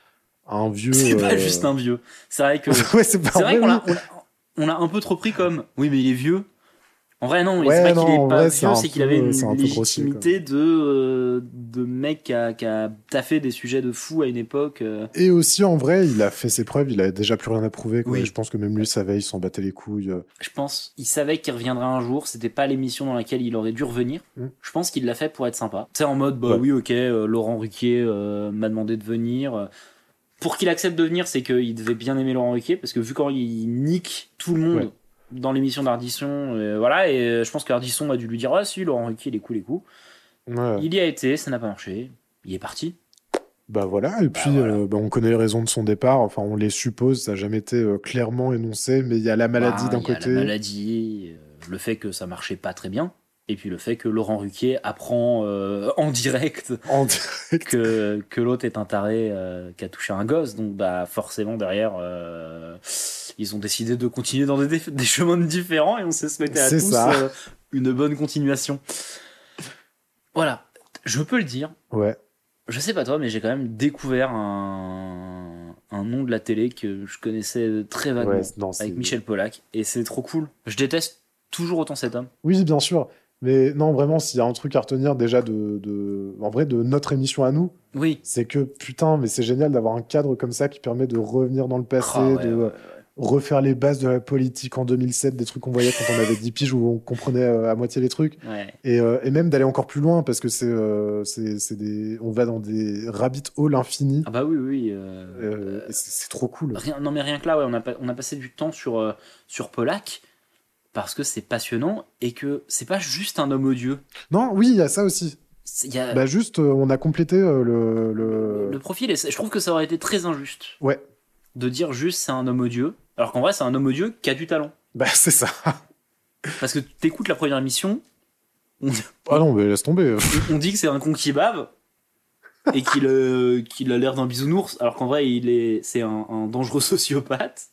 un vieux.
c'est pas
euh,
juste un vieux. C'est vrai que.
Ouais, c'est pas
vrai
vrai,
qu'on l'a
oui.
on l'a- on l'a un peu trop pris comme. Oui, mais il est vieux. En vrai, non,
Ouais,
c'est pas
non,
qu'il est
en
pas
vrai, c'est
vieux,
un
c'est qu'il avait
peu-
une
c'est un peu grossier,
légitimité de, euh, de mec qui a, qui a taffé des sujets de fou à une époque. euh.
Et aussi, en vrai, il a fait ses preuves, il a déjà plus rien à prouver. quoi. Et Je pense que même lui savait, il s'en battait les couilles. euh.
Je pense, il savait qu'il reviendrait un jour, c'était pas l'émission dans laquelle il aurait dû revenir.
Mm.
Je pense qu'il l'a fait pour être sympa. C'est en mode, bah oui, ok, euh, Laurent Ruquier euh, m'a demandé de venir. euh. Pour qu'il accepte de venir, c'est qu'il devait bien aimer Laurent Ruquier, parce que vu quand il nique tout le monde
Ouais.
dans l'émission d'Ardisson, euh, voilà, et euh, je pense qu'Ardisson a dû lui dire, ah si, Laurent Ruquier, il est cool, il est cool.
Ouais.
Il y a été, ça n'a pas marché, il est parti.
Bah voilà, et puis euh, bah, on connaît les raisons de son départ, enfin on les suppose, ça n'a jamais été euh, clairement énoncé, mais il y a la maladie
Bah,
d'un
il y a
côté.
La maladie, euh, le fait que ça marchait pas très bien, et puis le fait que Laurent Ruquier apprend euh, en direct, que, que l'autre est un taré euh, qui a touché un gosse. Donc bah forcément derrière, euh, ils ont décidé de continuer dans des, des chemins différents et on s'est souhaité à
C'est
tous
ça.
euh, une bonne continuation. Voilà, je peux le dire.
Ouais.
Je sais pas toi, mais j'ai quand même découvert un, un nom de la télé que je connaissais très vaguement
Ouais, non, c'est-
avec Michel Polac et c'est trop cool. Je déteste toujours autant cet homme.
Oui, bien sûr, mais non, vraiment, s'il y a un truc à retenir déjà de, de- en vrai, de notre émission à nous,
oui.
c'est que putain, mais c'est génial d'avoir un cadre comme ça qui permet de revenir dans le passé,
Ah, ouais,
de
ouais, ouais.
refaire les bases de la politique en 2007, des trucs qu'on voyait quand on avait 10 piges où on comprenait euh, à moitié les trucs.
Ouais.
Et, euh, et même d'aller encore plus loin parce que c'est euh, c'est- c'est des on va dans des rabbit holes infinis.
Ah bah oui oui. euh,
Euh, et c'est c'est trop cool.
Rien- non mais rien que là, ouais, on, a pas- on a passé du temps sur, euh, sur Polak parce que c'est passionnant et que c'est pas juste un homme odieux.
Non, oui, il y a ça aussi.
C'est- il y a-
Bah juste, euh, on a complété euh, le, le-
Le profil, est- je trouve que ça aurait été très injuste
Ouais,
de dire juste c'est un homme odieux, alors qu'en vrai c'est un homme odieux qui a du talent.
bah c'est ça.
Parce que t'écoutes la première émission,
Ah non, mais laisse tomber.
on dit que c'est un con qui bave et qu'il euh, qu'il a l'air d'un bisounours, alors qu'en vrai il est c'est un, un dangereux sociopathe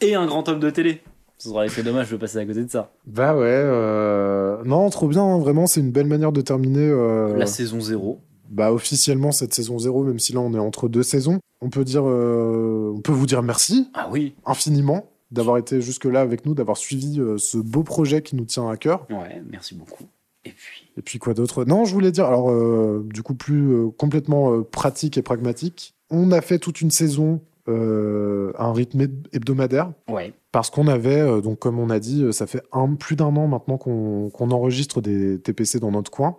et un grand homme de télé. Ça aurait été dommage de passer à côté de ça.
bah ouais, euh, non, trop bien, hein, vraiment, c'est une belle manière de terminer. euh,
La saison 0.
Bah officiellement cette saison 0, même si là on est entre deux saisons, on peut dire, euh, on peut vous dire merci.
Ah oui.
Infiniment d'avoir été jusque là avec nous, d'avoir suivi euh, ce beau projet qui nous tient à cœur.
Ouais, merci beaucoup.
Et puis quoi d'autre Non, je voulais dire, alors euh, du coup plus euh, complètement euh, pratique et pragmatique, on a fait toute une saison euh, à un rythme heb- hebdomadaire.
Ouais.
Parce qu'on avait, euh, donc comme on a dit, euh, ça fait un, plus d'un an maintenant qu'on qu'on enregistre des TPC dans notre coin.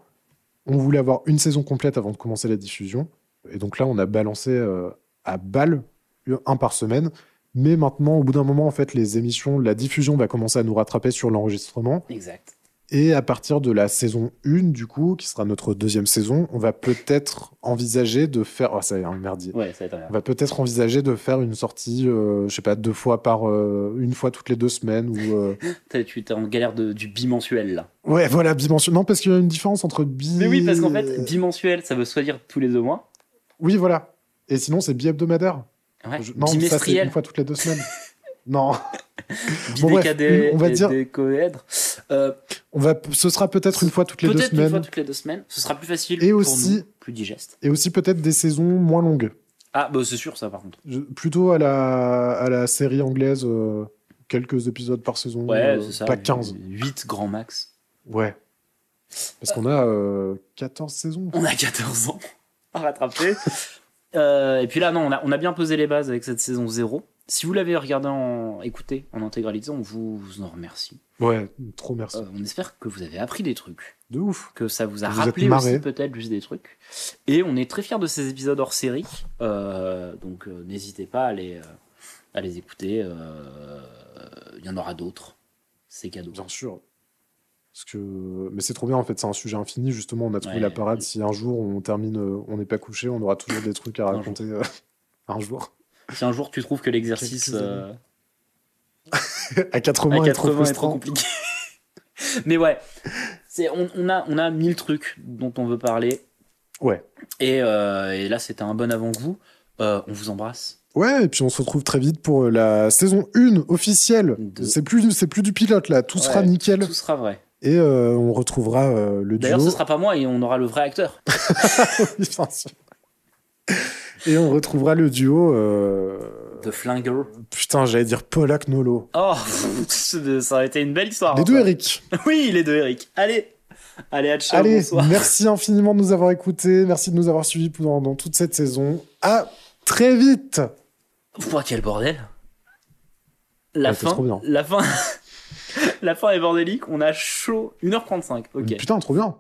On voulait avoir une saison complète avant de commencer la diffusion. Et donc là, on a balancé euh, à balle euh, un par semaine. Mais maintenant, au bout d'un moment, en fait, les émissions, la diffusion va commencer à nous rattraper sur l'enregistrement.
Exact.
Et à partir de la saison 1, du coup, qui sera notre deuxième saison, on va peut-être envisager de faire. Oh, ça y est, un merdier.
Ouais, ça va être un
On va peut-être envisager de faire une sortie, euh, je sais pas, deux fois par. euh, une fois toutes les deux semaines ou. euh,
T'as- Tu es en galère de, du bimensuel là.
Ouais, voilà, bimension. Non, parce qu'il y a une différence entre bi.
Mais oui, parce qu'en fait, bimensuel, ça veut soit dire tous les deux mois.
Oui, voilà. Et sinon, c'est bi-hebdomadaire.
Ouais.
Je- Non, ça, c'est
bimestriel,
une fois toutes les deux semaines. non. Bon, bref,
bidécadé,
on va dire.
décoèdre. Euh,
On va... Ce sera peut-être une fois toutes les deux
Peut-être une
semaines.
fois toutes les deux semaines. Ce sera plus facile
Et
pour
aussi-
nous, plus digeste.
Et aussi peut-être des saisons moins longues.
Ah, bah c'est sûr ça par contre.
Je- Plutôt à la... à la série anglaise, euh, quelques épisodes par saison.
Ouais,
euh,
c'est ça.
Pas 15.
8 grand max.
Ouais. Parce qu'on a euh, 14 saisons.
On a 14 ans à rattraper. Euh, et puis là, non, on a, on a bien posé les bases avec cette saison 0. Si vous l'avez regardé en écouté en intégralité, on vous, vous en remercie.
Ouais, trop merci.
Euh, on espère que vous avez appris des trucs.
De ouf.
Que ça vous a
Que vous êtes
rappelé aussi
marrés.
peut-être juste des trucs. Et on est très fiers de ces épisodes hors série. Euh, donc euh, n'hésitez pas à les, euh, à les écouter. Euh, Il y en aura d'autres. C'est cadeau.
Bien sûr. Parce que... Mais c'est trop bien en fait, c'est un sujet infini. Justement, on a trouvé
Ouais.
la parade. Si un jour on termine, euh, on n'est pas couché, on aura toujours des trucs à raconter euh, un jour.
Si un jour tu trouves que l'exercice euh, à
à 80, est trop
80 est
frustrant.
trop compliqué. Mais ouais, c'est on, on a on a mille trucs dont on veut parler.
Ouais.
Et, euh, et là, c'était un bon avant-goût. Euh, on vous embrasse.
Ouais, et puis on se retrouve très vite pour euh, la saison 1 officielle. C'est plus, c'est plus du pilote là, tout sera
Ouais,
nickel.
Tout sera vrai.
Et euh, on retrouvera euh, le duo.
D'ailleurs, ce sera pas moi et on aura le vrai acteur.
Oui, bien sûr. Et on retrouvera le duo euh,
de flingueur.
Putain, j'allais dire Polak Nolo.
Oh, ça aurait été une belle histoire.
Les
hein,
deux
ça.
Eric.
Oui, les deux Eric. Allez, allez, à ciao,
Allez,
bonsoir.
merci infiniment de nous avoir écoutés. Merci de nous avoir suivis pendant dans toute cette saison. À très vite.
Pouah, quel bordel. La
Ouais, c'est
fin,
trop bien.
la fin, la fin est bordélique. On a chaud 1h35. Ok.
Putain, trop bien.